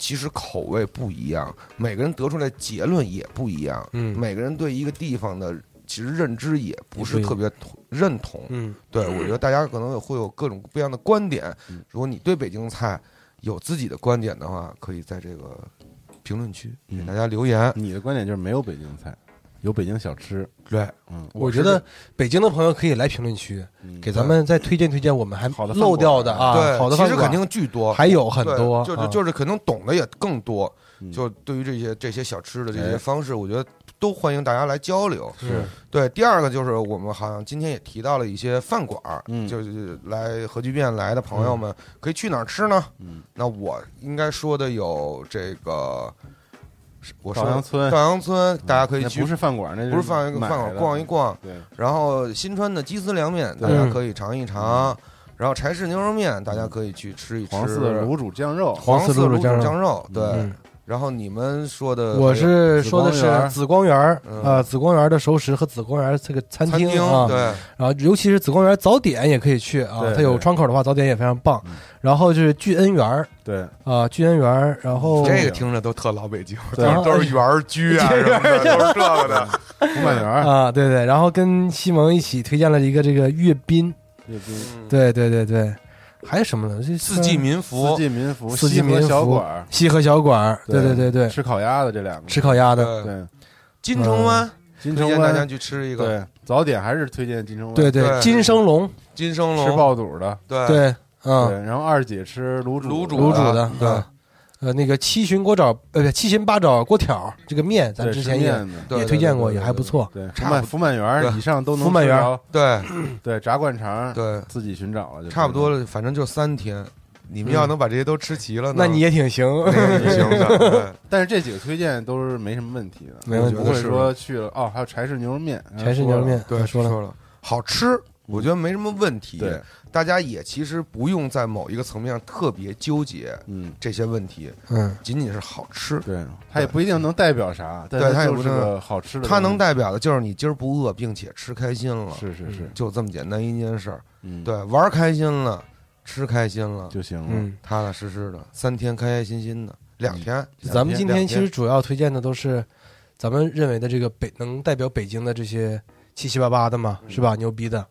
[SPEAKER 9] 其实口味不一样，每个人得出来结论也不一样，
[SPEAKER 8] 嗯
[SPEAKER 9] 每个人对一个地方的其实认知也不是
[SPEAKER 8] 也
[SPEAKER 9] 特
[SPEAKER 8] 不
[SPEAKER 9] 别同认同。
[SPEAKER 8] 嗯，嗯
[SPEAKER 9] 对我觉得大家可能有会有各种不一样的观点。如果你对北京菜有自己的观点的话，可以在这个评论区给
[SPEAKER 7] 嗯
[SPEAKER 9] 大家留言。
[SPEAKER 7] 你的观点就是没有北京菜，有北京小吃，
[SPEAKER 9] 对，
[SPEAKER 7] 嗯，
[SPEAKER 8] 我觉得北京的朋友可以来评论区
[SPEAKER 7] 嗯
[SPEAKER 8] 给咱们再推荐推荐我们还
[SPEAKER 7] 好的饭
[SPEAKER 8] 漏掉的
[SPEAKER 7] 馆
[SPEAKER 8] 啊，
[SPEAKER 9] 对，
[SPEAKER 8] 好的
[SPEAKER 9] 其
[SPEAKER 8] 饭
[SPEAKER 9] 实
[SPEAKER 8] 馆
[SPEAKER 9] 肯定巨多，
[SPEAKER 8] 还有很
[SPEAKER 9] 对
[SPEAKER 8] 多，
[SPEAKER 9] 就是
[SPEAKER 8] 啊
[SPEAKER 9] 就是可能懂得也更多。
[SPEAKER 7] 嗯
[SPEAKER 9] 就对于这些这些小吃的这些
[SPEAKER 7] 哎
[SPEAKER 9] 方式，我觉得都欢迎大家来交流。
[SPEAKER 8] 是
[SPEAKER 9] 对，第二个就是我们好像今天也提到了一些饭馆儿，
[SPEAKER 7] 嗯
[SPEAKER 9] 就是来核聚变来的朋友
[SPEAKER 8] 嗯
[SPEAKER 9] 们可以去哪儿吃呢？
[SPEAKER 7] 嗯，
[SPEAKER 9] 那我应该说的有这个，是我说
[SPEAKER 7] 朝阳村
[SPEAKER 9] 朝阳村，大家可以
[SPEAKER 7] 嗯那
[SPEAKER 9] 去
[SPEAKER 7] 不。是饭馆，那
[SPEAKER 9] 不是饭
[SPEAKER 7] 买
[SPEAKER 9] 饭馆
[SPEAKER 7] 的
[SPEAKER 9] 逛一，逛，
[SPEAKER 7] 对，
[SPEAKER 9] 然后新川的鸡丝凉面大
[SPEAKER 7] 对
[SPEAKER 9] 家
[SPEAKER 8] 嗯
[SPEAKER 9] 可以尝一尝，然后柴氏牛肉面大家可以去吃一吃，
[SPEAKER 7] 黄四卤煮酱肉，
[SPEAKER 9] 黄
[SPEAKER 8] 黄四
[SPEAKER 9] 四
[SPEAKER 8] 卤
[SPEAKER 9] 卤
[SPEAKER 8] 煮酱肉
[SPEAKER 9] 酱肉，对。
[SPEAKER 8] 嗯
[SPEAKER 9] 然后你们说的
[SPEAKER 8] 我
[SPEAKER 9] 呃还有
[SPEAKER 8] 是
[SPEAKER 7] 紫
[SPEAKER 8] 说的
[SPEAKER 7] 光园儿
[SPEAKER 8] 是紫光园儿，
[SPEAKER 9] 嗯
[SPEAKER 8] 呃，紫光园儿的熟食和紫光园儿这个餐
[SPEAKER 9] 餐厅
[SPEAKER 8] 啊，
[SPEAKER 9] 对，
[SPEAKER 8] 然后尤其是紫光园儿早点也可以去啊
[SPEAKER 7] 对，
[SPEAKER 8] 它有
[SPEAKER 7] 对
[SPEAKER 8] 窗口的话早点也非常棒
[SPEAKER 7] 嗯。
[SPEAKER 8] 然后就是聚恩园儿
[SPEAKER 7] 对，
[SPEAKER 8] 啊，聚恩园儿，然后
[SPEAKER 9] 这个听着都特老北京，
[SPEAKER 7] 对
[SPEAKER 9] 都是都是园儿居啊什么的，都是这个的。
[SPEAKER 7] 红满园 儿，
[SPEAKER 8] 啊，对对，然后跟西蒙一起推荐了一个这个阅兵，
[SPEAKER 7] 也不
[SPEAKER 8] 对对对对，还有什么呢？这
[SPEAKER 9] 嗯四季民
[SPEAKER 7] 四
[SPEAKER 9] 福，
[SPEAKER 7] 季民福、
[SPEAKER 8] 四季
[SPEAKER 7] 西河
[SPEAKER 8] 民
[SPEAKER 7] 小
[SPEAKER 8] 福
[SPEAKER 7] 馆儿，
[SPEAKER 8] 西河小馆儿，对
[SPEAKER 7] 对
[SPEAKER 8] 对对对，
[SPEAKER 7] 吃烤鸭的这两个，
[SPEAKER 8] 吃烤鸭的，
[SPEAKER 9] 对，
[SPEAKER 7] 对，嗯
[SPEAKER 9] 金城湾，
[SPEAKER 7] 金
[SPEAKER 9] 推
[SPEAKER 7] 城
[SPEAKER 9] 荐大家
[SPEAKER 7] 湾，
[SPEAKER 9] 去吃一个
[SPEAKER 7] 对，早点还是推荐金城湾，
[SPEAKER 8] 对
[SPEAKER 9] 对
[SPEAKER 8] 金生龙，
[SPEAKER 9] 金生
[SPEAKER 7] 吃
[SPEAKER 9] 龙，
[SPEAKER 7] 爆肚的，
[SPEAKER 9] 对
[SPEAKER 8] 对，嗯，
[SPEAKER 7] 对，然后二姐吃卤煮啊
[SPEAKER 9] 卤
[SPEAKER 7] 卤
[SPEAKER 9] 煮
[SPEAKER 8] 卤煮
[SPEAKER 9] 的
[SPEAKER 8] 的，
[SPEAKER 9] 对
[SPEAKER 8] 嗯呃，那个七旬锅爪，呃，不七旬八爪锅条这个面，咱
[SPEAKER 7] 对
[SPEAKER 8] 之
[SPEAKER 7] 吃
[SPEAKER 8] 前也
[SPEAKER 7] 面的
[SPEAKER 9] 对
[SPEAKER 8] 也
[SPEAKER 9] 对
[SPEAKER 8] 推荐过，
[SPEAKER 7] 对
[SPEAKER 8] 也还不错。
[SPEAKER 7] 对，福
[SPEAKER 9] 差
[SPEAKER 7] 满
[SPEAKER 9] 不
[SPEAKER 7] 福满园儿
[SPEAKER 9] 对
[SPEAKER 7] 以上都能
[SPEAKER 8] 福满
[SPEAKER 7] 吃
[SPEAKER 8] 园儿
[SPEAKER 7] 着
[SPEAKER 9] 对
[SPEAKER 7] 对炸灌肠，
[SPEAKER 9] 对，
[SPEAKER 7] 自己寻找了就
[SPEAKER 9] 差不多
[SPEAKER 7] 了。
[SPEAKER 9] 了，反正就三天。你们要能把这些都吃齐了
[SPEAKER 8] 嗯
[SPEAKER 9] 呢，
[SPEAKER 8] 那你也挺行，
[SPEAKER 9] 那也挺行 的。对
[SPEAKER 7] 但是这几个推荐都是没什么问题的，
[SPEAKER 8] 没问题
[SPEAKER 7] 不会
[SPEAKER 9] 是
[SPEAKER 7] 说去了哦，还有柴氏牛肉面，刚 才
[SPEAKER 8] 全是牛肉面。
[SPEAKER 9] 对，
[SPEAKER 8] 说了，
[SPEAKER 9] 了，好吃，我觉得没什么问题。
[SPEAKER 7] 对，
[SPEAKER 9] 大家也其实不用在某一个层面上特别纠结
[SPEAKER 7] 嗯，
[SPEAKER 9] 这些问题，
[SPEAKER 8] 嗯，
[SPEAKER 9] 仅仅是好吃。
[SPEAKER 7] 对，它也不一定能代表啥，但
[SPEAKER 9] 对
[SPEAKER 7] 它
[SPEAKER 9] 它也
[SPEAKER 7] 就
[SPEAKER 9] 不
[SPEAKER 7] 是
[SPEAKER 9] 能
[SPEAKER 7] 个好吃的东西，
[SPEAKER 9] 它能代表的就是你今儿不饿，并且吃开心了，
[SPEAKER 7] 是是是，
[SPEAKER 9] 就这么简单一件事儿。
[SPEAKER 7] 嗯，
[SPEAKER 9] 对，玩儿开心了，吃开心了，
[SPEAKER 7] 就行了。
[SPEAKER 8] 嗯，
[SPEAKER 9] 踏踏实实的，三天开开心心的，两天。两
[SPEAKER 8] 咱们今天
[SPEAKER 9] 两
[SPEAKER 8] 其实主要推荐的都是咱们认为的这个北能代表北京的这些七七八八的嘛，是吧？牛逼的。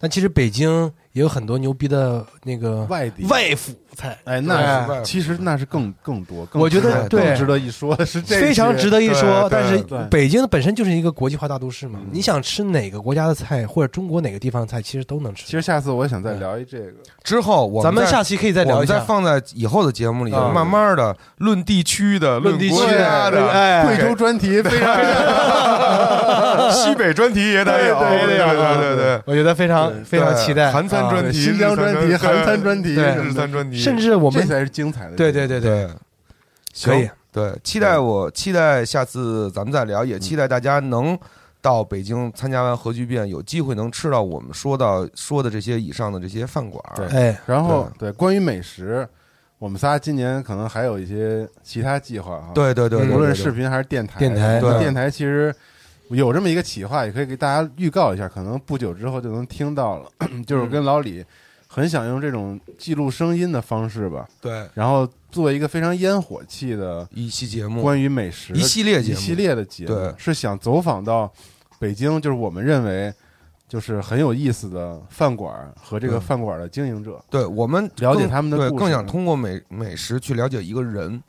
[SPEAKER 8] 但其实北京也有很多牛逼的那个
[SPEAKER 7] 外地，
[SPEAKER 8] 外府菜，
[SPEAKER 7] 哎，
[SPEAKER 9] 哎
[SPEAKER 7] 那
[SPEAKER 9] 外
[SPEAKER 7] 是其实那是更更多，更
[SPEAKER 8] 我觉
[SPEAKER 7] 值
[SPEAKER 8] 得
[SPEAKER 7] 更
[SPEAKER 8] 对
[SPEAKER 7] 值得一说的是这些，
[SPEAKER 8] 非常值得一说。
[SPEAKER 9] 对对
[SPEAKER 8] 但是
[SPEAKER 7] 对
[SPEAKER 8] 北京本身就是一个国际化大都市嘛，你想吃哪个国家的菜或者中国哪个地方的菜，其实都能
[SPEAKER 7] 其
[SPEAKER 8] 吃。
[SPEAKER 7] 实下次我也想再聊一这个，
[SPEAKER 9] 之后我
[SPEAKER 8] 咱们
[SPEAKER 9] 再
[SPEAKER 8] 下期可以再
[SPEAKER 9] 我
[SPEAKER 8] 聊
[SPEAKER 9] 们
[SPEAKER 8] 一
[SPEAKER 9] 再
[SPEAKER 8] 下。
[SPEAKER 9] 放在以后的节目里，
[SPEAKER 8] 嗯
[SPEAKER 9] 慢慢的论地区的、论
[SPEAKER 8] 地区
[SPEAKER 9] 国家
[SPEAKER 7] 对
[SPEAKER 9] 的、
[SPEAKER 8] 哎
[SPEAKER 7] 贵州专题非常
[SPEAKER 9] 西北专题也得有，
[SPEAKER 7] 对对对
[SPEAKER 9] 对
[SPEAKER 7] 对
[SPEAKER 9] 对对，
[SPEAKER 8] 我觉得非常
[SPEAKER 7] 对
[SPEAKER 8] 非常期待，
[SPEAKER 9] 韩餐专
[SPEAKER 7] 啊
[SPEAKER 9] 题、
[SPEAKER 7] 新疆专题、
[SPEAKER 9] 日餐
[SPEAKER 7] 韩餐专题
[SPEAKER 8] 对
[SPEAKER 7] 什
[SPEAKER 9] 对
[SPEAKER 7] 么
[SPEAKER 9] 日
[SPEAKER 7] 的，
[SPEAKER 9] 餐专题，
[SPEAKER 8] 甚至我
[SPEAKER 7] 这
[SPEAKER 8] 们
[SPEAKER 7] 才是精彩的。
[SPEAKER 8] 对对对对，
[SPEAKER 9] 对，
[SPEAKER 8] 可以
[SPEAKER 9] 行。对，期待我期待下次咱们再聊，也
[SPEAKER 8] 嗯
[SPEAKER 9] 期待大家能到北京参加完核聚变，有机会能吃到我们说到说的这些以上的这些饭馆儿。
[SPEAKER 7] 对
[SPEAKER 8] 哎，
[SPEAKER 7] 然后对关于美食，我们仨今年可能还有一些其他计划哈。，
[SPEAKER 9] 对对对，对
[SPEAKER 7] 嗯无论
[SPEAKER 9] 对
[SPEAKER 7] 视频还是电台，
[SPEAKER 8] 电台
[SPEAKER 7] 那
[SPEAKER 9] 对
[SPEAKER 7] 电台其实有这么一个企划，也可以给大家预告一下，可能不久之后就能听到了。 就是我跟老李很想用这种记录声音的方式吧，
[SPEAKER 9] 对
[SPEAKER 7] 然后做一个非常烟火气的
[SPEAKER 9] 一期节目，
[SPEAKER 7] 关于美食
[SPEAKER 9] 嗯一系列节
[SPEAKER 7] 一
[SPEAKER 9] 目，
[SPEAKER 7] 系列的节目，
[SPEAKER 9] 对
[SPEAKER 7] 是想走访到北京，就是我们认为就是很有意思的饭馆儿和这个
[SPEAKER 9] 对
[SPEAKER 7] 饭馆儿的经营者。
[SPEAKER 9] 对我们
[SPEAKER 7] 了解
[SPEAKER 9] 更
[SPEAKER 7] 他们的
[SPEAKER 9] 对，
[SPEAKER 7] 故事
[SPEAKER 9] 更想通过美美食去了解一个人，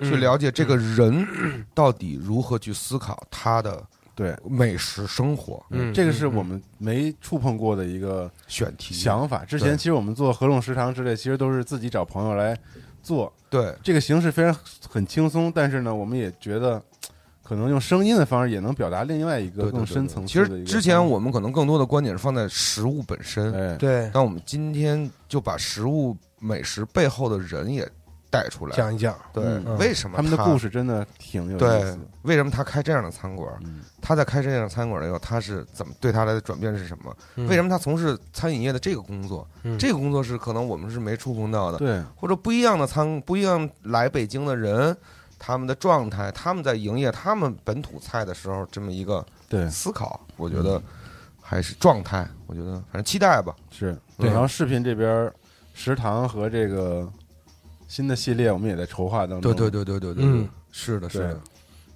[SPEAKER 8] 嗯
[SPEAKER 9] 去了解这个人到底如何去思考他的
[SPEAKER 7] 对，
[SPEAKER 9] 美食生活
[SPEAKER 8] 嗯，
[SPEAKER 7] 这个是我们没触碰过的一个
[SPEAKER 9] 选题。
[SPEAKER 7] 想法。之前
[SPEAKER 9] 对
[SPEAKER 7] 其实我们做合众食堂之类，其实都是自己找朋友来做，
[SPEAKER 9] 对
[SPEAKER 7] 这个形式非常很轻松，但是呢，我们也觉得。可能用声音的方式也能表达另外一
[SPEAKER 9] 对
[SPEAKER 7] 个
[SPEAKER 9] 对
[SPEAKER 7] 更
[SPEAKER 9] 对
[SPEAKER 7] 深
[SPEAKER 9] 对
[SPEAKER 7] 层
[SPEAKER 9] 其
[SPEAKER 7] 次的一个方
[SPEAKER 9] 实
[SPEAKER 7] 式。
[SPEAKER 9] 之前我们可能更多的观点是放在食物本身，
[SPEAKER 7] 哎
[SPEAKER 8] 对
[SPEAKER 9] 但我们今天就把食物美食背后的人也带出来。
[SPEAKER 8] 讲一讲，
[SPEAKER 9] 对
[SPEAKER 8] 嗯，
[SPEAKER 9] 为什么
[SPEAKER 7] 他们的故
[SPEAKER 9] 事？
[SPEAKER 7] 事真的挺有意
[SPEAKER 9] 对
[SPEAKER 7] 思的。，
[SPEAKER 9] 为什么他开这样的餐馆？
[SPEAKER 7] 嗯
[SPEAKER 9] 他在开这样的餐馆以后，他是怎么对他的转变是什么？
[SPEAKER 8] 嗯
[SPEAKER 9] 为什么他从事餐饮业的这个工作？
[SPEAKER 8] 嗯
[SPEAKER 9] 这个工作是可能我们是没触碰到的，
[SPEAKER 7] 对，
[SPEAKER 9] 或者不一样的餐，不一样来北京的人，他们的状态，他们在营业他们本土菜的时候，这么一个
[SPEAKER 7] 对
[SPEAKER 9] 思考，我觉得还是状态，我觉得反正期待吧。
[SPEAKER 7] 是。
[SPEAKER 9] 对
[SPEAKER 7] 然后视频这边，食堂和这个新的系列，我们也在筹划当中。
[SPEAKER 9] 对对对对对对，
[SPEAKER 8] 嗯
[SPEAKER 9] 是的，是
[SPEAKER 7] 对
[SPEAKER 9] 的。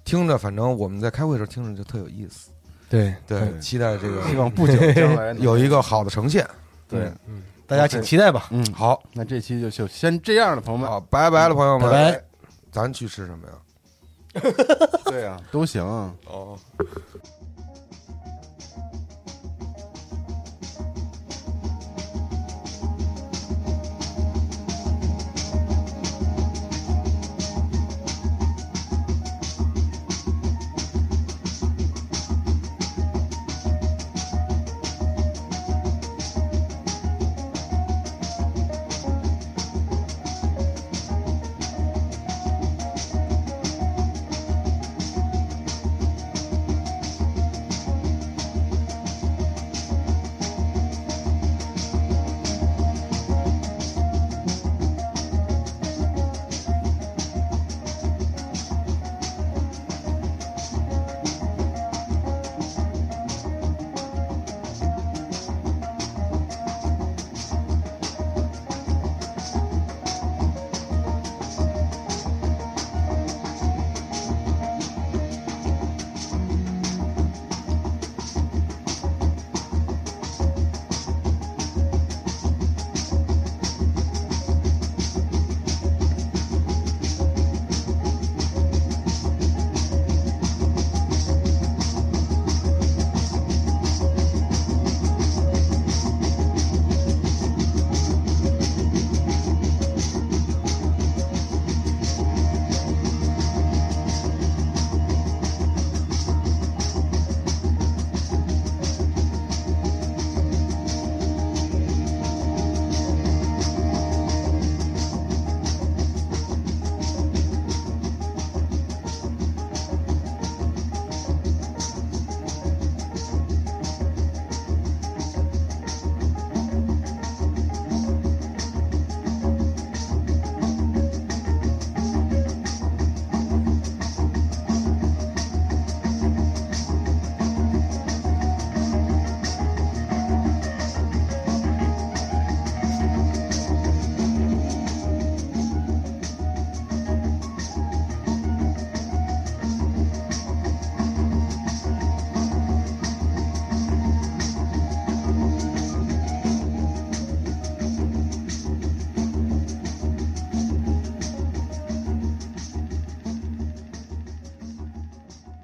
[SPEAKER 9] 听着，反正我们在开会的时候听着就特有意思。
[SPEAKER 8] 对，
[SPEAKER 9] 对，期待这
[SPEAKER 7] 希
[SPEAKER 9] 个
[SPEAKER 7] 望不久将来能
[SPEAKER 9] 有一个好的呈现。
[SPEAKER 7] 对。
[SPEAKER 8] 大家请期待吧。
[SPEAKER 7] 嗯，好，
[SPEAKER 9] 好，
[SPEAKER 7] 那这期就就先这样了，朋友们。
[SPEAKER 9] 好，拜拜了，朋友们。哎
[SPEAKER 8] 拜拜。
[SPEAKER 9] 咱去吃什么呀？
[SPEAKER 7] 对啊，都行。
[SPEAKER 9] 哦。